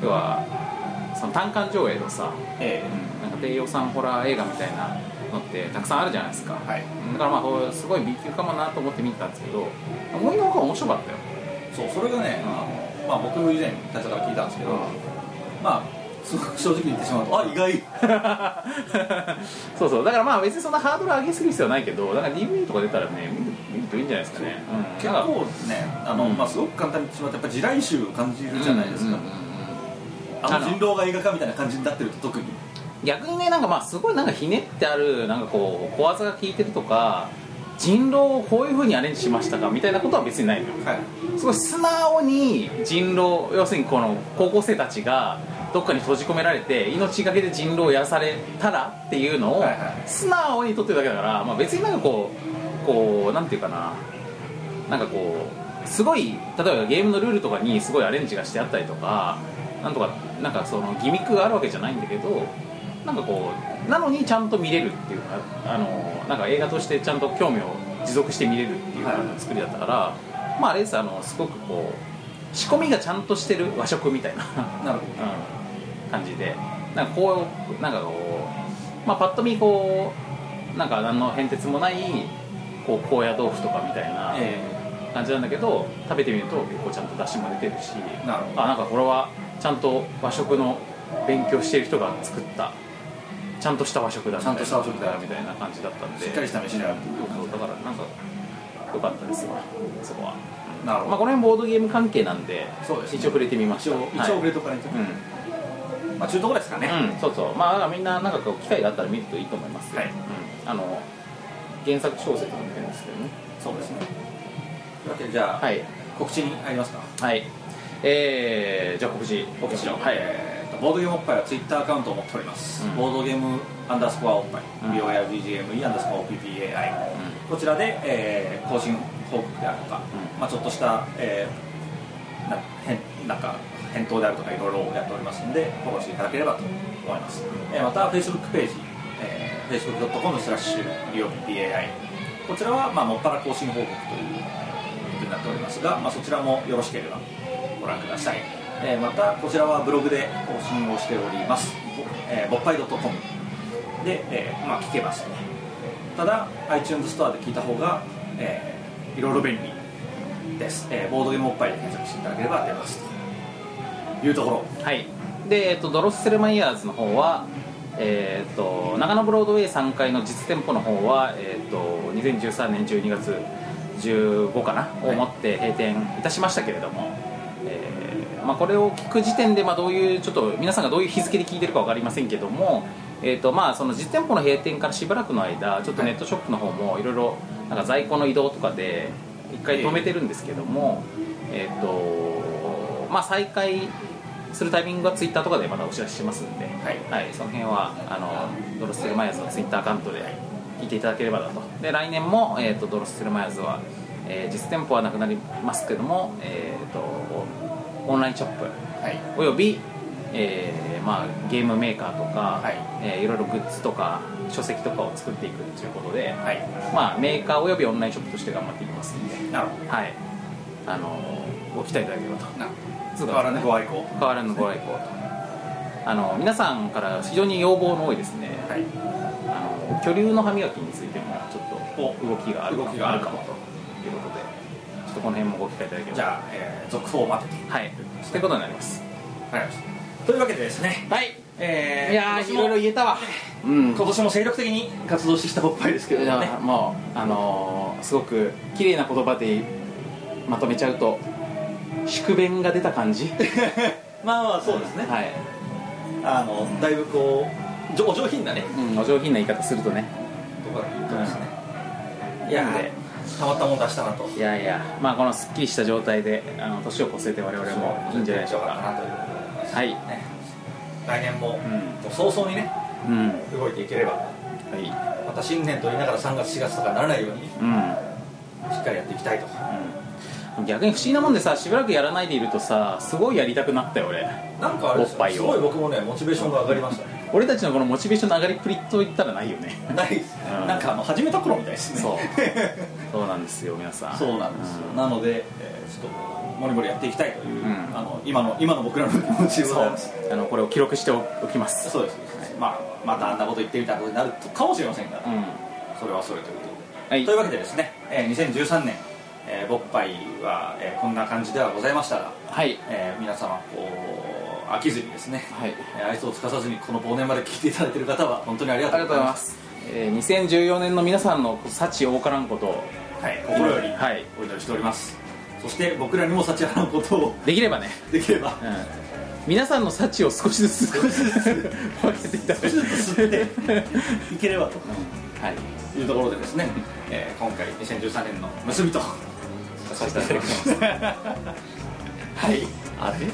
B: 要はその単館上映のさ、
C: え
B: なんか低予算ホラー映画みたいなのってたくさんあるじゃないですか、
C: はい
B: だからまあこうすごい B 級かもなと思って見に行ったんですけど思いのほか面白か
C: [LAUGHS]
B: ったよ
C: そうそれがね、あのまあ僕以前会社から聞いたんですけど、まあすごく正直に言ってしまうとあ意外
B: そうそうだからまあ別にそんなハードル上げすぎる必要はないけどだから DVD とか出たらね見る見るといいんじゃないですかね、うん
C: 結構ねあの、
B: うん
C: まあ、すごく簡単に言ってしまうとやっぱ地雷臭を感じるじゃないで
B: う
C: すか、
B: んうんうんうん
C: あの人狼が映画化みたいな感じになってると特に
B: 逆にねなんかまあすごいなんかひねってあるなんかこう小技が効いてるとか人狼をこういうふうにアレンジしましたかみたいなことは別にないのよ
C: はい
B: すごい素直に人狼要するにこの高校生たちがどっかに閉じ込められて命がけで人狼をやらされたらっていうのを
C: はいはい
B: 素直に撮ってるだけだから、まあ、別になんかこうこうなんていうかななんかこうすごい例えばゲームのルールとかにすごいアレンジがしてあったりとかなんとかなんかそのギミックがあるわけじゃないんだけどなんかこうなのにちゃんと見れるっていうかあのなんか映画としてちゃんと興味を持続して見れるっていう感じの作りだったから、まああれですあのすごくこう仕込みがちゃんとしてる和食みたい
C: [LAUGHS]
B: な、
C: な
B: う
C: るほど
B: ん、感じでなんかこうなんかこうまあパッと見こうなんか何の変哲もないこう高野豆腐とかみたいな
C: え
B: 感じなんだけど食べてみると結構ちゃんと出汁も出てるし
C: えなるほど
B: あなんかこれはちゃんと和食の勉強している人が作ったちゃんとした和食だみたいな
C: ちゃんとした和食だ
B: みたいな感じだったんで
C: しっかりした飯だよ
B: そうだからなんか良かったですわそこは、
C: なる
B: まあ、こ
C: ほ
B: の
C: ど、
B: 辺ボードゲーム関係なんで
C: そうですね
B: 一応触れてみまし
C: 一
B: た
C: 応一応
B: はい
C: 触れとかないと、
B: うん、
C: まあ中東ぐらいですかね、
B: うん、そうそうまあだからみんななんかこう機会があったら見るといいと思いますよ
C: はい
B: うん、あの原作小説の件ですけどね
C: そうですねというわけでじゃあ、
B: はい
C: 告知に入りますか
B: はいえー、じゃあ告知
C: 告知の、
B: はい、
C: えーとボードゲームおっぱいはツイッターアカウントを持っております、
B: うん
C: ボードゲームアンダースコアおっぱい、
B: うん
C: BOIRGGME アンダースコア OPPAI
B: うん
C: こちらで、えー更新報告であるとか、
B: うん
C: まあ、ちょっとした、えーな変なんか返答であるとかいろいろやっておりますのでフォローしていただければと思います、えーまた Facebook ページ、えー facebook.com スラッシュ UOPPAI こちらは、まあ、もっぱら更新報告ということになっておりますが、まあ、そちらもよろしければご覧ください、えーまたこちらはブログで更新をしております、ぼえー、ぼっぱい .com で、えーまあ、聞けますねただ iTunes ストアで聞いた方が、えーいろいろ便利です、えーボードゲームおっぱいで検索していただければ出ますというところ
B: はい、で、えっと、ドロッセルマイヤーズの方は、えーっと長野ブロードウェイ3階の実店舗の方は、えーっと2013年12月15かな、をもって閉店いたしましたけれども、えーまあ、これを聞く時点で、まあ、どういうちょっと皆さんがどういう日付で聞いてるか分かりませんけども、えーとまあ、その実店舗の閉店からしばらくの間ちょっとネットショップの方もいろいろなんか在庫の移動とかで一回止めてるんですけども、えーとまあ、再開するタイミングはツイッターとかでまたお知らせしますんで、はいその辺はあのドロステルマイヤーズのツイッターアカウントで聞いていただければなとで来年も、えー、とドロステルマイヤーズは、えー実店舗はなくなりますけども、えー、とオンラインショップ
C: はい
B: および、えーまあ、ゲームメーカーとか、
C: はい
B: いえーいろいろグッズとか書籍とかを作っていくということで、
C: はい
B: まあ、メーカーおよびオンラインショップとして頑張っていきますんで、
C: なるほど
B: はいあのご期待いただければと
C: な
B: そう
C: 変
B: だ
C: わらぬご愛好
B: 変わらぬご来光とあの皆さんから非常に要望の多いですね、
C: はい
B: あの巨竜の歯磨きについてもちょっと動きがあるかも
C: 動きがあるか
B: か
C: も
B: もということでちょっとこの辺もご期待いただければ
C: じゃあ、えー続報を待ってて
B: はいということになります
C: わかりましたというわけでですね
B: はい
C: えー
B: いやーいろいろ
C: 今年も
B: 言えたわうん
C: 今年も精力的に活動してきたおっぱいですけれ
B: い
C: ども
B: や
C: ね
B: もうあのーすごく綺麗な言葉でまとめちゃうと宿便が出た感じ
C: まあまあそうですね、
B: はい、
C: あのだいぶこうじょお上品なね
B: うん、お上品な言い方するとね
C: ところが言ってましたね、い
B: なん
C: や
B: で
C: ーたまったもん出したなと
B: いやいやまあこのすっきりした状態であの年を越せて我々もいいんじゃないでしょうか
C: なということでございます
B: はい
C: ね来年も,、
B: ん
C: もう早々にね
B: うん
C: 動いていければ
B: は
C: また新年と言いながら3月4月とかならないよう
B: い
C: に
B: うん
C: しっかりやっていきたいと
B: 逆に不思議なもんでさしばらくやらないでいるとさすごいやりたくなったよ俺
C: なんかあれです
B: おっ
C: よ
B: ぱいを
C: すごい僕もねモチベーションが上がりましたね
B: 俺たちのこのモチベーションの上がりっぷりと言ったらないよね
C: ないですね
B: うん
C: なんかあの始めた頃みたいですね
B: そうそうなんですよ皆
C: [LAUGHS]
B: さん
C: そうなんですよ、
B: う
C: なので、えーちょっともりもりやっていきたいという、
B: うん
C: あの今の今の僕らの気持ちでご
B: そ
C: ざいうます
B: あのこれを記録しておきます
C: そうです、まあ、またあんなこと言ってみたいなことになるかもしれませんが、
B: うん
C: それはそれということで、
B: はい
C: というわけでですね、えー2013年、えー、ボッパイは、えーこんな感じではございましたが、
B: はい
C: えー皆様こう飽きずにですね、
B: はい
C: えー愛想をつかさずにこの忘年まで聞いていただいている方は本当にあり
B: あ
C: が
B: り
C: と
B: がとう
C: うご
B: ご
C: ざ
B: ざ
C: い
B: い
C: ま
B: ますす、えー2014年の皆さんの幸多からんことを
C: はい、心より
B: はい
C: お祈りしておりますそして僕らにも幸あらんことを
B: できればね
C: できれば
B: うん皆さんの幸を少しずつ少しずつ分けていただいて
C: 少しずつ吸いければと
B: はい
C: いうところでですね、えー今回2013年の結びとさせていただき
B: [LAUGHS]
C: ます
B: はい
C: あれ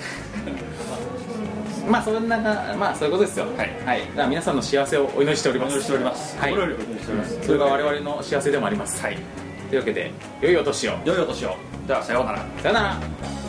B: まあそんながまあそういうことですよはい、はい、だから皆さんの幸せをお祈りしており
C: お
B: ます
C: 祈りしております
B: はい
C: 心よりお祈りしております
B: それが我々の幸せでもあります
C: はい
B: というわけで良いお年を
C: 良いお年をではさようなら
B: さよなら
C: 「